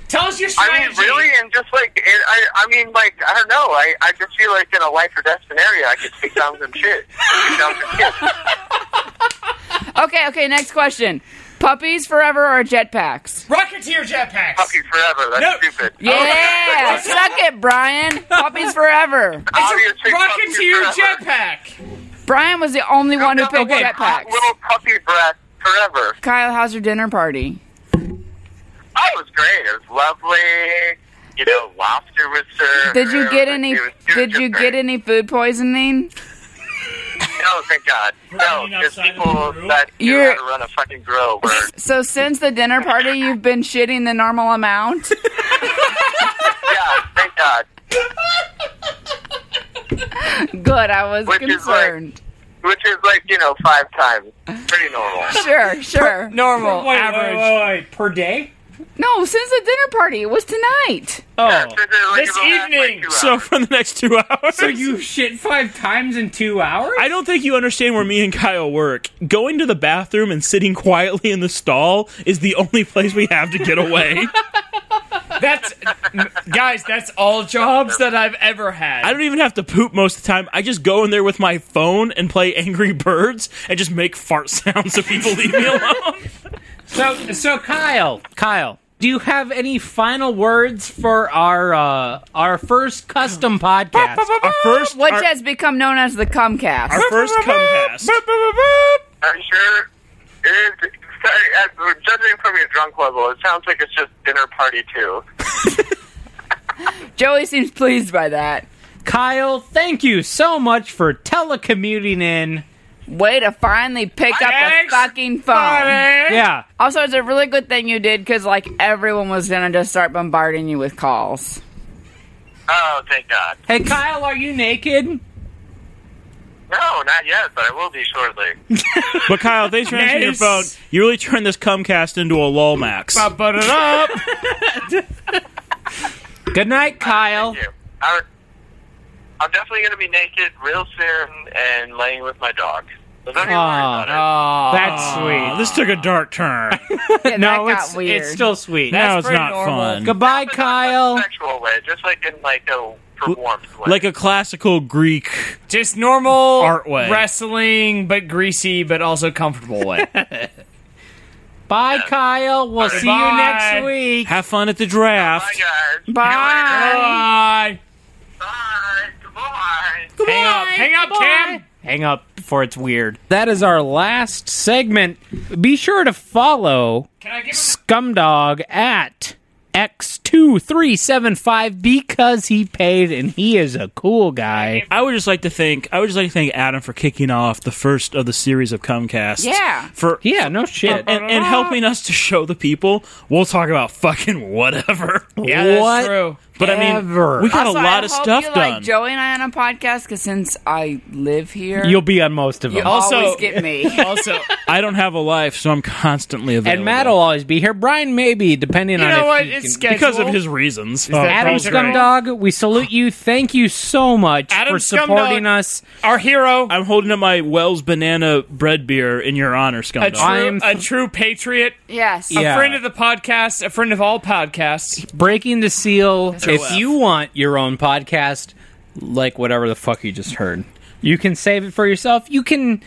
[SPEAKER 1] Tell us your
[SPEAKER 7] I
[SPEAKER 1] strategy.
[SPEAKER 7] mean, really, and just like it, I, I mean, like I don't know. I, I just feel like in a life or death scenario, I could take down some shit, take down some kids.
[SPEAKER 2] Okay, okay, next question. Puppies forever or jetpacks?
[SPEAKER 1] Rocketeer jetpacks.
[SPEAKER 7] Puppy forever. That's
[SPEAKER 1] No.
[SPEAKER 7] stupid.
[SPEAKER 2] Yeah, suck it, Brian. Puppies forever.
[SPEAKER 7] Obviously, puppy
[SPEAKER 1] Rocketeer
[SPEAKER 7] forever.
[SPEAKER 1] jetpack.
[SPEAKER 2] Brian was the only one who picked
[SPEAKER 7] Okay,
[SPEAKER 2] jetpacks.
[SPEAKER 7] hot Little puppy breath forever.
[SPEAKER 2] Kyle, how's your dinner party?
[SPEAKER 7] Oh, it was great. It was lovely. You know, lobster was served.
[SPEAKER 2] Did you get any?
[SPEAKER 7] It was- it was
[SPEAKER 2] Did
[SPEAKER 7] just
[SPEAKER 2] you
[SPEAKER 7] great.
[SPEAKER 2] get any food poisoning?
[SPEAKER 7] No, thank God. No,
[SPEAKER 3] Running
[SPEAKER 7] because
[SPEAKER 3] outside of
[SPEAKER 7] people
[SPEAKER 3] the room?
[SPEAKER 7] that knew
[SPEAKER 2] You're-
[SPEAKER 7] how to run a fucking grill were.
[SPEAKER 2] So since the dinner party, you've been shitting the normal amount.
[SPEAKER 7] yeah, thank God.
[SPEAKER 2] Good, I was
[SPEAKER 7] Which is like-
[SPEAKER 2] concerned.
[SPEAKER 7] Which is like you know five times. Pretty normal.
[SPEAKER 2] Sure, sure.
[SPEAKER 1] Normal, average.
[SPEAKER 15] per day.
[SPEAKER 2] No, since the dinner party it was tonight.
[SPEAKER 7] Yeah, so they're like
[SPEAKER 1] this
[SPEAKER 7] about halfway
[SPEAKER 1] evening.
[SPEAKER 7] through
[SPEAKER 3] So for the next two hours,
[SPEAKER 15] So you shit five times in two hours?
[SPEAKER 3] I don't think you understand where me and Kyle work. Going to the bathroom and sitting quietly in the stall is the only place we have to get away.
[SPEAKER 1] That's m- guys. That's all jobs that I've ever had.
[SPEAKER 3] I don't even have to poop most of the time. I just go in there with my phone and play Angry Birds and just make fart sounds so people leave me alone.
[SPEAKER 4] So, so Kyle, Kyle, do you have any final words for our uh, our first custom podcast?
[SPEAKER 3] Our first,
[SPEAKER 2] Which
[SPEAKER 3] our,
[SPEAKER 2] has become known as the Cumcast.
[SPEAKER 3] our first cumcast.
[SPEAKER 7] I'm sure. It is, sorry, uh, judging from your drunk level, it sounds like it's just dinner party too.
[SPEAKER 2] Joey seems pleased by that.
[SPEAKER 4] Kyle, thank you so much for telecommuting in.
[SPEAKER 2] Way to finally pick up a
[SPEAKER 1] Thanks,
[SPEAKER 2] fucking phone.
[SPEAKER 4] Yeah,
[SPEAKER 2] Also, it's a really good thing you did because like everyone was gonna just start bombarding you with calls.
[SPEAKER 7] Oh, thank God.
[SPEAKER 4] Hey, Kyle, are you naked?
[SPEAKER 7] No, not yet, but I will be shortly.
[SPEAKER 3] But Kyle, thanks for answering your
[SPEAKER 1] Nice.
[SPEAKER 3] phone. You really turned this cumcast into a lol max.
[SPEAKER 1] But it up.
[SPEAKER 4] Good night, Kyle.
[SPEAKER 7] You. I, I'm definitely going to be naked real soon and laying with my dog. So don't even worry about
[SPEAKER 4] That's
[SPEAKER 3] Aw,
[SPEAKER 4] sweet.
[SPEAKER 3] Uh, this took a dark turn.
[SPEAKER 2] Yeah,
[SPEAKER 4] No,
[SPEAKER 2] that
[SPEAKER 4] it's
[SPEAKER 2] got weird.
[SPEAKER 4] it's still sweet.
[SPEAKER 3] now it's
[SPEAKER 1] pretty
[SPEAKER 3] not
[SPEAKER 1] normal.
[SPEAKER 3] fun.
[SPEAKER 4] Goodbye,
[SPEAKER 7] it. But not in
[SPEAKER 4] Kyle.
[SPEAKER 7] a sexual way, just like in like a for warmth way.
[SPEAKER 3] Like a classical Greek.
[SPEAKER 1] Just normal
[SPEAKER 3] Art way.
[SPEAKER 1] wrestling, but greasy, but also comfortable way.
[SPEAKER 4] Bye, Kyle. We'll see you
[SPEAKER 1] Bye.
[SPEAKER 4] next week.
[SPEAKER 3] Have fun at the draft.
[SPEAKER 7] Bye
[SPEAKER 2] Oh,
[SPEAKER 7] guys.
[SPEAKER 2] Bye.
[SPEAKER 1] Bye.
[SPEAKER 7] Bye. Goodbye.
[SPEAKER 1] Hang up. Hang up, Cam.
[SPEAKER 4] Hang up before it's weird. That is our last segment. Be sure to follow
[SPEAKER 1] Can I give
[SPEAKER 4] Scumdog at X2375 because he paid and he is a cool guy.
[SPEAKER 3] I would just like to thank I would just like to thank Adam for kicking off the first of the series of Comcast.
[SPEAKER 2] Yeah.
[SPEAKER 3] For um,
[SPEAKER 4] Yeah, no shit.
[SPEAKER 3] and, and helping us to show the people we'll talk about fucking whatever.
[SPEAKER 1] Yeah, that's
[SPEAKER 4] What?
[SPEAKER 1] true.
[SPEAKER 3] But I mean
[SPEAKER 4] Ever.
[SPEAKER 3] we got
[SPEAKER 2] Also,
[SPEAKER 3] a lot
[SPEAKER 2] I
[SPEAKER 3] of
[SPEAKER 2] hope
[SPEAKER 3] stuff
[SPEAKER 2] you
[SPEAKER 3] done.
[SPEAKER 2] Like Joey and I on a podcast because since I live here,
[SPEAKER 4] You'll be on most of
[SPEAKER 2] you
[SPEAKER 4] them.
[SPEAKER 1] also-
[SPEAKER 2] always get me.
[SPEAKER 1] Also,
[SPEAKER 3] I don't have a life, so I'm constantly available.
[SPEAKER 4] and Matt will always be here. Brian maybe, depending
[SPEAKER 1] you
[SPEAKER 4] on
[SPEAKER 1] know
[SPEAKER 4] if
[SPEAKER 1] what?
[SPEAKER 4] he
[SPEAKER 1] It's
[SPEAKER 4] can-
[SPEAKER 1] scheduled.
[SPEAKER 3] because of his reasons. Um,
[SPEAKER 1] that-
[SPEAKER 4] Adam
[SPEAKER 1] That's great.
[SPEAKER 4] Scumdog, we salute you. Thank you so much
[SPEAKER 1] Adam
[SPEAKER 4] for supporting
[SPEAKER 1] Scumdog.
[SPEAKER 4] us.
[SPEAKER 1] our hero,
[SPEAKER 3] I'm holding up my Wells banana bread beer in your honor,
[SPEAKER 1] a
[SPEAKER 3] scumbag.
[SPEAKER 1] true,
[SPEAKER 4] I am-
[SPEAKER 1] a true patriot,
[SPEAKER 2] yes.
[SPEAKER 1] a
[SPEAKER 4] Yeah.
[SPEAKER 1] friend of the podcast, a friend of all podcasts.
[SPEAKER 4] breaking the seal. if
[SPEAKER 3] F.
[SPEAKER 4] you want your own podcast, like whatever the fuck you just heard, you can save it for yourself. You can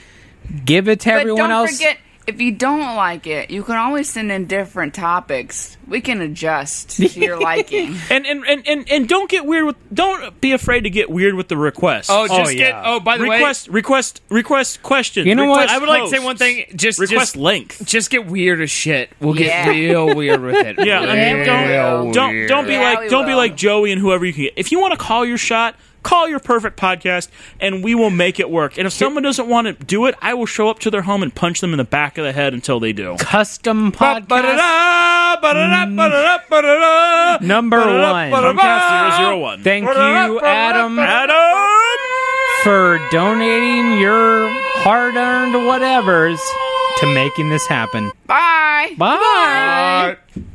[SPEAKER 4] give it to
[SPEAKER 2] But
[SPEAKER 4] everyone
[SPEAKER 2] don't
[SPEAKER 4] else.
[SPEAKER 2] forget, if you don't like it, you can always send in different topics. We can adjust to your liking.
[SPEAKER 3] and, and, and, and and don't get weird with don't be afraid to get weird with the request.
[SPEAKER 1] Oh, just get.
[SPEAKER 4] yeah.
[SPEAKER 1] Oh, by the
[SPEAKER 3] request request request questions.
[SPEAKER 4] You know what?
[SPEAKER 3] Request
[SPEAKER 1] way, I would like to
[SPEAKER 3] posts.
[SPEAKER 1] say one thing. Just
[SPEAKER 3] Request
[SPEAKER 1] just,
[SPEAKER 3] length.
[SPEAKER 1] just get weird as shit. We'll get
[SPEAKER 2] Yeah.
[SPEAKER 1] real weird with it.
[SPEAKER 3] Yeah, I mean,
[SPEAKER 2] Yeah,
[SPEAKER 4] Oh,
[SPEAKER 3] don't don't don't be
[SPEAKER 2] Yeah, we
[SPEAKER 3] like don't be
[SPEAKER 2] will.
[SPEAKER 3] like Joey and whoever you can get. If you want to call your shot, call your perfect podcast, and we will make it work. And if someone doesn't want to do it, I will show up to their home and punch them in the back of the head until they do.
[SPEAKER 4] Custom podcast
[SPEAKER 3] Ba-da-da, ba-da-da, ba-da-da, ba-da-da.
[SPEAKER 4] number
[SPEAKER 3] Ba-da-da,
[SPEAKER 4] one.
[SPEAKER 3] ba-da-da. Comcast 001.
[SPEAKER 4] Thank you, Adam,
[SPEAKER 3] Adam.
[SPEAKER 4] for donating your hard-earned whatevers to making this happen.
[SPEAKER 2] Bye.
[SPEAKER 4] Bye.